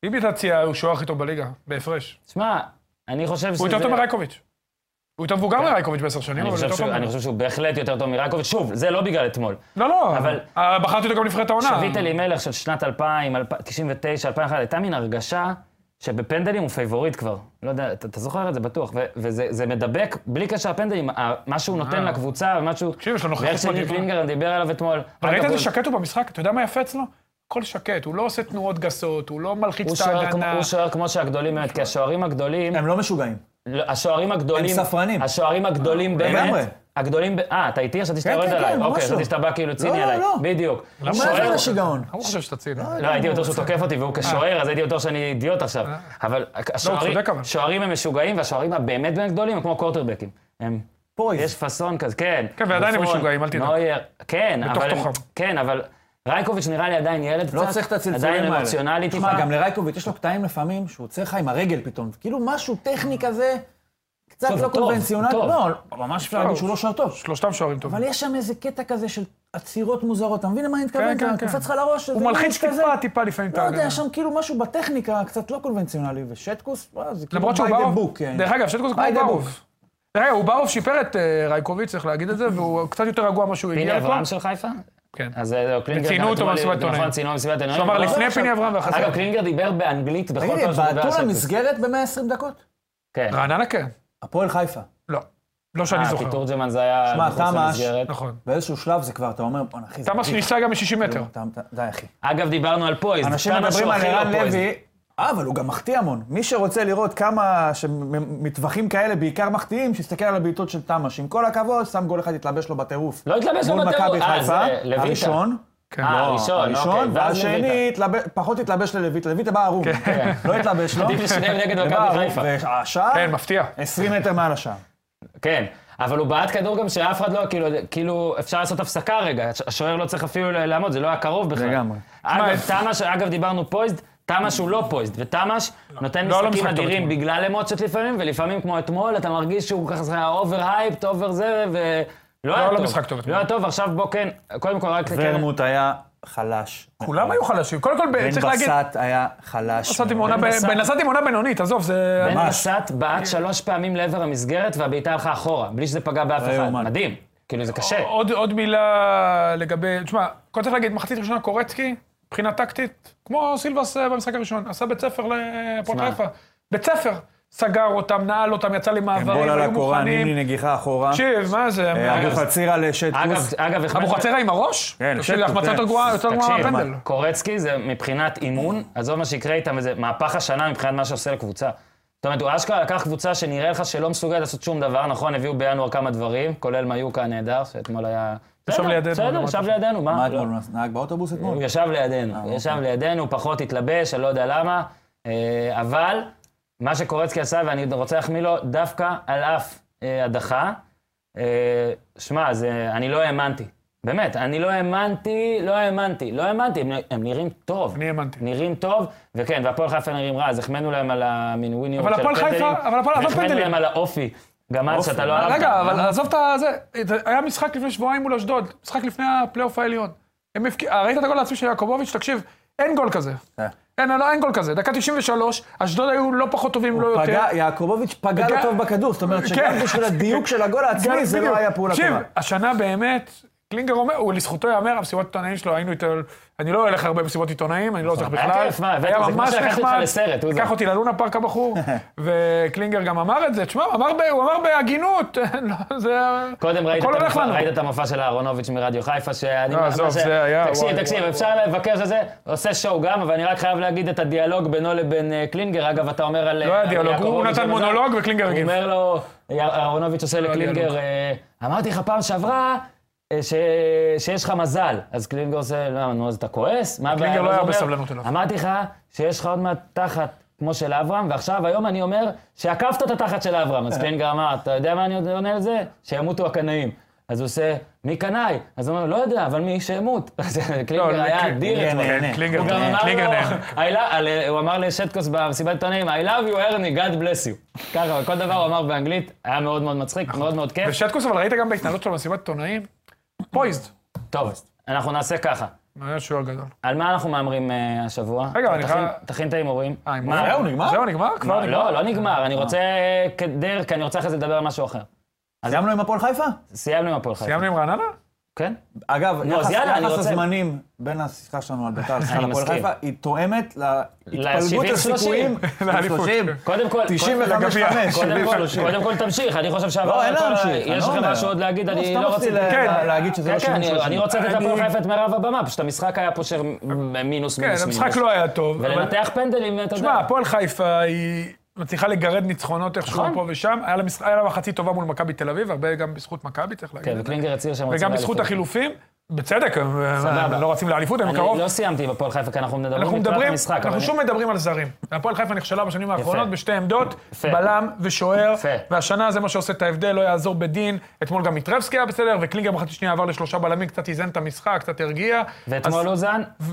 [SPEAKER 2] טיבי תציע, הוא שוער הכי טוב בליגה, בהפרש.
[SPEAKER 1] שמע, אני חושב שזה...
[SPEAKER 2] הוא יותר טוב מרייקוביץ'. הוא יותר מבוגר מרייקוביץ' בעשר שנים,
[SPEAKER 1] כן. אני
[SPEAKER 2] אבל
[SPEAKER 1] חושב
[SPEAKER 2] יותר טוב.
[SPEAKER 1] שהוא- אני חושב שהוא בהחלט יותר טוב מרקוביץ'. שוב, זה לא בגלל אתמול.
[SPEAKER 2] לא, לא,
[SPEAKER 1] אבל-
[SPEAKER 2] אה, בחרתי אותו גם לנבחרת העונה.
[SPEAKER 1] שביט אלימלך של שנת 2000, 99, 2001, הייתה מין הרגשה שבפנדלים הוא פייבוריט כבר. לא יודע, אתה, אתה זוכר את זה בטוח. ו- וזה זה מדבק, בלי קשר לפנדלים, ה- מה שהוא נותן לקבוצה ומה שהוא...
[SPEAKER 2] אה. תקשיב, יש לו נוכחות
[SPEAKER 1] ואיך שניר
[SPEAKER 2] מדהימה.
[SPEAKER 1] קלינגרן דיבר עליו אתמול.
[SPEAKER 2] אבל ראית
[SPEAKER 1] אגב,
[SPEAKER 2] איזה
[SPEAKER 1] הוא-
[SPEAKER 2] שקט הוא במשחק? אתה יודע מה יפה אצלו? הכל שקט, הוא לא עושה תנועות גסות, הוא לא
[SPEAKER 1] הוא
[SPEAKER 2] מלחיץ את
[SPEAKER 1] שוער כמו-
[SPEAKER 2] ההגנה.
[SPEAKER 1] הוא שוער כמו שהגדולים באמת, כי השוערים הגדולים,
[SPEAKER 5] הם לא משוגעים.
[SPEAKER 1] לא, השוערים הגדולים,
[SPEAKER 5] הם ספרנים. אה,
[SPEAKER 1] השוערים הגדולים
[SPEAKER 5] לגמרי.
[SPEAKER 1] באמת, הגדולים, ב- אה, אתה איתי? חשבתי שאתה
[SPEAKER 5] כן,
[SPEAKER 1] יורד
[SPEAKER 5] כן,
[SPEAKER 1] עליי.
[SPEAKER 5] כן,
[SPEAKER 1] אוקיי,
[SPEAKER 5] ממש לא.
[SPEAKER 1] חשבתי שאתה בא כאילו ציני
[SPEAKER 5] לא,
[SPEAKER 1] עליי.
[SPEAKER 5] לא.
[SPEAKER 1] בדיוק.
[SPEAKER 5] מה
[SPEAKER 1] שוער-
[SPEAKER 5] זה השיגעון?
[SPEAKER 2] אני חושב שאתה ציני.
[SPEAKER 1] לא, הייתי בטוח שהוא תוקף אותי, והוא
[SPEAKER 2] אה.
[SPEAKER 1] כשוער, אז הייתי בטוח שאני אידיוט עכשיו. אבל השוערים-
[SPEAKER 2] לא, צודק אבל.
[SPEAKER 1] שוערים הם משוגעים, והשוערים הבאמת באמת גדולים הם כמו קורטרבקים. הם...
[SPEAKER 5] פויז.
[SPEAKER 1] יש פאסון כזה, כן.
[SPEAKER 2] כן, ועדיין הם
[SPEAKER 1] בופון,
[SPEAKER 2] משוגעים, אל תדאג.
[SPEAKER 1] נויר, כן, אבל... הם-
[SPEAKER 2] תוכם.
[SPEAKER 1] כן, אבל... רייקוביץ' נראה לי עדיין ילד קצת.
[SPEAKER 5] לא צריך את הצלצולים האלה.
[SPEAKER 1] עדיין אמוציונלי טיפה.
[SPEAKER 5] תשמע, גם לרייקוביץ' יש לו קטעים לפעמים שהוא עוצר לך עם הרגל פתאום. כאילו משהו טכני כזה, קצת
[SPEAKER 1] טוב,
[SPEAKER 5] לא
[SPEAKER 1] טוב,
[SPEAKER 5] קונבנציונלי.
[SPEAKER 1] טוב.
[SPEAKER 5] לא, ממש אפשר להגיד שהוא לא שוער טוב.
[SPEAKER 2] שלושתם שוערים טובים.
[SPEAKER 5] אבל יש שם איזה קטע כזה של עצירות מוזרות, אתה מבין למה אני מתכוון?
[SPEAKER 2] כן,
[SPEAKER 5] אתה
[SPEAKER 2] כן.
[SPEAKER 5] קופץ לך לראש,
[SPEAKER 2] הוא
[SPEAKER 5] איזה
[SPEAKER 2] מלחיץ
[SPEAKER 5] מיץ'
[SPEAKER 2] טיפה, טיפה לפעמים את
[SPEAKER 5] לא
[SPEAKER 2] ההגנה.
[SPEAKER 5] יודע, שם כאילו משהו בטכניקה קצת לא קונבנציונלי, ושטקוס, וואו, זה כאילו
[SPEAKER 2] למרות שהוא
[SPEAKER 5] by the
[SPEAKER 2] באוב.
[SPEAKER 5] book, יעני.
[SPEAKER 2] דרך אגב, שטקוס כמו
[SPEAKER 5] by the
[SPEAKER 2] באוב. דרך אגב, הוא באוב שיפר את אה, רייקוביץ', צריך להגיד את זה, והוא קצת יותר רגוע ממה שהוא
[SPEAKER 1] פיני
[SPEAKER 2] הגיע לפה.
[SPEAKER 1] אברהם של חיפה?
[SPEAKER 2] כן.
[SPEAKER 1] אז אה, לא, קלינגר...
[SPEAKER 2] וציינו
[SPEAKER 1] גם
[SPEAKER 2] אותו
[SPEAKER 1] אתמול-
[SPEAKER 2] במסיבת עיתונאים.
[SPEAKER 1] נכון, ציינו במסיבת עיתונאים.
[SPEAKER 2] שהוא אמר
[SPEAKER 1] אבל-
[SPEAKER 2] לפני פיני אברהם ואחרי
[SPEAKER 1] אגב,
[SPEAKER 2] זה.
[SPEAKER 1] קלינגר דיבר באנגלית בכל
[SPEAKER 5] תגיד
[SPEAKER 1] פעם
[SPEAKER 5] לי,
[SPEAKER 1] שהוא דיבר על
[SPEAKER 5] בעטו
[SPEAKER 1] שטקוס.
[SPEAKER 5] למסגרת ב-120 דקות?
[SPEAKER 1] כן.
[SPEAKER 2] רעננה כן.
[SPEAKER 5] הפועל חיפה.
[SPEAKER 2] לא. לא שאני
[SPEAKER 1] אה, כי
[SPEAKER 2] זוכר.
[SPEAKER 1] תורג'מן זה היה...
[SPEAKER 5] שמע,
[SPEAKER 1] מחוץ
[SPEAKER 5] תמ"ש.
[SPEAKER 1] למסגרת.
[SPEAKER 2] נכון.
[SPEAKER 5] באיזשהו שלב זה כבר, אתה אומר, בואנה אחי, זה...
[SPEAKER 2] תמ"ש
[SPEAKER 5] מביך."
[SPEAKER 2] ניסה גם מ-60 מטר.
[SPEAKER 1] כן.
[SPEAKER 5] אתה- אתה- די, אחי.
[SPEAKER 1] אגב, דיברנו על פויז.
[SPEAKER 5] אנשים
[SPEAKER 1] כמה
[SPEAKER 5] מדברים
[SPEAKER 1] שהוא
[SPEAKER 5] על
[SPEAKER 1] הכי לא
[SPEAKER 5] ערן
[SPEAKER 1] פויז.
[SPEAKER 5] לוי, אה, אבל הוא גם מחטיא המון. מי שרוצה לראות כמה שמטווחים כאלה, בעיקר מחטיאים, שיסתכל על הבעיטות של תמ"ש. עם כל הכבוד, שם גול אחד התלבש לו בטירוף.
[SPEAKER 1] לא התלבש לו בטירוף.
[SPEAKER 5] מול מכבי
[SPEAKER 1] אה, זה
[SPEAKER 5] חיפה,
[SPEAKER 1] לויטה.
[SPEAKER 5] הראשון.
[SPEAKER 2] כן.
[SPEAKER 1] אה,
[SPEAKER 2] לא.
[SPEAKER 1] הראשון,
[SPEAKER 5] הראשון,
[SPEAKER 1] אוקיי, ואז לויטה. כן.
[SPEAKER 5] והשני התלבש- פחות התלבש ללויטה, לויטה בא ערום. לא התלבש לו.
[SPEAKER 1] עדיף לשניהם נגד
[SPEAKER 5] ובא
[SPEAKER 1] מכבי
[SPEAKER 5] ערום,
[SPEAKER 1] חיפה.
[SPEAKER 5] והשער,
[SPEAKER 2] כן, מפתיע.
[SPEAKER 5] 20 מטר מעל השער.
[SPEAKER 1] כן, אבל הוא בעט כדור גם שאף אחד לא, כאילו, כאילו, אפשר לעשות הפסקה רגע, הש- השוער לא צריך אפילו ל- לעמוד, זה לא היה קרוב בכלל.
[SPEAKER 5] לגמרי.
[SPEAKER 1] אגב,
[SPEAKER 2] תשמע,
[SPEAKER 1] תמ"ש, אגב, דיברנו פויזד, תמ"ש הוא לא פויזד, ותמ"ש נותן
[SPEAKER 2] לא, לא
[SPEAKER 1] משחקים
[SPEAKER 2] משחק טוב
[SPEAKER 1] אדירים
[SPEAKER 2] אתמול.
[SPEAKER 1] בגלל אמוציות לפעמים, ולפעמים כמו אתמול, אתה מרגיש שהוא ככה אובר הייפט, אובר זה, לא היה
[SPEAKER 2] לא
[SPEAKER 1] טוב.
[SPEAKER 2] משחק טוב
[SPEAKER 1] לא היה טוב, עכשיו בוא כן, קודם כל רק...
[SPEAKER 5] ורמוט היה חלש.
[SPEAKER 2] כולם היו חלשים. קודם כל,
[SPEAKER 5] בן
[SPEAKER 2] צריך להגיד,
[SPEAKER 5] בסט היה חלש.
[SPEAKER 2] נסעתי עם עונה ב-
[SPEAKER 1] בן בסט.
[SPEAKER 2] נסעתי עם עונה בינונית, עזוב, זה...
[SPEAKER 1] בן בסט בעט שלוש פעמים לעבר המסגרת והבעיטה הלכה אחורה, בלי שזה פגע באף אחד.
[SPEAKER 5] יאומן.
[SPEAKER 1] מדהים. כאילו, זה קשה.
[SPEAKER 2] עוד, עוד מילה לגבי... תשמע, קודם צריך להגיד, מחצית ראשונה קורצקי, מבחינה טקטית, כמו סילבס אה, במשחק הראשון, עשה בית ספר לפועל
[SPEAKER 1] תשמע.
[SPEAKER 2] חיפה. בית ספר. סגר אותם, נעל אותם, יצא למעברים,
[SPEAKER 5] כן, בול על
[SPEAKER 2] היו
[SPEAKER 5] הקורה,
[SPEAKER 2] מוכנים.
[SPEAKER 5] נימני נגיחה אחורה.
[SPEAKER 2] תקשיב, מה זה?
[SPEAKER 5] אה, אבו חצירה
[SPEAKER 1] אגב,
[SPEAKER 5] לשטקוס.
[SPEAKER 1] אגב, החמאת-
[SPEAKER 2] אבו חצרה עם הראש?
[SPEAKER 5] כן,
[SPEAKER 2] תקשיב,
[SPEAKER 5] שטו,
[SPEAKER 2] החמצה
[SPEAKER 5] כן.
[SPEAKER 2] יותר גרועה, יותר גרועה
[SPEAKER 1] תקשיב,
[SPEAKER 2] מהפנדל.
[SPEAKER 1] קורצקי זה מבחינת אימון, עזוב מה שיקרה איתם, זה מהפך השנה מבחינת מה שעושה לקבוצה. זאת אומרת, הוא אשכרה לקח קבוצה שנראה לך שלא מסוגלת לעשות שום דבר, נכון, הביאו בינואר כמה דברים, כולל מיוקה הנהדר, שאתמול היה...
[SPEAKER 2] ישב
[SPEAKER 1] בסדר,
[SPEAKER 2] לידינו,
[SPEAKER 1] בסדר,
[SPEAKER 2] אמרת.
[SPEAKER 1] ישב לידינו,
[SPEAKER 5] מה
[SPEAKER 1] מה? לא.
[SPEAKER 5] אתמול? אה, נהג באוטובוס אתמול?
[SPEAKER 1] הוא ישב לידינו, הוא
[SPEAKER 5] אוקיי.
[SPEAKER 1] ישב לידינו, פחות התלבש, אני לא יודע למה, אה, אבל מה שקורצקי עשה, ואני רוצה להחמיא לו, דווקא על אף אה, הדחה, אה, שמע, זה- אני לא האמנתי. באמת, אני לא האמנתי, לא האמנתי, לא האמנתי, הם, הם נראים טוב.
[SPEAKER 2] אני האמנתי.
[SPEAKER 1] נראים טוב, וכן, והפועל חיפה נראים רע, אז החמאנו להם על המינויניות
[SPEAKER 2] אבל
[SPEAKER 1] של
[SPEAKER 2] הפועל חיפה-
[SPEAKER 1] פנדלים.
[SPEAKER 2] אבל הפועל- אבל
[SPEAKER 1] והחמאנו
[SPEAKER 2] פנדלים.
[SPEAKER 1] להם על האופי, גם אז שאתה לא אהבת.
[SPEAKER 2] רגע, אבל עזוב את הזה. זה היה משחק לפני שבועיים מול אשדוד, משחק לפני הפלייאוף העליון. הם הפק... ראית את הגול העצמי של יעקובוביץ'? תקשיב, אין גול כזה.
[SPEAKER 5] אה,
[SPEAKER 2] אין, לא, אין גול כזה. דקה 93, אשדוד היו לא פחות טובים, לא יותר.
[SPEAKER 5] פגע, יעקובוביץ' פגע לו
[SPEAKER 2] פגע-
[SPEAKER 5] טוב בכדור, זאת אומרת שגם
[SPEAKER 2] כן.
[SPEAKER 5] בשביל הדיוק של הגול העצמי זה
[SPEAKER 2] בדיוק.
[SPEAKER 5] לא היה פעולה
[SPEAKER 2] תקשיב,
[SPEAKER 5] טובה.
[SPEAKER 2] השנה באמת, קלינגר אומר, הוא לזכותו ייאמר, המסיבות עיתונאים שלו, היינו איתו, אני לא הולך הרבה במסיבות עיתונאים, אני לא צריך
[SPEAKER 1] היה
[SPEAKER 2] בכלל.
[SPEAKER 1] כיף, מה, הבאת את זה כמו
[SPEAKER 2] ממש
[SPEAKER 1] שלקחתי אותך
[SPEAKER 2] נחמד.
[SPEAKER 1] לסרט, הוא זה.
[SPEAKER 2] לקח אותי ללונה פארק הבחור, וקלינגר גם אמר את זה, תשמע, הוא אמר ב- הוא אמר בהגינות, לא, זה...
[SPEAKER 1] קודם ראית
[SPEAKER 2] הכל
[SPEAKER 1] את,
[SPEAKER 2] הולך
[SPEAKER 1] המופע,
[SPEAKER 2] לנו.
[SPEAKER 1] ראית את המופע של אהרונוביץ' מרדיו חיפה, שאני...
[SPEAKER 2] לא,
[SPEAKER 1] מה
[SPEAKER 2] עזוב, זה היה-
[SPEAKER 1] תקשיב,
[SPEAKER 2] וואי,
[SPEAKER 1] תקשיב,
[SPEAKER 2] וואי,
[SPEAKER 1] אפשר לבקר את זה, עושה שואו גם, אבל אני רק חייב להגיד את הדיאלוג בינו לבין אה, קלינגר. אגב, אתה אומר על...
[SPEAKER 2] לא היה דיאלוג, הוא נתן מונולוג וקלינגר
[SPEAKER 1] הוא
[SPEAKER 2] הגיב.
[SPEAKER 1] אומר לו, אה, אהרונוביץ' עושה
[SPEAKER 2] דיאלוג.
[SPEAKER 1] לקלינגר, אה, אמרתי לך פעם שעברה... אה, ש... שיש לך מזל. אז קלינגר עושה, "למה, נו, אז אתה כועס? מה הבעיה?
[SPEAKER 2] קלינגר לא
[SPEAKER 1] ואז
[SPEAKER 2] היה
[SPEAKER 1] הוא אומר,
[SPEAKER 2] בסבלנות אליו.
[SPEAKER 1] אמרתי לך שיש לך עוד מעט תחת כמו של אברהם, ועכשיו, היום אני אומר שעקפת את התחת של אברהם. אז קלינגר אמר, אתה יודע מה אני עוד עונה על זה? שימותו הקנאים. אז הוא עושה, מי קנאי? אז הוא אומר, לא יודע, אבל מי שימות. אז קלינגר
[SPEAKER 2] לא,
[SPEAKER 1] היה
[SPEAKER 2] קל-
[SPEAKER 1] אדיר אתמול.
[SPEAKER 5] נהנה.
[SPEAKER 2] קלינגר,
[SPEAKER 1] הוא גם אמר
[SPEAKER 2] קלינגר
[SPEAKER 1] לו,
[SPEAKER 2] נהנה.
[SPEAKER 1] "I lo- על- הוא אמר לשטקוס במסיבת עיתונאים, I love you, ארני, God bless you. ככה, כל דבר הוא אמר באנגלית, היה מאוד מאוד מצחיק,
[SPEAKER 2] נכון.
[SPEAKER 1] מאוד מאוד כיף.
[SPEAKER 2] ושטקוס, אבל ראית גם בהתנהלות שלו במסיבת עיתונאים? פויזד.
[SPEAKER 1] טוב, אנחנו נעשה ככה.
[SPEAKER 2] היה שוער גדול.
[SPEAKER 1] על מה אנחנו מהמרים אה, השבוע?
[SPEAKER 2] רגע, אני
[SPEAKER 1] תכין-
[SPEAKER 2] חייב-
[SPEAKER 1] תכין את ההימורים.
[SPEAKER 2] אה, עם-
[SPEAKER 1] מה?
[SPEAKER 5] זהו, נגמר?
[SPEAKER 2] זהו, נגמר? כבר
[SPEAKER 1] מה,
[SPEAKER 2] נגמר?
[SPEAKER 1] לא, לא נגמר, אני רוצה אה, כדר, כי אני רוצה אחרי זה לדבר על משהו אחר.
[SPEAKER 5] סיימנו לא עם הפועל חיפה?
[SPEAKER 1] סיימנו עם הפועל חיפה.
[SPEAKER 2] סיימנו עם רעננה?
[SPEAKER 1] כן?
[SPEAKER 5] אגב,
[SPEAKER 1] נו, אז
[SPEAKER 5] יחס-
[SPEAKER 1] יאללה, אני
[SPEAKER 5] יחס
[SPEAKER 1] רוצה-
[SPEAKER 5] הזמנים בין השיחה שלנו על בית"ר לשיחה
[SPEAKER 1] אני
[SPEAKER 5] על הפועל
[SPEAKER 1] מסכים.
[SPEAKER 5] חיפה, היא תואמת להתפלגות
[SPEAKER 1] 70-30.
[SPEAKER 5] הסיכויים.
[SPEAKER 2] לאליפות.
[SPEAKER 1] קודם כל... קודם-
[SPEAKER 5] 95
[SPEAKER 2] לגביע.
[SPEAKER 5] 5,
[SPEAKER 1] קודם כל- קודם כל תמשיך, אני חושב שעברנו...
[SPEAKER 5] לא, אין
[SPEAKER 1] את כל
[SPEAKER 5] לה
[SPEAKER 1] ה-
[SPEAKER 5] להמשיך. אני
[SPEAKER 1] יש
[SPEAKER 5] לא
[SPEAKER 1] לך
[SPEAKER 5] אומר.
[SPEAKER 1] משהו עוד להגיד? אני
[SPEAKER 5] סתם
[SPEAKER 1] לא רוצה...
[SPEAKER 5] רציתי לה-
[SPEAKER 2] כן.
[SPEAKER 5] לה- להגיד שזה
[SPEAKER 1] כן,
[SPEAKER 5] לא
[SPEAKER 1] כן,
[SPEAKER 5] שימוש
[SPEAKER 1] אני-
[SPEAKER 5] של
[SPEAKER 1] אני רוצה לתת
[SPEAKER 2] אני-
[SPEAKER 1] לפועל חיפה את מירב הבמה, פשוט המשחק היה פה של מינוס מינוס
[SPEAKER 2] כן,
[SPEAKER 1] מינוס.
[SPEAKER 2] המשחק לא היה טוב. אבל-
[SPEAKER 1] ולנתח פנדלים, אתה
[SPEAKER 2] תשמע,
[SPEAKER 1] יודע.
[SPEAKER 2] הפועל חיפה היא מצליחה לגרד ניצחונות איכשהו
[SPEAKER 1] נכון.
[SPEAKER 2] פה ושם. היה לה משחק- היה לה מחצית טובה מול מכבי תל אביב, הרבה גם בזכות מכבי, צריך להגיד.
[SPEAKER 1] כן,
[SPEAKER 2] את זה.
[SPEAKER 1] וקלינגר הצהיר שהם רוצים
[SPEAKER 2] וגם בזכות
[SPEAKER 1] לאליפות.
[SPEAKER 2] החילופים, בצדק, הם הם לא רצים לאליפות, הם
[SPEAKER 1] אני
[SPEAKER 2] קרוב.
[SPEAKER 1] לא סיימתי עם הפועל חיפה, כי אנחנו מדברים
[SPEAKER 2] אנחנו
[SPEAKER 1] לקראת
[SPEAKER 2] מדברים,
[SPEAKER 1] המשחק. אבל
[SPEAKER 2] אנחנו
[SPEAKER 1] אני-
[SPEAKER 2] שוב מדברים על זרים. הפועל חיפה נכשלה בשנים האחרונות בשתי עמדות,
[SPEAKER 1] יפה.
[SPEAKER 2] בלם ושוער,
[SPEAKER 1] יפה.
[SPEAKER 2] והשנה זה מה שעושה את ההבדל, לא יעזור בדין. אתמול גם מיטרבסקי היה בסדר, וקלינגר בחצי שנייה עבר לשלושה בלמים, קצת איזן את המשחק, קצת הרגיע.
[SPEAKER 1] ואתמול
[SPEAKER 2] אז-
[SPEAKER 1] אוזן,
[SPEAKER 2] ו-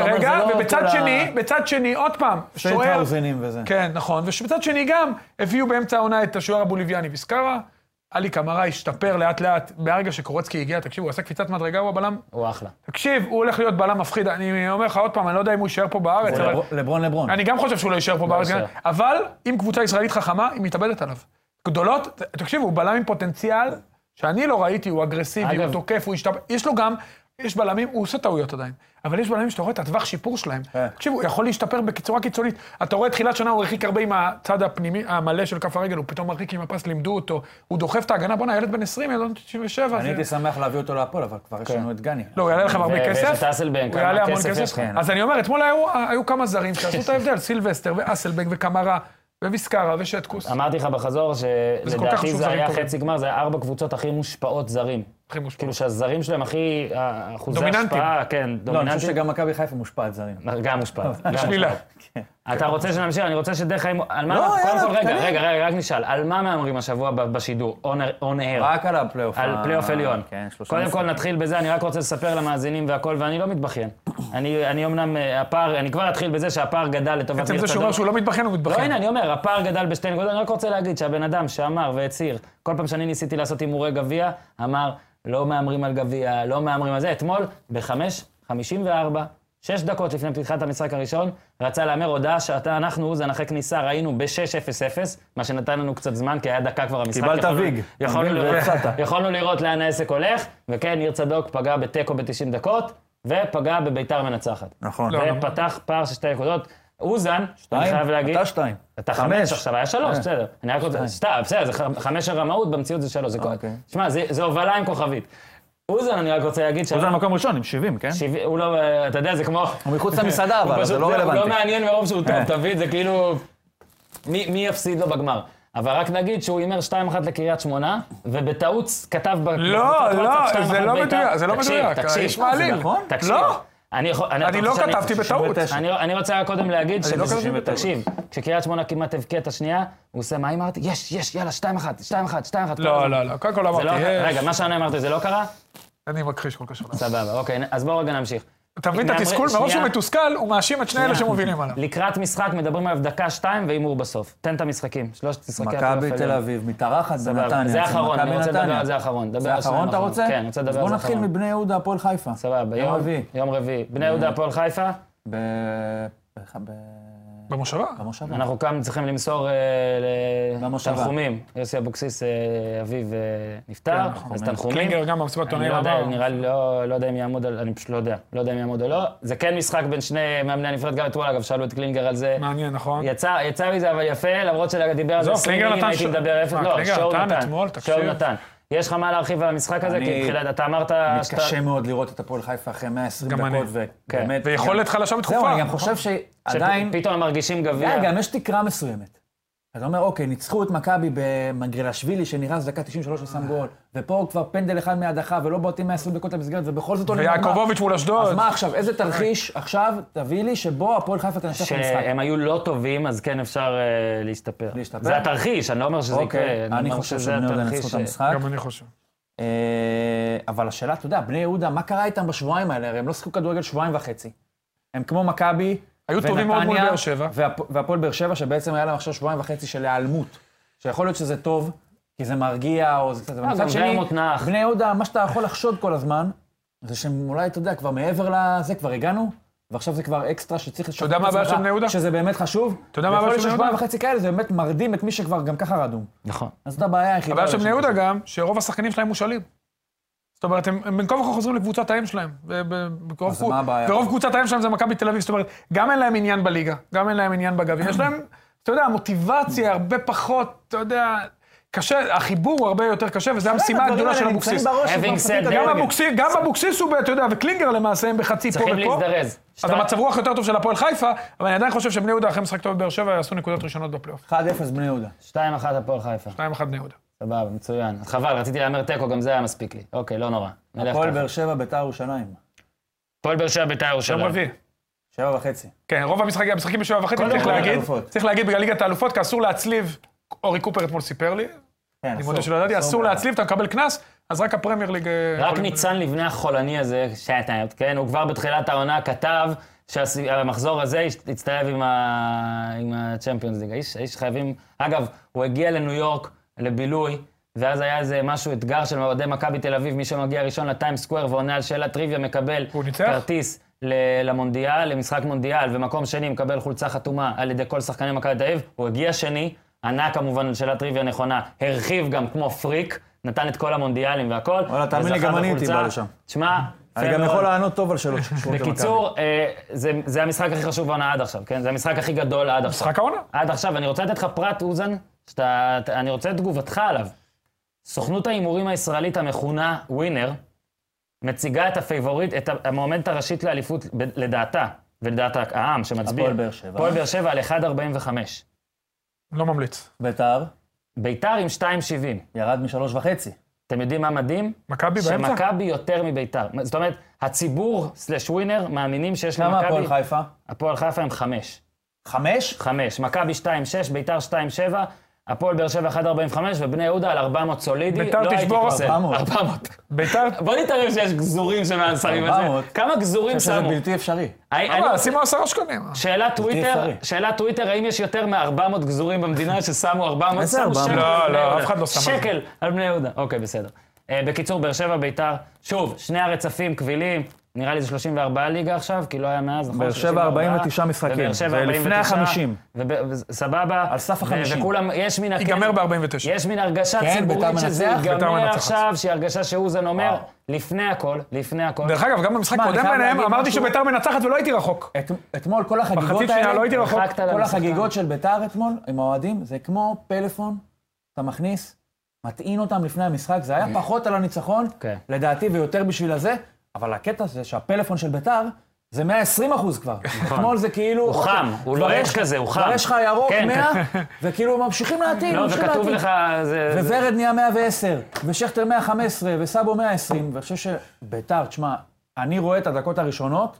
[SPEAKER 5] אומר,
[SPEAKER 2] רגע,
[SPEAKER 5] זה לא כל
[SPEAKER 2] ובצד
[SPEAKER 5] ה-
[SPEAKER 2] שני, בצד שני, עוד פעם, שוער...
[SPEAKER 5] פנטהאוזנים וזה.
[SPEAKER 2] כן, נכון. ובצד שני גם, הביאו באמצע העונה את השוער הבוליביאני ויסקרה. עלי קמרה השתפר לאט-לאט, ברגע שקורצקי הגיע, תקשיב, הוא עשה קפיצת מדרגה, הוא הבלם.
[SPEAKER 1] הוא אחלה.
[SPEAKER 2] תקשיב, הוא הולך להיות בלם מפחיד. אני אומר לך עוד פעם, אני לא יודע אם הוא יישאר פה בארץ, אבל...
[SPEAKER 5] לברון- לברון לברון.
[SPEAKER 2] אני גם חושב שהוא לא יישאר פה בארץ,
[SPEAKER 1] יישאר.
[SPEAKER 2] אבל אם קבוצה ישראלית חכמה, היא מתאבדת עליו. גדולות, תקשיבו, הוא בלם עם פוטנציאל שאני לא ראיתי, הוא אגרסיבי,
[SPEAKER 1] אגב-
[SPEAKER 2] הוא תוקף, הוא השתפ... יש לו גם, יש בלמים, הוא עושה טעויות עדיין, אבל יש בלמים שאתה רואה את הטווח שיפור שלהם. תקשיבו, הוא יכול להשתפר בצורה קיצונית. אתה רואה, תחילת שנה הוא הרחיק הרבה עם הצד הפנימי, המלא של כף הרגל, הוא פתאום מרחיק עם הפס, לימדו אותו, הוא דוחף את ההגנה, בואנה, ילד בן 20, ילד בן 97.
[SPEAKER 5] אני
[SPEAKER 2] זה-
[SPEAKER 5] הייתי שמח להביא אותו להפועל, אבל
[SPEAKER 1] כן.
[SPEAKER 5] כבר יש לנו את גני.
[SPEAKER 2] לא, הוא יעלה לכם הרבה
[SPEAKER 1] ו- ויש
[SPEAKER 2] כסף.
[SPEAKER 1] את אסלבנק,
[SPEAKER 2] הוא
[SPEAKER 1] כמה
[SPEAKER 2] יעלה המון
[SPEAKER 1] כסף יש
[SPEAKER 2] כסף.
[SPEAKER 1] לכם?
[SPEAKER 2] אז אני אומר, אתמול היו- היו כמה זרים שעשו את ההבדל, סילבסטר ואסלבנק וקמרה וויסקרה ושטקוס.
[SPEAKER 1] אמרתי לך בחזור
[SPEAKER 2] וזה כל כך
[SPEAKER 1] שלדעתי
[SPEAKER 2] חשוב
[SPEAKER 1] זה
[SPEAKER 2] זרים
[SPEAKER 1] היה
[SPEAKER 2] טובים.
[SPEAKER 1] חצי גמר, זה היה ארבע קבוצות הכי מושפעות זרים.
[SPEAKER 2] הכי מושפע.
[SPEAKER 1] כאילו שהזרים שלהם הכי, אה, אחוזי
[SPEAKER 2] דומיננטים.
[SPEAKER 1] השפעה, כן,
[SPEAKER 5] לא, אני חושב
[SPEAKER 1] דומיננטים.
[SPEAKER 5] שגם מכבי חיפה מושפעת זרים.
[SPEAKER 1] גם מושפעת. גם
[SPEAKER 2] שלילה.
[SPEAKER 1] מושפעת. אתה רוצה שנמשיך? אני רוצה שדרך האם... על מה...
[SPEAKER 5] כן. לא,
[SPEAKER 1] אנחנו- קודם
[SPEAKER 5] יאללה,
[SPEAKER 1] כל, רגע,
[SPEAKER 5] תגיד.
[SPEAKER 1] רגע, רגע, רק נשאל, על מה מהמרים השבוע ב- בשידור? און אייר.
[SPEAKER 5] רק על הפלייאוף.
[SPEAKER 1] על
[SPEAKER 5] ה-
[SPEAKER 1] פלייאוף עליון.
[SPEAKER 5] כן, שלושה
[SPEAKER 1] קודם כל
[SPEAKER 5] משחקים.
[SPEAKER 1] נתחיל בזה, אני רק רוצה לספר למאזינים והכל, ואני לא מתבכיין. אני אני אמנם, אה, הפער, אני כבר אתחיל בזה שהפער גדל לטובת
[SPEAKER 2] בעצם
[SPEAKER 1] ניר
[SPEAKER 2] זה שהוא אומר
[SPEAKER 1] צדוק.
[SPEAKER 5] כן.
[SPEAKER 2] שהוא לא מתבכיין, הוא
[SPEAKER 1] לא,
[SPEAKER 2] מתבכיין.
[SPEAKER 1] הנה, אני אומר, הפער גדל בשתי נקודות, אני רק רוצה להגיד שהבן אדם שאמר והצהיר, כל פעם שאני ניסיתי לעשות הימורי גביע, אמר, לא מהמרים על גביע, לא מהמרים על זה. אתמול, ב-5.54, שש דקות לפני פתיחת המשחק הראשון, רצה להמר הודעה שאתה, אנחנו אוזן אחרי כניסה, ראינו ב-6.00, מה שנתן לנו קצת זמן, כי היה דקה כבר המשחק.
[SPEAKER 5] קיבלת
[SPEAKER 1] יכולנו-
[SPEAKER 5] ויג.
[SPEAKER 1] יכולנו
[SPEAKER 5] אתה מבין?
[SPEAKER 1] לראות-
[SPEAKER 5] והפסדת.
[SPEAKER 1] יכולנו לראות לאן העסק הולך, וכן, ניר צדוק פגע בתיקו ב-90 דקות, ופגע בביתר מנצחת.
[SPEAKER 5] נכון.
[SPEAKER 2] לא,
[SPEAKER 1] ופתח פער של שתי נקודות. אוזן, אני
[SPEAKER 5] שתיים?
[SPEAKER 1] חייב להגיד...
[SPEAKER 5] אתה שתיים.
[SPEAKER 1] אתה חמש,
[SPEAKER 5] חמש.
[SPEAKER 1] עכשיו היה
[SPEAKER 2] אה.
[SPEAKER 1] שלוש, בסדר. אני רק רוצה... סתם, בסדר, זה ח- חמש של רמאות, במציאות זה שלוש, זה כואב.
[SPEAKER 5] אוקיי.
[SPEAKER 1] שמע, זה זה הובלה עם כוכבית. אוזן, אני רק רוצה להגיד ש...
[SPEAKER 5] זה מקום ראשון עם 70, כן?
[SPEAKER 1] שבעי- הוא לא, אה, אתה יודע, זה כמו...
[SPEAKER 5] הוא מחוץ למסעדה,
[SPEAKER 1] הוא
[SPEAKER 5] אבל
[SPEAKER 1] פשוט-
[SPEAKER 5] זה לא
[SPEAKER 1] הוא לא
[SPEAKER 5] רלוונטי.
[SPEAKER 1] מעניין מרוב שהוא
[SPEAKER 2] אה.
[SPEAKER 1] טוב, תביא את זה כאילו... מי מי יפסיד לו בגמר? אבל רק נגיד שהוא הימר 2-1 לקריית שמונה, ובטעות כתב ב...
[SPEAKER 2] לא,
[SPEAKER 1] בקבוצת וואטסאפ 2-1
[SPEAKER 2] לא, זה לא
[SPEAKER 1] בית"ר.
[SPEAKER 2] מדויק, זה לא
[SPEAKER 1] תקשיב,
[SPEAKER 2] מדויק.
[SPEAKER 1] תקשיב.
[SPEAKER 2] האיש מעליל.
[SPEAKER 5] נכון?
[SPEAKER 1] תקשיב.
[SPEAKER 2] לא.
[SPEAKER 1] אני יכול- אני
[SPEAKER 2] אני לא
[SPEAKER 1] רוצה שאני-
[SPEAKER 2] כתבתי בטעות.
[SPEAKER 1] אני, אני רוצה קודם להגיד, ש...
[SPEAKER 2] לא כתבתי בטעות.
[SPEAKER 1] תקשיב, כשקריית שמונה כמעט הבקיעה את השנייה, הוא עושה מה אמרתי? יש, יש, יאללה, 2-1, 2-1, 2-1. כל
[SPEAKER 2] לא,
[SPEAKER 1] הזמן.
[SPEAKER 2] לא, לא, קודם כל
[SPEAKER 1] זה לא...
[SPEAKER 2] אמרתי, אה,
[SPEAKER 1] רגע, מה שאני אמרתי זה לא קרה?
[SPEAKER 2] אני מכחיש כל כך שונה.
[SPEAKER 1] סבבה, אוקיי, אז בואו רגע נמשיך.
[SPEAKER 2] אתה מבין את
[SPEAKER 1] לגמרי,
[SPEAKER 2] התסכול? מרוב שהוא
[SPEAKER 1] שנייה.
[SPEAKER 2] מתוסכל, הוא מאשים את שני אלה שמובילים עליו.
[SPEAKER 1] לקראת משחק מדברים עליו דקה, שתיים, והימור בסוף. תן את המשחקים, שלושת משחקי
[SPEAKER 5] מכבי
[SPEAKER 1] הטורף
[SPEAKER 5] תל
[SPEAKER 1] העליון.
[SPEAKER 5] אביב, מתארחת
[SPEAKER 1] סבבה,
[SPEAKER 5] בנתניה.
[SPEAKER 1] זה האחרון,
[SPEAKER 5] מכבי
[SPEAKER 1] אני רוצה
[SPEAKER 5] נתניה.
[SPEAKER 1] לדבר על זה האחרון. דבר
[SPEAKER 5] זה
[SPEAKER 1] על שניים
[SPEAKER 5] האחרון אתה
[SPEAKER 1] האחרון.
[SPEAKER 5] רוצה?
[SPEAKER 1] כן, אני רוצה לדבר על
[SPEAKER 5] בוא
[SPEAKER 1] זה
[SPEAKER 5] נתחיל
[SPEAKER 1] האחרון.
[SPEAKER 5] מבני יהודה, הפועל חיפה.
[SPEAKER 1] סבבה,
[SPEAKER 5] יום
[SPEAKER 1] יום
[SPEAKER 5] רביעי.
[SPEAKER 1] יום רביעי. בני יהודה, הפועל חיפה,
[SPEAKER 5] ב... בח- ב-
[SPEAKER 2] במושבה.
[SPEAKER 5] במושבה.
[SPEAKER 1] אנחנו כאן צריכים למסור אה, ל-
[SPEAKER 5] במושבה.
[SPEAKER 1] תנחומים. יוסי אבוקסיס, אה, אביו אה, נפטר, אז תנחומים.
[SPEAKER 2] כן, נכון. קלינגר גם במסיבת
[SPEAKER 1] אני
[SPEAKER 2] עיתונאים
[SPEAKER 1] לא יודע,
[SPEAKER 2] אמר.
[SPEAKER 1] נראה לי, לא לא יודע אם יעמוד על, אני פשוט לא יודע, לא יודע אם יעמוד או לא. זה כן משחק בין שני מאמני הנפרד, גם אתמול, אגב, שאלו את קלינגר על זה.
[SPEAKER 2] מעניין, נכון?
[SPEAKER 1] יצא, יצא מזה אבל יפה, למרות שדיבר על זה
[SPEAKER 2] עזוב,
[SPEAKER 1] 20
[SPEAKER 2] קלינגר
[SPEAKER 1] מילים,
[SPEAKER 2] נתן
[SPEAKER 1] הייתי
[SPEAKER 2] ש-
[SPEAKER 1] מדבר אפס,
[SPEAKER 2] מה,
[SPEAKER 1] לא,
[SPEAKER 2] קלינגר
[SPEAKER 1] שואו
[SPEAKER 2] נתן
[SPEAKER 1] נתן,
[SPEAKER 2] אתמול, תקשיב.
[SPEAKER 1] שואו נתן. יש לך מה להרחיב על המשחק הזה? כי
[SPEAKER 5] אני-
[SPEAKER 1] מבחינת, אתה אמרת... שאתה-
[SPEAKER 5] קשה מאוד לראות את הפועל חיפה אחרי 120
[SPEAKER 2] גם
[SPEAKER 5] דקות,
[SPEAKER 2] אני.
[SPEAKER 5] ובאמת...
[SPEAKER 2] ויכולת חלשה
[SPEAKER 5] זהו,
[SPEAKER 2] בתקופה.
[SPEAKER 5] אני גם חושב שעדיין...
[SPEAKER 1] כן. נכון. שפתאום הם מרגישים גביע.
[SPEAKER 5] אה, גם יש תקרה מסוימת. אתה אומר, אוקיי, ניצחו את מכבי במגרלשווילי, שנכנס דקה 93
[SPEAKER 1] אה.
[SPEAKER 5] ושם גול, ופה כבר פנדל אחד מהדחה, ולא בועטים 120 דקות למסגרת, ובכל זאת עולים לגמר.
[SPEAKER 2] ויעקובוביץ' מול
[SPEAKER 5] אז
[SPEAKER 2] אשדוד.
[SPEAKER 5] מה עכשיו, איזה תרחיש עכשיו תביא לי שבו הפועל חיפה תנצח את המשחק?
[SPEAKER 1] שהם היו לא טובים, אז כן אפשר אה, להשתפר.
[SPEAKER 5] להשתפר?
[SPEAKER 1] זה התרחיש, אני לא אומר שזה יקרה.
[SPEAKER 5] אוקיי, אני
[SPEAKER 1] אומר
[SPEAKER 5] חושב
[SPEAKER 1] שזה
[SPEAKER 5] שבני יהודה
[SPEAKER 1] התרחיש
[SPEAKER 5] ינצחו את
[SPEAKER 1] ש-
[SPEAKER 5] המשחק.
[SPEAKER 2] גם אני חושב.
[SPEAKER 5] אה, אבל השאלה, אתה יודע, בני יהודה, מה קרה איתם בשבועיים האלה? הרי הם לא שיחקו כדורגל שבועיים וחצי. הם כמו מכבי
[SPEAKER 2] היו טובים מאוד מול באר שבע.
[SPEAKER 5] והפ- והפועל באר שבע, שבעצם היה להם עכשיו שבועיים וחצי של היעלמות. שיכול להיות שזה טוב, כי זה מרגיע, או זה קצת... אבל
[SPEAKER 1] אה, גם
[SPEAKER 5] מצד שני,
[SPEAKER 1] ורמוט נח.
[SPEAKER 5] בני יהודה, מה שאתה יכול לחשוד כל הזמן, זה שהם אולי, אתה יודע, כבר מעבר לזה, כבר הגענו, ועכשיו זה כבר אקסטרה שצריך לשחק
[SPEAKER 2] יודע מה הבעיה של בני יהודה?
[SPEAKER 5] שזה באמת חשוב.
[SPEAKER 2] אתה יודע מה הבעיה של בני
[SPEAKER 5] ויכול להיות
[SPEAKER 2] יהודה?
[SPEAKER 5] ששבועיים וחצי כאלה, זה באמת מרדים את מי שכבר גם ככה רדום.
[SPEAKER 1] נכון.
[SPEAKER 5] אז זאת הבעיה היחידה.
[SPEAKER 2] הבעיה של בני
[SPEAKER 5] לשם.
[SPEAKER 2] יהודה גם, שרוב השחקנים שלהם מושאלים. זאת אומרת, הם הם בין כה וכה חוזרים לקבוצת האם שלהם. ו- ב- ברוב
[SPEAKER 5] אז
[SPEAKER 2] קבוצ-
[SPEAKER 5] מה הבעיה?
[SPEAKER 2] ברוב קבוצת האם שלהם זה מכבי תל אביב. זאת אומרת, גם אין להם עניין בליגה, גם אין להם עניין בגביע. יש להם, אתה יודע, המוטיבציה הרבה פחות, אתה יודע, קשה, החיבור הוא הרבה יותר קשה, וזו המשימה
[SPEAKER 5] הדברים
[SPEAKER 2] הגדולה
[SPEAKER 5] האלה
[SPEAKER 2] של
[SPEAKER 5] נמצאים
[SPEAKER 2] אבוקסיס.
[SPEAKER 5] בראש, הם
[SPEAKER 1] Having
[SPEAKER 5] כבר
[SPEAKER 1] said
[SPEAKER 5] משחקים
[SPEAKER 1] that-
[SPEAKER 2] גם
[SPEAKER 5] כדורגל.
[SPEAKER 2] אבוקסיס, גם אבוקסיס הוא, אתה יודע, וקלינגר למעשה הם בחצי פה ופה.
[SPEAKER 1] צריכים להזדרז.
[SPEAKER 2] אז
[SPEAKER 1] שתיים-
[SPEAKER 2] המצב רוח יותר טוב של הפועל חיפה, אבל אני עדיין חושב שבני יהודה אחרי משחק טוב בבאר שבע יעשו נקודות ראשונות בפלייאוף.
[SPEAKER 5] 1-0 בני יהודה.
[SPEAKER 1] 2-1 הפועל חיפה.
[SPEAKER 2] 2-1 בני יהודה.
[SPEAKER 1] סבבה, מצוין. חבל, רציתי להמר תיקו, גם זה היה מספיק לי. אוקיי, לא נורא. נלך
[SPEAKER 5] הפועל
[SPEAKER 1] ככה.
[SPEAKER 5] באר שבע, ביתר ירושלים.
[SPEAKER 1] הפועל באר שבע, ביתר
[SPEAKER 2] יום
[SPEAKER 1] ירושלים.
[SPEAKER 2] רביעי.
[SPEAKER 5] שבע וחצי.
[SPEAKER 2] כן, רוב המשחקים, המשחקים בשבע וחצי,
[SPEAKER 5] קודם
[SPEAKER 2] צריך
[SPEAKER 5] כל,
[SPEAKER 2] להגיד,
[SPEAKER 5] האלופות.
[SPEAKER 2] צריך להגיד בגלל ליגת האלופות, כי אסור להצליב, אורי קופר אתמול סיפר לי,
[SPEAKER 5] כן,
[SPEAKER 2] אני
[SPEAKER 5] אסור.
[SPEAKER 2] מודה שלא ידעתי, אסור
[SPEAKER 5] בעיה.
[SPEAKER 2] להצליב, אתה מקבל קנס, אז רק הפרמייר ליג... אה,
[SPEAKER 1] רק
[SPEAKER 2] יכולים-
[SPEAKER 1] ניצן לבנה החולני הזה, שעתיים, כן? הוא כבר בתחילת העונה כתב שהמחזור הזה הש- הצטלב עם ה- עם ה-Champions League. האיש, האיש חייבים... אגב, הוא הגיע לניו יורק, לבילוי, ואז היה איזה משהו, אתגר של אוהדי מכבי תל אביב, מי שמגיע ראשון לטיים סקוואר ועונה על שאלת טריוויה מקבל
[SPEAKER 2] הוא ניצח?
[SPEAKER 1] כרטיס. ל- למונדיאל, למשחק מונדיאל, ומקום שני מקבל חולצה חתומה על ידי כל שחקני מכבי תל אביב, הוא הגיע שני, ענה כמובן על שאלת טריוויה נכונה, הרחיב גם כמו פריק, נתן את כל המונדיאלים והכל,
[SPEAKER 5] וואלה, תאמין לי,
[SPEAKER 1] וזכה
[SPEAKER 5] גם אני הייתי
[SPEAKER 1] בחולצה.
[SPEAKER 5] בא לשם.
[SPEAKER 1] תשמע,
[SPEAKER 5] אני
[SPEAKER 1] יפה
[SPEAKER 5] גם
[SPEAKER 1] מאוד.
[SPEAKER 5] יכול לענות טוב על שאלות שקשורות למכבי.
[SPEAKER 1] בקיצור, אה, זה, זה המשחק הכי חשוב בעונה עד עכשיו, כן? זה המשחק הכי גדול עד עכשיו.
[SPEAKER 2] משחק העונה.
[SPEAKER 1] עד עכשיו, אני רוצה לתת לך פרט, אוזן, שאתה, ת- אני רוצה את תגובתך עליו. סוכנות ההימורים הישראלית המכונה ווינר, מציגה את הפייבוריט, את המועמדת הראשית לאליפות, ב- לדעתה, ולדעת העם שמצביע.
[SPEAKER 5] הפועל באר שבע.
[SPEAKER 1] הפועל באר שבע על 1.45.
[SPEAKER 2] לא ממליץ.
[SPEAKER 5] ביתר
[SPEAKER 1] ביתר עם 2.70.
[SPEAKER 5] ירד משלוש וחצי.
[SPEAKER 1] אתם יודעים מה מדהים?
[SPEAKER 2] מכבי באמצע?
[SPEAKER 1] שמכבי יותר מביתר. זאת אומרת, הציבור סלש ווינר מאמינים שיש למכבי...
[SPEAKER 5] כמה הפועל חיפה?
[SPEAKER 1] הפועל חיפה הם חמש.
[SPEAKER 5] חמש?
[SPEAKER 1] חמש. מכבי שתיים שש, ביתר שתיים שבע. הפועל באר שבע 1.45 ובני יהודה על 400 סולידי,
[SPEAKER 2] ביתר
[SPEAKER 1] לא הייתי
[SPEAKER 2] תשבור
[SPEAKER 1] פוסל.
[SPEAKER 5] 400.
[SPEAKER 1] 400.
[SPEAKER 2] ביתר,
[SPEAKER 1] בוא נתערב שיש גזורים ששמים את
[SPEAKER 5] 400.
[SPEAKER 1] זה. כמה גזורים
[SPEAKER 5] שזה
[SPEAKER 1] שמו?
[SPEAKER 5] בלתי אפשרי.
[SPEAKER 1] אני- אני-
[SPEAKER 5] לא-
[SPEAKER 2] אבל שימו עשרה שקלים.
[SPEAKER 1] שאלת טוויטר,
[SPEAKER 5] אפשרי.
[SPEAKER 1] שאלת טוויטר, האם יש יותר מ-400 גזורים במדינה ששמו 400?
[SPEAKER 5] איזה
[SPEAKER 1] שמו
[SPEAKER 5] 400?
[SPEAKER 1] שקל על
[SPEAKER 2] לא,
[SPEAKER 1] בני
[SPEAKER 2] לא,
[SPEAKER 1] יהודה.
[SPEAKER 2] אף אחד לא שם על זה.
[SPEAKER 1] שקל על בני יהודה. אוקיי, בסדר. אה, בקיצור, באר שבע, ביתר, שוב, שני הרצפים קבילים, נראה לי זה 34 ליגה עכשיו, כי לא היה מאז, נכון?
[SPEAKER 5] באר שבע
[SPEAKER 1] 34,
[SPEAKER 5] 49 משחקים,
[SPEAKER 1] ובאר שבע
[SPEAKER 5] זה
[SPEAKER 1] 49,
[SPEAKER 5] לפני ה-50.
[SPEAKER 1] וב- ו- סבבה.
[SPEAKER 5] על סף
[SPEAKER 1] ו-
[SPEAKER 5] ה-50.
[SPEAKER 1] וכולם, יש מן... הכ-
[SPEAKER 2] ייגמר ב-49.
[SPEAKER 1] יש מין הרגשה
[SPEAKER 5] כן,
[SPEAKER 1] ציבורית
[SPEAKER 5] ביתר
[SPEAKER 1] שזה
[SPEAKER 5] מנצח,
[SPEAKER 2] ביתר
[SPEAKER 1] ייגמר
[SPEAKER 2] מנצחת.
[SPEAKER 1] עכשיו, שהיא הרגשה שאוזן אומר, לפני הכל, לפני הכל.
[SPEAKER 2] דרך אגב, גם במשחק
[SPEAKER 5] שמע, אני
[SPEAKER 2] הקודם
[SPEAKER 5] חייב
[SPEAKER 2] ביניהם,
[SPEAKER 5] להגיד
[SPEAKER 2] אמרתי
[SPEAKER 5] משהו.
[SPEAKER 2] שביתר מנצחת ולא הייתי רחוק.
[SPEAKER 5] את, אתמול כל
[SPEAKER 2] מחצית
[SPEAKER 5] החגיגות
[SPEAKER 2] שנייה לא
[SPEAKER 5] האלה,
[SPEAKER 2] הייתי רחוק.
[SPEAKER 1] הרחקת לנו
[SPEAKER 5] כל
[SPEAKER 1] שחקן.
[SPEAKER 5] החגיגות של ביתר אתמול עם האוהדים, זה כמו פלאפון, אתה מכניס, מטעין אותם לפני המשחק, זה היה פחות על הניצחון,
[SPEAKER 1] כן.
[SPEAKER 5] לדעתי, ויותר בשביל הזה, אבל הקטע זה שהפלאפון של ביתר... זה 120 אחוז כבר. אתמול זה כאילו...
[SPEAKER 1] נכון. הוא
[SPEAKER 5] אוקיי,
[SPEAKER 1] חם, הוא
[SPEAKER 5] כבר
[SPEAKER 1] לוהט
[SPEAKER 5] יש-
[SPEAKER 1] כזה, הוא חם.
[SPEAKER 5] כבר יש לך ירוק
[SPEAKER 1] כן,
[SPEAKER 5] 100, וכאילו ממשיכים להטעין,
[SPEAKER 1] לא,
[SPEAKER 5] ממשיכים
[SPEAKER 1] וכתוב
[SPEAKER 5] להטעין.
[SPEAKER 1] לך... זה- זה-
[SPEAKER 5] וורד נהיה 110, ושכטר 115, וסאבו 120, ואני חושב שביתר, תשמע, אני רואה את הדקות הראשונות,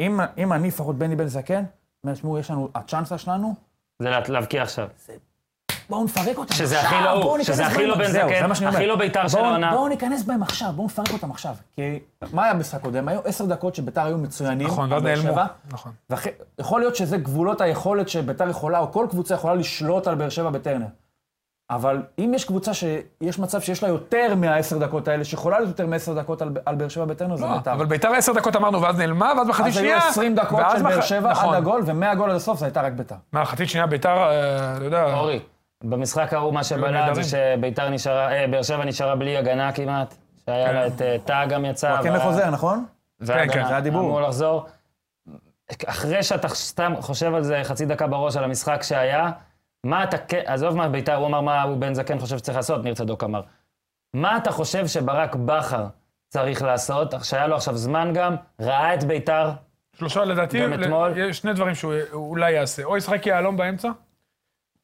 [SPEAKER 5] אם, אם אני לפחות בני בן זקן, אומר, תשמעו, יש לנו, הצ'אנסה שלנו,
[SPEAKER 1] זה לה- להבקיע עכשיו.
[SPEAKER 5] בואו נפרק אותם
[SPEAKER 1] שזה
[SPEAKER 5] עכשיו,
[SPEAKER 1] הכי לא הוא,
[SPEAKER 5] בואו ניכנס
[SPEAKER 1] שזה הכי
[SPEAKER 5] בהם.
[SPEAKER 1] לא בן
[SPEAKER 5] זהו,
[SPEAKER 1] זקן,
[SPEAKER 5] זה מה שאני אומר.
[SPEAKER 1] הכי לא בית"ר של
[SPEAKER 5] בואו-
[SPEAKER 1] העונה.
[SPEAKER 5] בואו ניכנס בהם עכשיו, בואו נפרק אותם עכשיו. כי מה היה במשחק קודם? היו עשר דקות שביתר היו מצוינים.
[SPEAKER 2] נכון, ואז
[SPEAKER 5] באר
[SPEAKER 2] נעלמו.
[SPEAKER 5] שבע.
[SPEAKER 2] נכון.
[SPEAKER 5] ואחרי- יכול להיות שזה גבולות היכולת שביתר יכולה, או כל קבוצה יכולה לשלוט על באר שבע בטרנר. אבל אם יש קבוצה שיש מצב שיש לה יותר מהעשר דקות האלה, שיכולה להיות יותר מעשר דקות על, על באר שבע בטרנר, זה
[SPEAKER 2] לא,
[SPEAKER 5] ביתר.
[SPEAKER 2] אבל ביתר עשר דקות אמרנו, ואז נעלמה, ואז מחצית
[SPEAKER 5] אז היו
[SPEAKER 2] שנייה...
[SPEAKER 5] 20 דקות
[SPEAKER 2] ואז
[SPEAKER 5] של באר
[SPEAKER 2] מח-
[SPEAKER 5] שבע
[SPEAKER 2] נכון. לא,
[SPEAKER 5] עד הגול, ומהגול עד הסוף זה הייתה רק ביתר.
[SPEAKER 2] מחצית שנייה ביתר, אה, אתה יודע...
[SPEAKER 1] אורי, במשחק ההוא מה שבלט זה
[SPEAKER 2] נהדרים.
[SPEAKER 1] שביתר נשארה, אה, באר שבע נשארה בלי הגנה כמעט, שהיה לה את אה, טאה גם יצא.
[SPEAKER 5] כן,
[SPEAKER 1] אבל-
[SPEAKER 5] וחוזר, נכון?
[SPEAKER 1] ועד
[SPEAKER 2] כן, כן,
[SPEAKER 1] ה-
[SPEAKER 2] זה
[SPEAKER 5] הדיבור.
[SPEAKER 1] אמור לחזור. אחרי שאתה סתם חושב על זה חצי דקה בראש, על המשחק שהיה, מה אתה כן, עזוב מה ביתר, הוא אמר מה הוא בן זקן חושב שצריך לעשות, ניר צדוק אמר. מה אתה חושב שברק בכר צריך לעשות, שהיה לו עכשיו זמן גם, ראה את ביתר,
[SPEAKER 2] שלושה לדעתי,
[SPEAKER 1] גם
[SPEAKER 2] ל-
[SPEAKER 1] אתמול.
[SPEAKER 2] יש שני דברים שהוא אולי יעשה. או ישחק יהלום באמצע,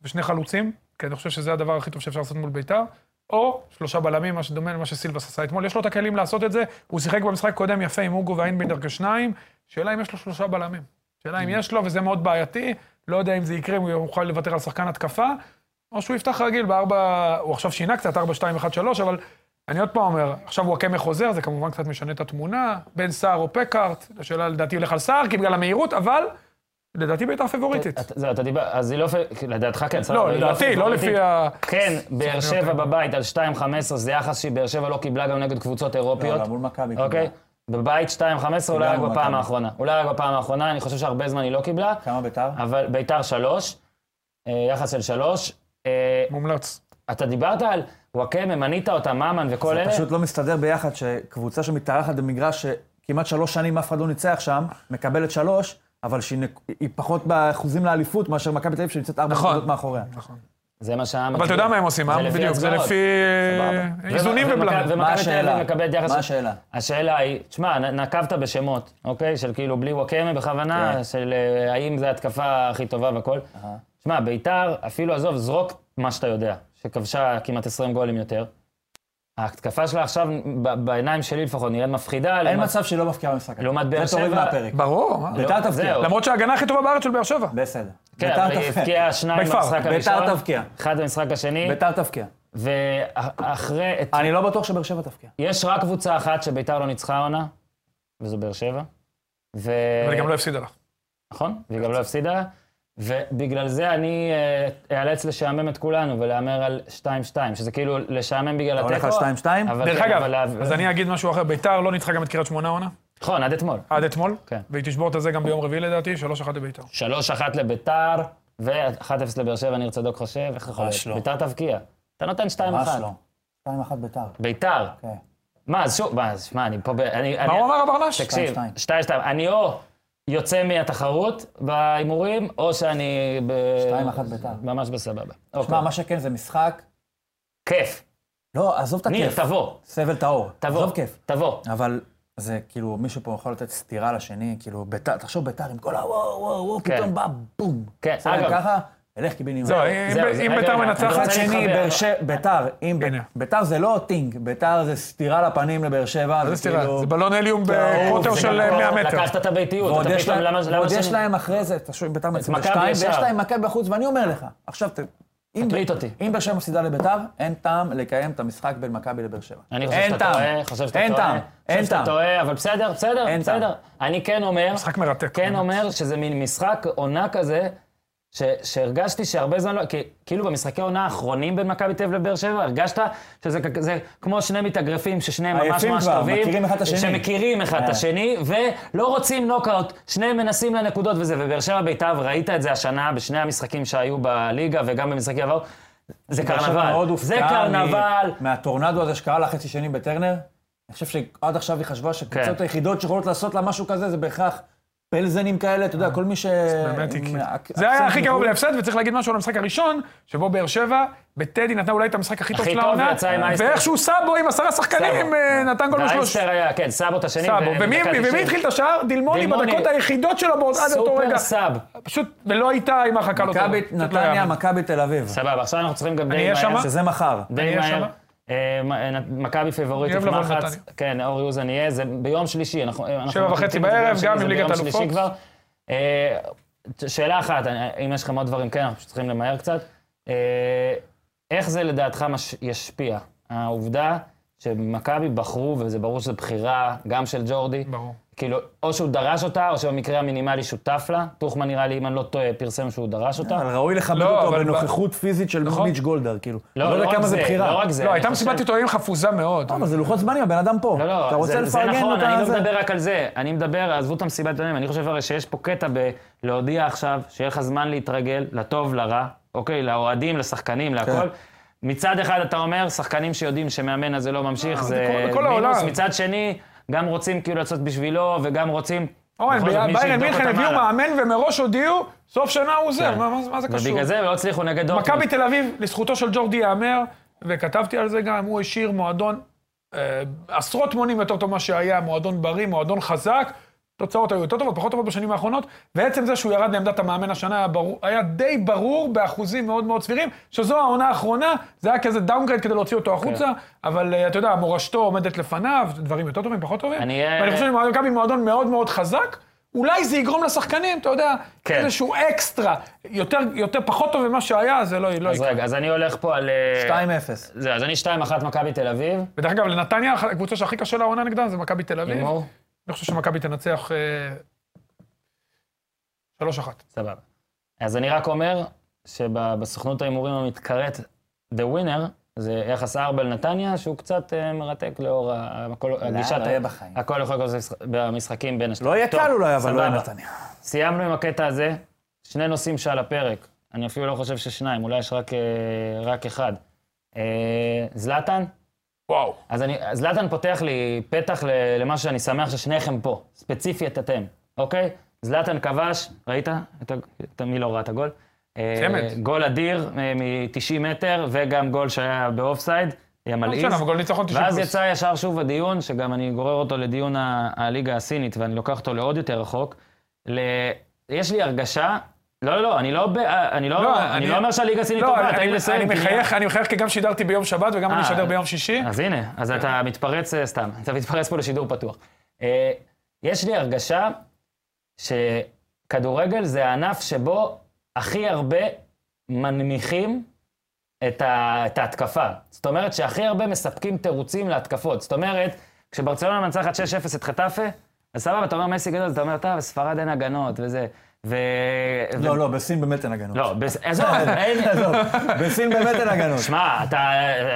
[SPEAKER 2] ושני חלוצים, כי אני חושב שזה הדבר הכי טוב שאפשר לעשות מול ביתר, או שלושה בלמים, מה שדומה למה שסילבס עשה אתמול. יש לו את הכלים לעשות את זה, הוא שיחק במשחק קודם יפה עם אוגו ואיינבינדר כשניים, שאלה אם יש לו שלושה בלמים. שאלה אם יש לו, וזה מאוד בעייתי, לא יודע אם זה יקרה, אם הוא יוכל לוותר על שחקן התקפה, או שהוא יפתח רגיל בארבע, הוא עכשיו שינה קצת, ארבע, שתיים, אחד, שלוש, אבל אני עוד פעם אומר, עכשיו וואקמה חוזר, זה כמובן קצת משנה את התמונה, בין סער או פקארט, השאלה לדעתי הולך על סער, כי בגלל המהירות, אבל לדעתי ביתר פבוריטית.
[SPEAKER 1] אתה- זהו, אתה דיבר, אז היא לא, פ- לדעתך כן, סבבה,
[SPEAKER 2] לא,
[SPEAKER 1] היא
[SPEAKER 2] לדעתי, לא
[SPEAKER 1] פייבוריטית.
[SPEAKER 2] לפי ה...
[SPEAKER 1] כן, באר שבע בבית על 2.15, זה יחס שבאר שבע לא קיבלה גם נגד קבוצות אירופיות.
[SPEAKER 5] לא, מול מכבי.
[SPEAKER 1] אוקיי? בבית 2.15, אולי רק
[SPEAKER 5] קיבלנו
[SPEAKER 1] בפעם
[SPEAKER 5] מכבי.
[SPEAKER 1] האחרונה. אולי רק בפעם האחרונה, אני חושב שהרבה זמן היא לא קיבלה,
[SPEAKER 5] כמה ביתר?
[SPEAKER 1] אבל ביתר 3, יחס של 3.
[SPEAKER 2] מומלץ.
[SPEAKER 1] אתה דיברת על וואקמה, מנית אותה, ממן וכל אלה.
[SPEAKER 5] זה פשוט לא מסתדר ביחד שקבוצה שמתארחת במגרש שכמעט שלוש שנים אף אחד לא ניצח שם, מקבלת שלוש, אבל שהיא נק- היא פחות באחוזים לאליפות מאשר מכבי תל אביב שנמצאת ארבע
[SPEAKER 2] נכון.
[SPEAKER 5] נקודות מאחוריה.
[SPEAKER 1] זה מה שהיה...
[SPEAKER 2] אבל אתה יודע מה הם עושים, אה? בדיוק, זה לפי
[SPEAKER 1] סבבה.
[SPEAKER 2] איזונים
[SPEAKER 1] ומכבי-
[SPEAKER 2] ובלמים.
[SPEAKER 1] ומכבי
[SPEAKER 5] מה
[SPEAKER 1] תל אביב
[SPEAKER 5] השאלה?
[SPEAKER 1] מקבלת יחס-
[SPEAKER 5] מה השאלה?
[SPEAKER 1] השאלה היא, תשמע, נ- נקבת בשמות, אוקיי? של כאילו בלי וואקמה
[SPEAKER 5] כן.
[SPEAKER 1] בכוונה, של אה, האם זו התקפה הכי טובה והכל. תשמע, ביתר, אפילו עזוב, זרוק מה שאתה יודע, שכבשה כמעט 20 גולים יותר. ההתקפה שלה עכשיו, ב- בעיניים שלי לפחות, נראית מפחידה.
[SPEAKER 5] אין
[SPEAKER 1] לעומת-
[SPEAKER 5] מצב שהיא לא מפקיעה במשחק. הזה.
[SPEAKER 1] לעומת באר
[SPEAKER 5] זה
[SPEAKER 1] שבע-
[SPEAKER 5] תוריד מהפרק.
[SPEAKER 2] ברור, מה?
[SPEAKER 5] ביתר
[SPEAKER 1] לא,
[SPEAKER 5] תבקיע.
[SPEAKER 1] זהו.
[SPEAKER 2] למרות שההגנה הכי טובה בארץ של באר שבע.
[SPEAKER 5] בסדר.
[SPEAKER 1] כן,
[SPEAKER 5] ביתר
[SPEAKER 1] אבל היא
[SPEAKER 5] תבקיע.
[SPEAKER 1] הבקיעה שניים
[SPEAKER 2] by far.
[SPEAKER 1] במשחק
[SPEAKER 5] ביתר
[SPEAKER 1] הראשון.
[SPEAKER 5] תבקיע.
[SPEAKER 1] אחד במשחק השני,
[SPEAKER 5] ביתר תבקיע.
[SPEAKER 1] ואחרי... את-
[SPEAKER 5] אני לא בטוח שבאר שבע תבקיע.
[SPEAKER 1] יש רק קבוצה אחת שביתר לא ניצחה העונה, וזו באר שבע. ו...
[SPEAKER 2] אבל היא גם לא הפסידה לה.
[SPEAKER 1] נכון, והיא גם לא הפסידה. ובגלל זה אני אה, אאלץ לשעמם את כולנו ולהמר על 2-2, שזה כאילו לשעמם בגלל
[SPEAKER 5] אתה
[SPEAKER 1] התיקו.
[SPEAKER 5] הולך על 2-2?
[SPEAKER 1] אבל- כן,
[SPEAKER 2] דרך אגב,
[SPEAKER 1] אבל-
[SPEAKER 2] אז אני אגיד משהו אחר, ביתר לא ניצחה גם את קריית שמונה עונה,
[SPEAKER 1] נכון, עד אתמול.
[SPEAKER 2] עד אתמול,
[SPEAKER 1] כן.
[SPEAKER 2] והיא תשבור את זה גם ביום רביעי לדעתי, 3-1 לביתר.
[SPEAKER 1] 3-1 לביתר, ו-1-0 לבאר שבע, ניר צדוק חושב, איך זה יכול
[SPEAKER 5] ממש
[SPEAKER 1] להיות?
[SPEAKER 5] לא.
[SPEAKER 1] ביתר תבקיע. אתה נותן 2-1.
[SPEAKER 5] ממש לא. 2-1 ביתר.
[SPEAKER 1] ביתר.
[SPEAKER 5] כן.
[SPEAKER 1] מה, אז שוב, מה, אז שמע, אני פה ב... אני-
[SPEAKER 2] מה
[SPEAKER 1] אני-
[SPEAKER 2] הוא אמר הברנש?
[SPEAKER 1] תקשיב,
[SPEAKER 5] 2-2.
[SPEAKER 1] 2-2. אני או יוצא מהתחרות בהימורים, או שאני... ב...
[SPEAKER 5] 2-1 ביתר.
[SPEAKER 1] ממש בסבבה.
[SPEAKER 5] שמע,
[SPEAKER 1] אוקיי.
[SPEAKER 5] מה שכן זה משחק.
[SPEAKER 1] כיף.
[SPEAKER 5] לא, עזוב את
[SPEAKER 1] ניר,
[SPEAKER 5] הכיף.
[SPEAKER 1] תבוא.
[SPEAKER 5] סבל טהור.
[SPEAKER 1] תבוא.
[SPEAKER 5] עזוב כיף.
[SPEAKER 1] תבוא.
[SPEAKER 5] אבל זה כאילו, מישהו פה יכול לתת סטירה לשני, כאילו, ביתר, תחשוב ביתר עם כל הוואו, וואו, וואו,
[SPEAKER 1] כן.
[SPEAKER 5] פתאום בא בום.
[SPEAKER 1] כן,
[SPEAKER 5] עושה להם
[SPEAKER 1] אגב.
[SPEAKER 5] ככה, אלך אה, קיבינימט.
[SPEAKER 2] זהו, אם-
[SPEAKER 1] זהו, אה,
[SPEAKER 2] אם
[SPEAKER 1] רגע,
[SPEAKER 2] ביתר
[SPEAKER 1] רגע, אני
[SPEAKER 2] מנצחת...
[SPEAKER 5] מצד
[SPEAKER 1] רוצה
[SPEAKER 5] שני,
[SPEAKER 1] להתחבר.
[SPEAKER 5] באר שבע, ביתר, אם...
[SPEAKER 2] הנה.
[SPEAKER 5] ביתר זה לא טינג, ביתר זה סטירה לפנים לבאר שבע,
[SPEAKER 2] מה זה
[SPEAKER 5] זה
[SPEAKER 2] סטירה?
[SPEAKER 5] כאילו...
[SPEAKER 2] זה בלון הליום
[SPEAKER 1] זה
[SPEAKER 2] בקוטר
[SPEAKER 1] גם
[SPEAKER 2] של
[SPEAKER 1] לא-
[SPEAKER 2] 100 מטר.
[SPEAKER 1] לקחת את הביתיות.
[SPEAKER 5] ועוד
[SPEAKER 1] אתה
[SPEAKER 5] יש
[SPEAKER 1] פתאום,
[SPEAKER 5] להם-
[SPEAKER 1] למה- למה
[SPEAKER 5] ועוד
[SPEAKER 1] שאני-
[SPEAKER 5] יש להם אחרי זה, תשוב, ביתר מצליחה
[SPEAKER 1] מכבי
[SPEAKER 5] שתיים,
[SPEAKER 1] ישר.
[SPEAKER 5] ויש להם מכבי בחוץ, ואני אומר לך, עכשיו, ת- אם-
[SPEAKER 1] תטריט אותי.
[SPEAKER 5] אם באר שבע מפסידה לביתר, אין טעם לקיים את המשחק בין מכבי לבאר שבע.
[SPEAKER 1] אני חושב
[SPEAKER 5] אין
[SPEAKER 1] שאתה
[SPEAKER 5] טעם.
[SPEAKER 1] טועה, חושב שאתה
[SPEAKER 5] אין
[SPEAKER 1] טועה.
[SPEAKER 5] טעם, אין
[SPEAKER 1] חושב שאתה
[SPEAKER 5] טעם.
[SPEAKER 1] טועה, אבל בסדר, בסדר,
[SPEAKER 5] אין
[SPEAKER 1] בסדר.
[SPEAKER 5] טעם.
[SPEAKER 1] אני כן אומר,
[SPEAKER 2] משחק מרתק.
[SPEAKER 1] כן אומר שזה מין משחק עונה כזה, ש, שהרגשתי שהרבה זמן לא... כי, כאילו במשחקי עונה האחרונים בין מכבי תל אבב לבאר שבע, הרגשת שזה כ- זה כמו שני מתאגרפים ששניהם ממש
[SPEAKER 5] עייפים
[SPEAKER 1] ממש
[SPEAKER 5] כבר,
[SPEAKER 1] טובים.
[SPEAKER 5] מכירים אחד את השני.
[SPEAKER 1] שמכירים אחד את
[SPEAKER 5] אה.
[SPEAKER 1] השני, ולא רוצים נוקאוט, שניהם מנסים לנקודות וזה, ובאר שבע בית"ר, ראית את זה השנה בשני המשחקים שהיו בליגה וגם במשחקי עבר. זה
[SPEAKER 5] באר שבע מאוד
[SPEAKER 1] קרנבל, זה
[SPEAKER 5] הופתעה
[SPEAKER 1] קרנבל,
[SPEAKER 5] מ- מהטורנדו הזה שקרה לה חצי שני בטרנר. אני חושב שעד עכשיו היא חשבה שהקבוצות
[SPEAKER 1] כן.
[SPEAKER 5] היחידות שיכולות לעשות לה משהו כזה זה בהכרח פלזנים כאלה, אתה יודע,
[SPEAKER 1] אה.
[SPEAKER 5] כל מי ש...
[SPEAKER 2] באמת, היא
[SPEAKER 5] עם
[SPEAKER 2] כאילו-
[SPEAKER 5] אק-
[SPEAKER 2] זה היה
[SPEAKER 5] אקסנט
[SPEAKER 2] הכי קרוב
[SPEAKER 5] מחו"ל.
[SPEAKER 2] להפסד, וצריך להגיד משהו על המשחק הראשון, שבו באר שבע, בטדי נתנה אולי את המשחק הכי טוב
[SPEAKER 1] הכי
[SPEAKER 2] של
[SPEAKER 1] טוב,
[SPEAKER 2] העונה,
[SPEAKER 1] ויצא עם אייסטר.
[SPEAKER 2] ואיכשהו סאבו עם עשרה שחקנים
[SPEAKER 1] סאבו.
[SPEAKER 2] אה, נתן גול בשלוש.
[SPEAKER 1] ואייסטר היה, כן, סאבו את השני.
[SPEAKER 2] סאבו.
[SPEAKER 1] ו-
[SPEAKER 2] ומי
[SPEAKER 1] בדקה
[SPEAKER 2] ומי
[SPEAKER 1] 90.
[SPEAKER 2] התחיל את השער? דילמוני
[SPEAKER 1] דילמוני.
[SPEAKER 2] בדקות היחידות שלו בעוד עד אותו רגע.
[SPEAKER 1] סופר סאב.
[SPEAKER 2] פשוט, ולא הייתה עם החכה לא טובה.
[SPEAKER 5] מכבי
[SPEAKER 2] פשוט לא
[SPEAKER 5] נתניה,
[SPEAKER 2] יאמן.
[SPEAKER 5] מכבי תל אביב.
[SPEAKER 1] סבבה, עכשיו אנחנו צריכים גם די
[SPEAKER 2] אהיה
[SPEAKER 1] מהר.
[SPEAKER 2] שמה?
[SPEAKER 5] שזה מחר.
[SPEAKER 1] די
[SPEAKER 2] אהיה
[SPEAKER 1] מהר.
[SPEAKER 2] שמה?
[SPEAKER 1] אה, מ- אה, מכבי פיבוריטית,
[SPEAKER 2] אני אוהב לבוא
[SPEAKER 1] מחץ,
[SPEAKER 2] לנתניה.
[SPEAKER 1] כן, אור יוזן יהיה, זה ביום שלישי, אנחנו... אה, אנחנו
[SPEAKER 2] שבע וחצי
[SPEAKER 1] מקליטים את זה
[SPEAKER 2] בערב,
[SPEAKER 1] ביום שני,
[SPEAKER 2] גם
[SPEAKER 1] זה
[SPEAKER 2] עם ליגת
[SPEAKER 1] ביום
[SPEAKER 2] האלופות.
[SPEAKER 1] שלישי כבר. אה, שאלה אחת, אני- אם יש לכם עוד דברים, כן, אנחנו פשוט צריכים למהר קצת. אה, איך זה לדעתך מש- ישפיע? העובדה שמכבי בחרו, וזה ברור שזו בחירה גם של ג'ורדי,
[SPEAKER 2] ברור.
[SPEAKER 1] כאילו, או שהוא דרש אותה, או שבמקרה המינימלי שותף לה. טוחמן נראה לי, אם אני לא טועה, פרסם שהוא דרש אותה.
[SPEAKER 5] אבל ראוי לכבד
[SPEAKER 2] לא,
[SPEAKER 5] אותו
[SPEAKER 2] אבל-
[SPEAKER 5] בנוכחות פיזית של
[SPEAKER 2] נכון.
[SPEAKER 5] מיץ' גולדהר, כאילו.
[SPEAKER 1] לא,
[SPEAKER 5] יודע
[SPEAKER 1] רק
[SPEAKER 5] כמה זה בחירה.
[SPEAKER 1] לא רק זה.
[SPEAKER 2] לא,
[SPEAKER 1] אני
[SPEAKER 2] הייתה
[SPEAKER 1] חושב-
[SPEAKER 2] מסיבת עיתונאים חפוזה מאוד.
[SPEAKER 5] לא, אבל זה לוחות זמנים, הבן אדם פה.
[SPEAKER 1] לא, לא,
[SPEAKER 5] אתה רוצה
[SPEAKER 1] זה, זה
[SPEAKER 5] לפרגן לו
[SPEAKER 1] נכון,
[SPEAKER 5] את
[SPEAKER 1] אני לא
[SPEAKER 5] הזה?
[SPEAKER 1] מדבר רק על זה. אני מדבר, עזבו את המסיבת עיתונאים, אני חושב הרי שיש פה קטע בלהודיע עכשיו, שיהיה לך זמן להתרגל, לטוב, לרע, אוקיי? לאוהדים, לשחקנים,
[SPEAKER 5] כן.
[SPEAKER 1] להכל. מצד אחד אתה אומר, שחקנים שיודעים שמאמן הזה לא ממשיך, זה
[SPEAKER 2] אה, כל- כל
[SPEAKER 1] מינוס.
[SPEAKER 2] העולם.
[SPEAKER 1] מצד שני, גם רוצים כאילו לצאת בשבילו, וגם רוצים...
[SPEAKER 2] אורן,
[SPEAKER 1] בכל זאת, נכון, מי
[SPEAKER 2] ביירן
[SPEAKER 1] שיבדוק
[SPEAKER 2] מינכן
[SPEAKER 1] אותם
[SPEAKER 2] הביאו
[SPEAKER 1] הלאה.
[SPEAKER 2] מאמן ומראש הודיעו, סוף שנה הוא עוזב.
[SPEAKER 1] כן.
[SPEAKER 2] מה- מה זה- מה זה קשור?
[SPEAKER 1] ובגלל זה הם לא הצליחו נגד דורטמונד.
[SPEAKER 2] מכבי תל אביב, לזכותו של ג'ורדי ייאמר, וכתבתי על זה גם, הוא השאיר מועדון אה, עשרות מונים יותר טוב ממה שהיה, מועדון בריא, מועדון חזק. תוצאות היו יותר טובות, פחות טובות בשנים האחרונות, ועצם זה שהוא ירד לעמדת המאמן השנה היה, ברור, היה די ברור באחוזים מאוד מאוד סבירים, שזו העונה האחרונה, זה היה כזה דאונגרייד כדי להוציא
[SPEAKER 1] כן.
[SPEAKER 2] אותו החוצה, אבל אה, אתה יודע, מורשתו עומדת לפניו, דברים יותר טובים, פחות טובים.
[SPEAKER 1] אני, אה,
[SPEAKER 2] ואני חושב שמכבי מועדון מאוד מאוד חזק, אולי זה יגרום לשחקנים, אתה יודע,
[SPEAKER 1] כן.
[SPEAKER 2] איזשהו אקסטרה, יותר, יותר פחות טוב ממה שהיה, זה לא, לא
[SPEAKER 1] אז
[SPEAKER 2] יקרה.
[SPEAKER 1] רגע, אז אני הולך פה על... אה,
[SPEAKER 5] 2-0.
[SPEAKER 1] זהו, אז אני 2-1 מכבי תל אביב.
[SPEAKER 2] ודרך אגב, לנתניה, אחת- הקבוצה שהכי קשה לעונה נגדה זה מכבי תל אביב.
[SPEAKER 1] הימור?
[SPEAKER 2] אני חושב שמכבי תנצח אה, 3-1.
[SPEAKER 1] סבבה. אז אני רק אומר שבסוכנות ההימורים המתקראת The Winner, זה יחס 4 לנתניה, שהוא קצת אה, מרתק לאור ה- הכל- הגישת...
[SPEAKER 5] לא יהיה בחיים.
[SPEAKER 1] הכל יכול לקרות במשחק- במשחקים בין השניים.
[SPEAKER 5] לא יהיה
[SPEAKER 1] טוב,
[SPEAKER 5] קל אולי, אבל לא יהיה
[SPEAKER 1] סבבה.
[SPEAKER 5] נתניה.
[SPEAKER 1] סיימנו עם הקטע הזה, שני נושאים שעל הפרק. אני אפילו לא חושב ששניים, אולי יש רק, אה, רק אחד. אה, זלאטן?
[SPEAKER 2] וואו.
[SPEAKER 1] אז אני, אז זלאטן פותח לי פתח ל- למשהו שאני שמח ששניכם פה, ספציפית אתם, אוקיי? זלאטן כבש, ראית? אתה, אתה מי לא ראה את הגול?
[SPEAKER 2] צמד.
[SPEAKER 1] אה, גול אדיר מ-90 מטר, וגם גול שהיה באופסייד, היה
[SPEAKER 2] לא
[SPEAKER 1] מלעיז.
[SPEAKER 2] משנה, אבל גול ניצחון 90
[SPEAKER 1] ואז
[SPEAKER 2] פלוס.
[SPEAKER 1] יצא ישר שוב הדיון, שגם אני גורר אותו לדיון ה- הליגה הסינית, ואני לוקח אותו לעוד יותר רחוק. ל... יש לי הרגשה, לא, לא, לא, אני לא, ב... אני לא,
[SPEAKER 2] לא,
[SPEAKER 1] אני
[SPEAKER 2] אני-
[SPEAKER 1] לא אומר שהליגה הסינית טובה, תן לי לסיים.
[SPEAKER 2] אני
[SPEAKER 1] כי נהיה-
[SPEAKER 2] מחייך, אני מחייך כי גם שידרתי ביום שבת וגם אני
[SPEAKER 1] אה,
[SPEAKER 2] אשדר
[SPEAKER 1] אה.
[SPEAKER 2] ביום שישי.
[SPEAKER 5] כן.
[SPEAKER 1] אז הנה, אז אתה מתפרץ אה, סתם, אתה מתפרץ פה לשידור פתוח. אה, יש לי הרגשה שכדורגל זה הענף שבו הכי הרבה מנמיכים את, ה, את ההתקפה. זאת אומרת שהכי הרבה מספקים תירוצים להתקפות. זאת אומרת, כשברצלונה מנצחת 6-0 את חטאפה, אז סבבה, אתה אומר מסי גדול, אז אתה אומר, טוב, בספרד אין הגנות וזה. ו...
[SPEAKER 5] לא, לא, בסין באמת אין הגנות.
[SPEAKER 1] לא, בס- עזוב, אין...
[SPEAKER 5] עזוב, בסין באמת אין הגנות.
[SPEAKER 1] שמע, אתה...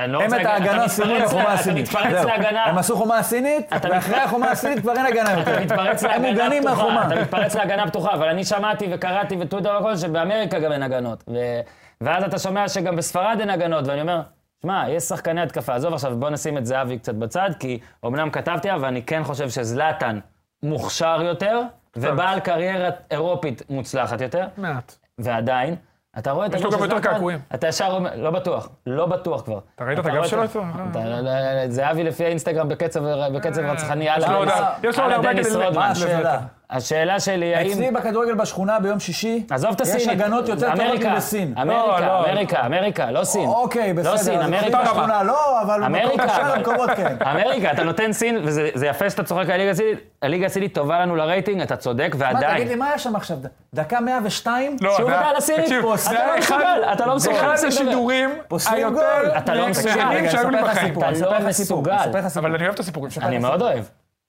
[SPEAKER 1] אני לא
[SPEAKER 5] הם
[SPEAKER 1] רוצה
[SPEAKER 5] את
[SPEAKER 1] להגיד- אתה
[SPEAKER 5] ההגנה
[SPEAKER 1] מתפרץ
[SPEAKER 5] סיימו עם
[SPEAKER 1] לה-
[SPEAKER 5] החומה הסינית.
[SPEAKER 1] אתה מתפרץ
[SPEAKER 5] זהו.
[SPEAKER 1] להגנה.
[SPEAKER 5] הם עשו חומה סינית,
[SPEAKER 1] אתה
[SPEAKER 5] ואחרי
[SPEAKER 1] מתפרץ-
[SPEAKER 5] החומה הסינית כבר אין הגנה יותר.
[SPEAKER 1] אתה מתפרץ
[SPEAKER 5] הם
[SPEAKER 1] להגנה
[SPEAKER 5] מוגנים
[SPEAKER 1] פתוחה,
[SPEAKER 5] מהחומה.
[SPEAKER 1] אתה מתפרץ להגנה פתוחה, אבל אני שמעתי וקראתי וטוויטר והכל שבאמריקה גם אין הגנות. ו- ואז אתה שומע שגם בספרד אין הגנות, ואני אומר, שמע, יש שחקני התקפה. עזוב עכשיו, בוא נשים את זהבי קצת בצד, כי אמנם כתבתי לה, ואני כן חושב שזלאטן מוכשר יותר, ובעל קריירה אירופית מוצלחת יותר.
[SPEAKER 2] מעט.
[SPEAKER 1] ועדיין, אתה רואה את
[SPEAKER 2] יש לו
[SPEAKER 1] הגול
[SPEAKER 2] גם
[SPEAKER 1] של
[SPEAKER 2] יותר
[SPEAKER 1] זלאטן,
[SPEAKER 2] קעקועים.
[SPEAKER 1] אתה ישר אומר, לא בטוח, לא בטוח כבר.
[SPEAKER 2] אתה ראית את הגב
[SPEAKER 1] רואה
[SPEAKER 2] שלו?
[SPEAKER 1] אתה- לא, זהבי לפי האינסטגרם בקצב בקצב רצחני,
[SPEAKER 2] אה, יש לו
[SPEAKER 1] יאללה.
[SPEAKER 2] עוד-
[SPEAKER 1] יאללה,
[SPEAKER 2] יש לו עוד הרבה
[SPEAKER 1] דניס
[SPEAKER 2] כדי
[SPEAKER 1] רודמן.
[SPEAKER 5] מה השאלה?
[SPEAKER 1] השאלה שלי, האם...
[SPEAKER 5] אצלי בכדורגל בשכונה ביום שישי,
[SPEAKER 1] עזוב את הסינית.
[SPEAKER 5] יש הגנות יותר טובות
[SPEAKER 1] אמריקה,
[SPEAKER 5] מבסין.
[SPEAKER 2] לא,
[SPEAKER 1] אמריקה,
[SPEAKER 2] לא.
[SPEAKER 1] אמריקה, אמריקה, לא סין.
[SPEAKER 5] אוקיי, בסדר.
[SPEAKER 1] לא סין,
[SPEAKER 5] אז
[SPEAKER 1] אמריקה.
[SPEAKER 5] אצלי בשכונה לא, אבל
[SPEAKER 1] אמריקה,
[SPEAKER 5] בשאר
[SPEAKER 1] אבל-
[SPEAKER 5] המקומות כן.
[SPEAKER 1] אמריקה, אתה נותן סין, וזה זה יפה שאתה צוחק על הליגה הסינית. הליגה הסינית טובה לנו לרייטינג, אתה צודק,
[SPEAKER 5] מה, תגיד לי,
[SPEAKER 1] ועדיין.
[SPEAKER 5] מה היה שם עכשיו? דקה 102?
[SPEAKER 2] לא,
[SPEAKER 1] שוב
[SPEAKER 2] זה-
[SPEAKER 1] אתה על הסינית?
[SPEAKER 2] תקשיב,
[SPEAKER 1] אתה
[SPEAKER 2] זה
[SPEAKER 1] לא
[SPEAKER 2] היה
[SPEAKER 1] מסוגל,
[SPEAKER 2] אחד-
[SPEAKER 1] אתה לא מסוגל
[SPEAKER 2] זה אחד
[SPEAKER 1] לדבר.
[SPEAKER 2] השידורים
[SPEAKER 5] פוסלים גול.
[SPEAKER 2] היותר
[SPEAKER 1] אתה לא מסוגל.
[SPEAKER 2] מעניינים
[SPEAKER 1] רגע,
[SPEAKER 2] שהיו
[SPEAKER 5] אני
[SPEAKER 2] לי
[SPEAKER 5] אספר לך
[SPEAKER 2] בחיים.
[SPEAKER 5] סיפור, אני
[SPEAKER 1] אתה
[SPEAKER 5] אספר
[SPEAKER 1] לא
[SPEAKER 5] לך סיפור,
[SPEAKER 1] מסוגל.
[SPEAKER 5] אני אספר לך סיפור.
[SPEAKER 2] אבל אני אוהב את הסיפורים שלך.
[SPEAKER 1] אני מאוד אוהב.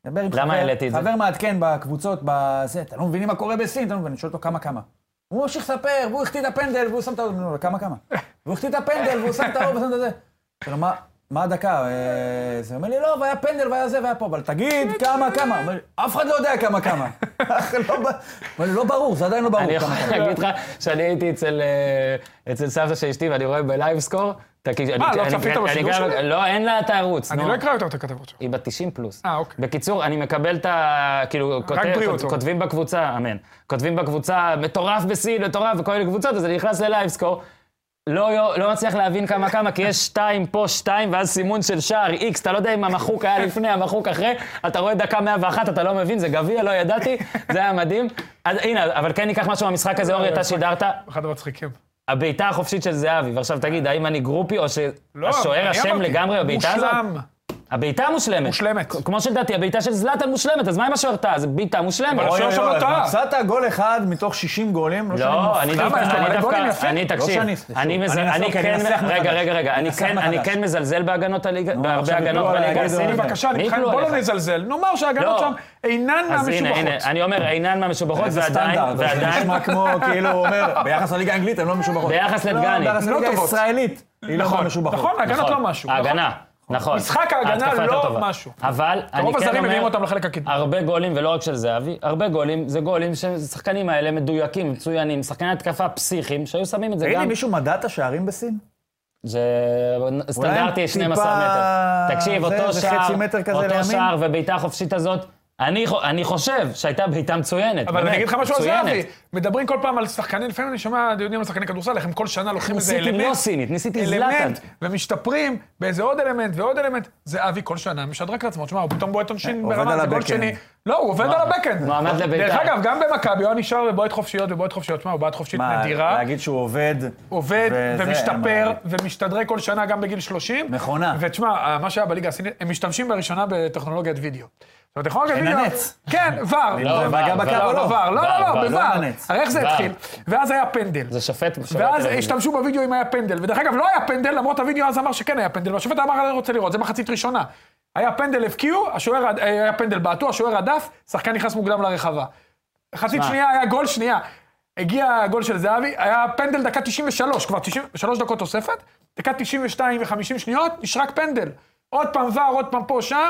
[SPEAKER 5] מדבר עם
[SPEAKER 1] למה
[SPEAKER 5] חבר-
[SPEAKER 1] העליתי את זה?
[SPEAKER 5] חבר מעדכן בקבוצות, בזה, אתה לא מבינים מה קורה בסין, אתה לא מבין, אני שואל אותו כמה כמה. הוא ממשיך לספר, והוא החטיא את הפנדל, והוא שם את האור, נו, כמה כמה. והוא החטיא את הפנדל, והוא שם את האור ושם את זה. אמרתי לו, "מה- מה הדקה? אה, זה אומר לי, לא, והיה פנדל, והיה זה, והיה פה, אבל תגיד כמה כמה. הוא אומר לי, אף אחד לא יודע כמה כמה. לא ב- אומר לי, לא ברור, זה עדיין לא ברור
[SPEAKER 1] אני
[SPEAKER 5] כמה
[SPEAKER 1] יכול
[SPEAKER 5] כמה.
[SPEAKER 1] להגיד לך שאני הייתי אצל אה, אצל סבתא של אשתי ואני רואה בלייב סקור.
[SPEAKER 2] מה, לא צפית בשידור שלה?
[SPEAKER 1] לא, אין לה את הערוץ,
[SPEAKER 2] אני
[SPEAKER 1] נו.
[SPEAKER 2] לא אקרא יותר את הכתבות שלך.
[SPEAKER 1] היא בת 90 פלוס.
[SPEAKER 2] אה, אוקיי.
[SPEAKER 1] בקיצור, אני מקבל את ה... כאילו, כותב,
[SPEAKER 2] בריאות,
[SPEAKER 1] כות-
[SPEAKER 2] אוקיי.
[SPEAKER 1] כותבים בקבוצה, אמן. כותבים בקבוצה, מטורף בסין, מטורף, וכל מיני קבוצות, אז אני נכנס ללייבסקור. לא, לא, לא מצליח להבין כמה כמה, כי יש שתיים פה, שתיים, ואז סימון של שער איקס, אתה לא יודע אם המחוק היה לפני, המחוק אחרי, אתה רואה דקה 101, אתה לא מבין, זה גביע, לא ידעתי, זה היה מדהים. אז הנה, אבל כן ניקח משהו מהמשחק
[SPEAKER 2] לא,
[SPEAKER 1] הזה, אורי, אתה שידרת,
[SPEAKER 2] אחד המצחיקים.
[SPEAKER 1] הבעיטה החופשית של זהבי, ועכשיו תגיד, האם אני גרופי, או
[SPEAKER 2] לא,
[SPEAKER 1] שהשוער
[SPEAKER 2] אני
[SPEAKER 1] אשם
[SPEAKER 2] אמרתי,
[SPEAKER 1] לגמרי בבעיטה הזאת?
[SPEAKER 2] מושלם.
[SPEAKER 1] הבעיטה מושלמת.
[SPEAKER 2] מושלמת.
[SPEAKER 1] כ- כמו שלדעתי, הבעיטה של זלאטן מושלמת, אז מה עם השוער טעה? זו בעיטה מושלמת.
[SPEAKER 2] אבל-
[SPEAKER 5] אוי,
[SPEAKER 2] השוער
[SPEAKER 5] אוי,
[SPEAKER 2] שם לא
[SPEAKER 5] אוי,
[SPEAKER 2] טעה.
[SPEAKER 5] מצאת גול אחד מתוך 60 גולים, לא שאני
[SPEAKER 1] לא, אני
[SPEAKER 5] מופתע.
[SPEAKER 1] דווקא,
[SPEAKER 2] יש לו
[SPEAKER 1] אני
[SPEAKER 2] מלא גולים
[SPEAKER 1] דווקא,
[SPEAKER 2] יפים?
[SPEAKER 1] אני, תקשיב,
[SPEAKER 5] שאני אסלח.
[SPEAKER 1] אני מזל-
[SPEAKER 5] אני אנסה,
[SPEAKER 1] אני
[SPEAKER 5] כי אני
[SPEAKER 1] כן,
[SPEAKER 5] אנסח מחדש.
[SPEAKER 1] רגע, רגע, רגע, אני
[SPEAKER 5] אנסח
[SPEAKER 1] כן- אני
[SPEAKER 5] מחדש.
[SPEAKER 1] כן מזלזל בהגנות הליגה, בהרבה
[SPEAKER 5] עכשיו
[SPEAKER 1] הגנות
[SPEAKER 5] יפלו עליי,
[SPEAKER 1] בליגה
[SPEAKER 5] יגידו,
[SPEAKER 1] הסינית.
[SPEAKER 5] "אוקיי".
[SPEAKER 2] בבקשה,
[SPEAKER 1] מי
[SPEAKER 2] נתחיל,
[SPEAKER 1] יפלו
[SPEAKER 2] בוא
[SPEAKER 1] עליך?
[SPEAKER 2] לא נזלזל. נאמר שההגנות
[SPEAKER 1] לא.
[SPEAKER 2] שם אינן
[SPEAKER 1] אז הנה, הנה,
[SPEAKER 2] מהמשובחות.
[SPEAKER 1] אני אומר, אינן מהמשובחות,
[SPEAKER 5] זה
[SPEAKER 1] ועדיין,
[SPEAKER 5] סטנדרט, זה
[SPEAKER 1] ועדיין,
[SPEAKER 5] נשמע כמו, כאילו, הוא אומר, ביחס לליגה האנגלית הם לא משובחות.
[SPEAKER 1] ביחס לדגני.
[SPEAKER 5] לא, ביחס
[SPEAKER 2] לא
[SPEAKER 5] לליגה
[SPEAKER 2] טובות.
[SPEAKER 5] הישראלית, היא לא
[SPEAKER 2] נכון,
[SPEAKER 5] משובחות.
[SPEAKER 2] נכון, ההגנות
[SPEAKER 1] נכון.
[SPEAKER 2] לא משהו.
[SPEAKER 1] ההגנה, נכון.
[SPEAKER 2] משחק ההגנה
[SPEAKER 1] ההתקפה יותר
[SPEAKER 2] לא
[SPEAKER 1] טובה.
[SPEAKER 2] משהו.
[SPEAKER 1] אבל אני כן אומר... אה,
[SPEAKER 2] רוב הזרים מביאים אותם לחלק הקדמי.
[SPEAKER 1] הרבה גולים, ולא רק של זהבי, הרבה גולים, זה גולים שהשחקנים האלה מדויקים, מצוינים, שחקני התקפה פסיכיים, שהיו שמים את זה
[SPEAKER 5] תגיד לי,
[SPEAKER 1] גם...
[SPEAKER 5] מישהו מדע את השערים בסין?
[SPEAKER 1] זה סטנדרטי
[SPEAKER 5] הם
[SPEAKER 1] 12
[SPEAKER 5] טיפה-
[SPEAKER 1] מטר. תקשיב,
[SPEAKER 5] זה-
[SPEAKER 1] אותו
[SPEAKER 5] זה
[SPEAKER 1] שער,
[SPEAKER 5] חצי מטר כזה
[SPEAKER 1] אותו
[SPEAKER 5] לימין?
[SPEAKER 1] שער ובעיטה החופשית הזאת, אני חו- אני חושב שהייתה בעיטה מצוינת,
[SPEAKER 2] אבל
[SPEAKER 1] באמת,
[SPEAKER 2] אני אגיד לך משהו על
[SPEAKER 1] מצוינת.
[SPEAKER 2] זהבי. מדברים כל פעם על שחקנים, לפעמים אני שומע דיונים על שחקני כדורסל, איך הם כל שנה לוקחים איזה
[SPEAKER 1] ניסיתי
[SPEAKER 2] אלמנט.
[SPEAKER 1] לא סינית, ניסיתי זלאטן.
[SPEAKER 2] אלמנט, ומשתפרים באיזה עוד אלמנט ועוד אלמנט. זהבי כל שנה משדרג לעצמו, תשמע, הוא פתאום בועט
[SPEAKER 1] אה,
[SPEAKER 2] עונשין
[SPEAKER 5] עובד
[SPEAKER 2] ברמה,
[SPEAKER 5] על
[SPEAKER 2] זה גול
[SPEAKER 5] הבקן.
[SPEAKER 2] שני. לא, הוא עובד על הבקן.
[SPEAKER 1] מועמד לבית"ר.
[SPEAKER 2] דרך אגב, גם במכבי, הוא היה נשאר ובועט חופשיות ובועט חופשיות. תשמע, הוא בעט חופשית
[SPEAKER 5] מה,
[SPEAKER 2] נדירה.
[SPEAKER 5] להגיד שהוא עובד?
[SPEAKER 2] עובד
[SPEAKER 5] וזה, אה,
[SPEAKER 2] ומשתפר
[SPEAKER 5] אין מה
[SPEAKER 2] ומשתדרג כל שנה גם בגיל 30.
[SPEAKER 5] מכונה.
[SPEAKER 2] ותשמע, מה שהיה בליגה הסינית, הם משתמשים בראשונה בטכנולוגיית וידאו. זאת אומרת, טכנולוגיית וידאו...
[SPEAKER 5] לנץ.
[SPEAKER 2] כן, ור.
[SPEAKER 1] לא,
[SPEAKER 5] ונגע בקו
[SPEAKER 2] לא,
[SPEAKER 5] או לא?
[SPEAKER 2] בוואר, לא, לא,
[SPEAKER 1] ור,
[SPEAKER 2] לא,
[SPEAKER 1] ור,
[SPEAKER 2] בוואר.
[SPEAKER 5] לא לנץ.
[SPEAKER 2] הרי איך זה
[SPEAKER 1] ור.
[SPEAKER 2] התחיל? ואז היה פנדל.
[SPEAKER 1] זה שופט... שופט
[SPEAKER 2] ואז
[SPEAKER 1] תל אביב.
[SPEAKER 2] השתמשו בווידאו אם היה פנדל, ודרך אגב לא היה פנדל, למרות הווידאו אז אמר שכן היה פנדל, והשופט אמר אני רוצה לראות, זה מחצית ראשונה. היה פנדל הבקיעו, השוער, הד- אה, היה פנדל בעטו, השוער הדף, שחקן נכנס מוקדם לרחבה. מחצית שנייה היה גול, שנייה. הגיע הגול של זהבי, היה פנדל דקה 93, כבר 93 דקות תוספת, דקה 92 ו-50 שניות, נשרק פנדל. עוד פעם ור, עוד פעם פה, שם,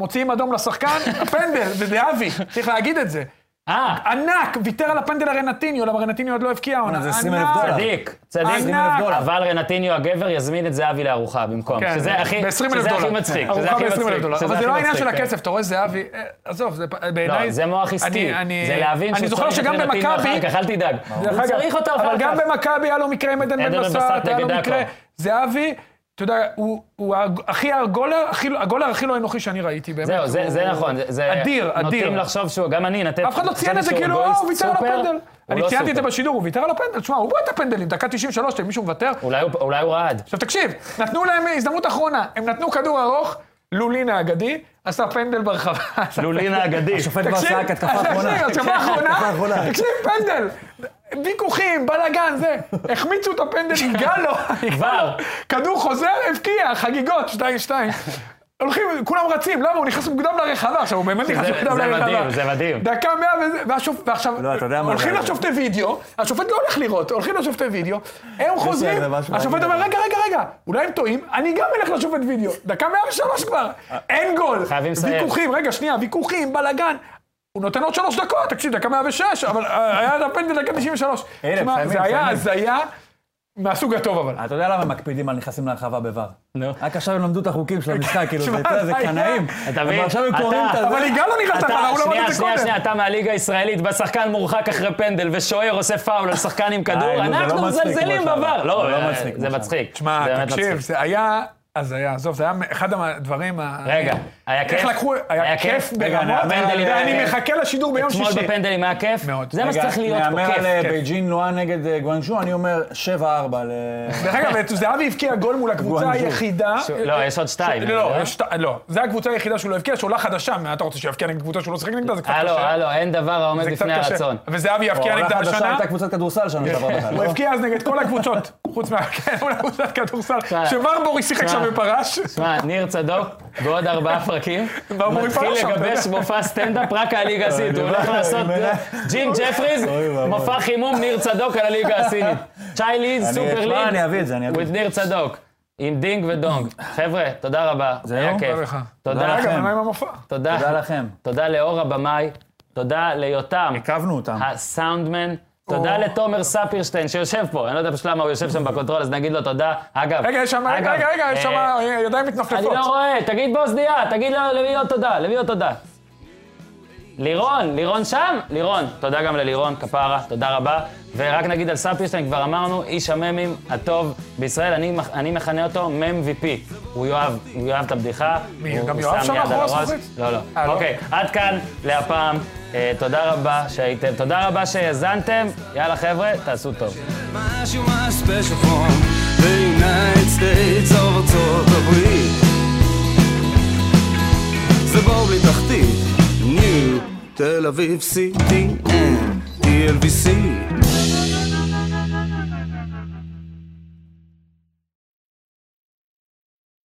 [SPEAKER 2] מוציאים אדום לשחקן, הפנדל, זה זהבי, צריך להגיד את זה.
[SPEAKER 1] אה,
[SPEAKER 2] ענק, ויתר על הפנדל הרנטיניו, למה רנטיניו עוד לא הבקיע עונה.
[SPEAKER 5] זה 20,000
[SPEAKER 2] ענק.
[SPEAKER 5] דולר.
[SPEAKER 1] צדיק, צדיק.
[SPEAKER 2] ענק.
[SPEAKER 1] אבל רנטיניו הגבר יזמין את זהבי לארוחה במקום.
[SPEAKER 2] כן,
[SPEAKER 1] שזה הכי
[SPEAKER 2] ב- 20,000
[SPEAKER 1] שזה הכי
[SPEAKER 2] דולר.
[SPEAKER 1] מצחיק. שזה
[SPEAKER 2] ארוחה
[SPEAKER 1] הכי
[SPEAKER 2] ב-20,000
[SPEAKER 1] מצחיק.
[SPEAKER 2] דולר.
[SPEAKER 1] שזה
[SPEAKER 2] אבל זה
[SPEAKER 1] הכי
[SPEAKER 2] לא העניין של
[SPEAKER 1] מצחיק, כן.
[SPEAKER 2] הכסף, אתה רואה זאבי, אה, עזוב, זה פ- בעיניי...
[SPEAKER 1] לא, זה מוח עסקי.
[SPEAKER 2] אני- אני-
[SPEAKER 1] זה להבין
[SPEAKER 2] אני
[SPEAKER 1] שהוא
[SPEAKER 2] זוכר
[SPEAKER 1] צריך את
[SPEAKER 2] שגם
[SPEAKER 1] רנטיניו אחר
[SPEAKER 2] במכבי...
[SPEAKER 1] כך, אל תדאג.
[SPEAKER 2] דרך
[SPEAKER 1] הוא
[SPEAKER 2] אגב,
[SPEAKER 1] צריך אותו אחר
[SPEAKER 2] אבל גם
[SPEAKER 1] כך.
[SPEAKER 2] במכבי היה לו מקרה עם עדן
[SPEAKER 1] עדן
[SPEAKER 2] בן
[SPEAKER 1] בן
[SPEAKER 2] בסט,
[SPEAKER 1] בסט
[SPEAKER 2] היה לו
[SPEAKER 1] נגד
[SPEAKER 2] מקרה...
[SPEAKER 1] עכו.
[SPEAKER 2] זאבי, אתה יודע, הוא- הוא הג- הכי הגולר, הכי לא- הגולר הכי לא אנוכי שאני ראיתי, באמת.
[SPEAKER 1] זהו, זה,
[SPEAKER 2] הוא-
[SPEAKER 1] זה נכון, זה- זה...
[SPEAKER 2] אדיר, אדיר.
[SPEAKER 1] נוטים לחשוב שהוא, גם אני נתתי...
[SPEAKER 2] אף אחד לא ציין את זה, כאילו, אה, הוא ויתר על הפנדל.
[SPEAKER 1] לא
[SPEAKER 2] אני ציינתי את זה בשידור, הוא ויתר על הפנדל. תשמע, הוא בועט את הפנדלים, דקה 93, אתם מישהו מוותר?
[SPEAKER 1] אולי הוא- אולי הוא רעד.
[SPEAKER 2] עכשיו תקשיב, נתנו להם הזדמנות אחרונה, הם נתנו כדור ארוך, לולין האגדי, עשה פנדל ברחבה.
[SPEAKER 1] לולין האגדי.
[SPEAKER 5] השופט כבר צעק התקפה אחרונה. כן,
[SPEAKER 2] תקשיב, התקפה
[SPEAKER 5] התקפה
[SPEAKER 2] אחרונה,
[SPEAKER 5] אחרונה.
[SPEAKER 2] תקשיב, פנדל. ויכוחים, בלאגן, זה. החמיצו את הפנדל, ייגע לו, ייגע לו. כדור חוזר, הבקיע, חגיגות, 2-2. הולכים, כולם רצים, למה? הוא נכנס מוקדם לרחבה, עכשיו הוא באמת נכנס
[SPEAKER 1] זה-
[SPEAKER 2] מוקדם
[SPEAKER 1] זה
[SPEAKER 2] לרחבה.
[SPEAKER 1] מדהים, זה מדהים.
[SPEAKER 2] דקה מאה וזה, והשופ- ועכשיו,
[SPEAKER 5] לא, אתה יודע מה
[SPEAKER 2] הולכים
[SPEAKER 5] זה-
[SPEAKER 2] לשופטי וידאו, השופט לא הולך לראות, הולכים לשופטי וידאו, הם חוזרים,
[SPEAKER 5] זה משהו
[SPEAKER 2] השופט
[SPEAKER 5] מעניין.
[SPEAKER 2] אומר, רגע, רגע, רגע, אולי הם טועים, אני גם אלך לשופט וידאו. דקה 103 כבר, אין גול.
[SPEAKER 1] חייבים לסיים.
[SPEAKER 2] ויכוחים, רגע, שנייה, ויכוחים, בלאגן. הוא נותן עוד שלוש דקות, תקשיב, דקה 106, אבל אה, היה את הפנדל דקה 93.
[SPEAKER 5] אלה,
[SPEAKER 2] תשמע,
[SPEAKER 5] מסיימים,
[SPEAKER 2] זה היה
[SPEAKER 5] מסיימים.
[SPEAKER 2] הזיה מהסוג הטוב, אבל.
[SPEAKER 5] לעשות. אתה יודע למה הם מקפידים על נכנסים לרחבה בבר?
[SPEAKER 1] נו.
[SPEAKER 5] רק עכשיו הם למדו את החוקים של המשחק, כאילו, זה-
[SPEAKER 2] שמע,
[SPEAKER 5] אתה יודע, זה
[SPEAKER 2] זה היה-
[SPEAKER 5] קנאים.
[SPEAKER 1] אתה מבין?
[SPEAKER 5] אבל עכשיו הם
[SPEAKER 1] אתה-
[SPEAKER 5] קוראים את
[SPEAKER 2] אבל
[SPEAKER 5] הזה.
[SPEAKER 2] יגאל לא נכנס
[SPEAKER 1] אתה,
[SPEAKER 2] לחברה, הוא לא אמר
[SPEAKER 1] שנייה,
[SPEAKER 2] את זה
[SPEAKER 1] שנייה,
[SPEAKER 2] קודם.
[SPEAKER 1] שנייה, אתה מהליגה הישראלית, בשחקן מורחק אחרי פנדל, ושוער עושה פאול על שחקן עם
[SPEAKER 5] די,
[SPEAKER 2] אה,
[SPEAKER 1] כדור,
[SPEAKER 5] נו, זה לא
[SPEAKER 1] אנחנו
[SPEAKER 5] מצחיק
[SPEAKER 1] מזלזלים
[SPEAKER 5] כמו שאמרת.
[SPEAKER 1] בבר.
[SPEAKER 5] זה
[SPEAKER 1] לא,
[SPEAKER 5] לא
[SPEAKER 1] אה,
[SPEAKER 5] מצחיק
[SPEAKER 1] זה
[SPEAKER 5] כמו
[SPEAKER 1] מצחיק.
[SPEAKER 2] תשמע,
[SPEAKER 1] זה באמת
[SPEAKER 2] תקשיב,
[SPEAKER 1] מצחיק.
[SPEAKER 2] זה היה... אז היה, עזוב, זה היה אחד הדברים ה...
[SPEAKER 1] רגע, היה כיף?
[SPEAKER 2] איך לקחו, היה כיף
[SPEAKER 1] רגע,
[SPEAKER 2] ברמות,
[SPEAKER 1] הפנדלים היה
[SPEAKER 2] ואני
[SPEAKER 1] כיף.
[SPEAKER 2] מחכה לשידור ביום שישי.
[SPEAKER 1] אתמול בפנדלים היה כיף?
[SPEAKER 2] מאוד.
[SPEAKER 1] זה מה
[SPEAKER 2] רגע,
[SPEAKER 1] שצריך להיות פה,
[SPEAKER 5] נאמר
[SPEAKER 1] כיף.
[SPEAKER 5] על אה,
[SPEAKER 2] כיף.
[SPEAKER 5] בייג'ין נועה נגד אה, גואנג'ו, אני אומר 7-4 ל...
[SPEAKER 2] דרך אגב, זהבי הבקיע גול מול הקבוצה
[SPEAKER 5] גואנג'ו.
[SPEAKER 2] היחידה.
[SPEAKER 1] לא, יש עוד שתיים.
[SPEAKER 2] לא, לא,
[SPEAKER 1] אה?
[SPEAKER 2] יש שת- לא, זו הקבוצה היחידה שהוא לא הבקיע, שעולה חדשה, מה אתה רוצה, שיבקיע נגד קבוצה שהוא לא שיחק נגדה? זה קצת קשה.
[SPEAKER 1] הלו, הלו, אין דבר העומד
[SPEAKER 2] זה קצת
[SPEAKER 1] אה, בפני
[SPEAKER 2] קשה.
[SPEAKER 1] הרצון.
[SPEAKER 2] וזהבי
[SPEAKER 5] או,
[SPEAKER 2] יבקיע
[SPEAKER 5] עונה
[SPEAKER 2] נגדה
[SPEAKER 5] חדשה
[SPEAKER 2] השנה.
[SPEAKER 5] הייתה קבוצת כדורסל שנה שעברה בכלל.
[SPEAKER 2] הוא הבקיע אז נגד כל הקבוצות, חוץ מה... כן, מול הקבוצת כדורסל,
[SPEAKER 1] כן.
[SPEAKER 2] שוורבורי שיחק
[SPEAKER 1] תשמע.
[SPEAKER 2] שם ופרש.
[SPEAKER 1] תשמע, ניר צדוק, בעוד ארבעה פרקים,
[SPEAKER 2] ואמור
[SPEAKER 1] מתחיל
[SPEAKER 2] לפרש שם, אתה
[SPEAKER 1] לגבש מופע סטנדאפ רק על
[SPEAKER 5] אה,
[SPEAKER 1] הליגה הסינית. הוא הולך לעשות ג'ים ג'פריז,
[SPEAKER 5] אוי ואבוי.
[SPEAKER 1] מופע חימום ניר צדוק על הליגה הסינית. צ'יילי סופר
[SPEAKER 5] תשמע,
[SPEAKER 1] ליג,
[SPEAKER 5] אני אביא את זה, אני אביא את
[SPEAKER 1] with ניר צדוק, עם דינג ודונג. חבר'ה, תודה רבה, היה
[SPEAKER 2] תודה
[SPEAKER 1] כיף.
[SPEAKER 2] לך.
[SPEAKER 1] תודה
[SPEAKER 2] רגע,
[SPEAKER 1] לכם,
[SPEAKER 2] אבל מה עם המופע?
[SPEAKER 1] תודה.
[SPEAKER 5] תודה לכם.
[SPEAKER 1] תודה לאור הבמאי, תודה ליותם,
[SPEAKER 5] עיכבנו
[SPEAKER 1] אה,
[SPEAKER 5] אותם.
[SPEAKER 1] הסאונדמן. תודה
[SPEAKER 2] או.
[SPEAKER 1] לתומר ספירשטיין שיושב פה, אני לא יודע פשוט למה הוא יושב שם בקונטרול, אז נגיד לו תודה. אגב,
[SPEAKER 2] רגע, יש שם, רגע,
[SPEAKER 1] אגב,
[SPEAKER 2] רגע, רגע, יש
[SPEAKER 1] אה,
[SPEAKER 2] שם אה, ידיים
[SPEAKER 1] אני לא
[SPEAKER 2] מתנפנפות.
[SPEAKER 1] רואה, תגיד באוזנייה, תגיד לו, למי לא תודה, למי לא תודה. לירון, לירון שם? לירון, תודה גם ללירון, כפרה, תודה רבה. ורק נגיד על ספירשטיין, כבר אמרנו, איש הממים הטוב בישראל, אני, מח- אני מכנה אותו מ"ם-VP. הוא יאהב, הוא יאהב את הבדיחה.
[SPEAKER 2] מי,
[SPEAKER 1] הוא-
[SPEAKER 2] גם
[SPEAKER 1] הוא
[SPEAKER 2] יואב
[SPEAKER 1] שם
[SPEAKER 2] שם
[SPEAKER 1] יד על
[SPEAKER 2] מאחורי
[SPEAKER 1] הראש.
[SPEAKER 2] הזכוכית?
[SPEAKER 1] לא, לא.
[SPEAKER 2] אה, לא?
[SPEAKER 1] אוקיי, עד כאן להפעם. אה, תודה רבה שהייתם, תודה רבה שהאזנתם. יאללה חבר'ה, תעשו טוב.
[SPEAKER 4] משהו מה special from the United States of ארצות הברית זה בור בלי תחתית, New תל אביב CTN, TLVC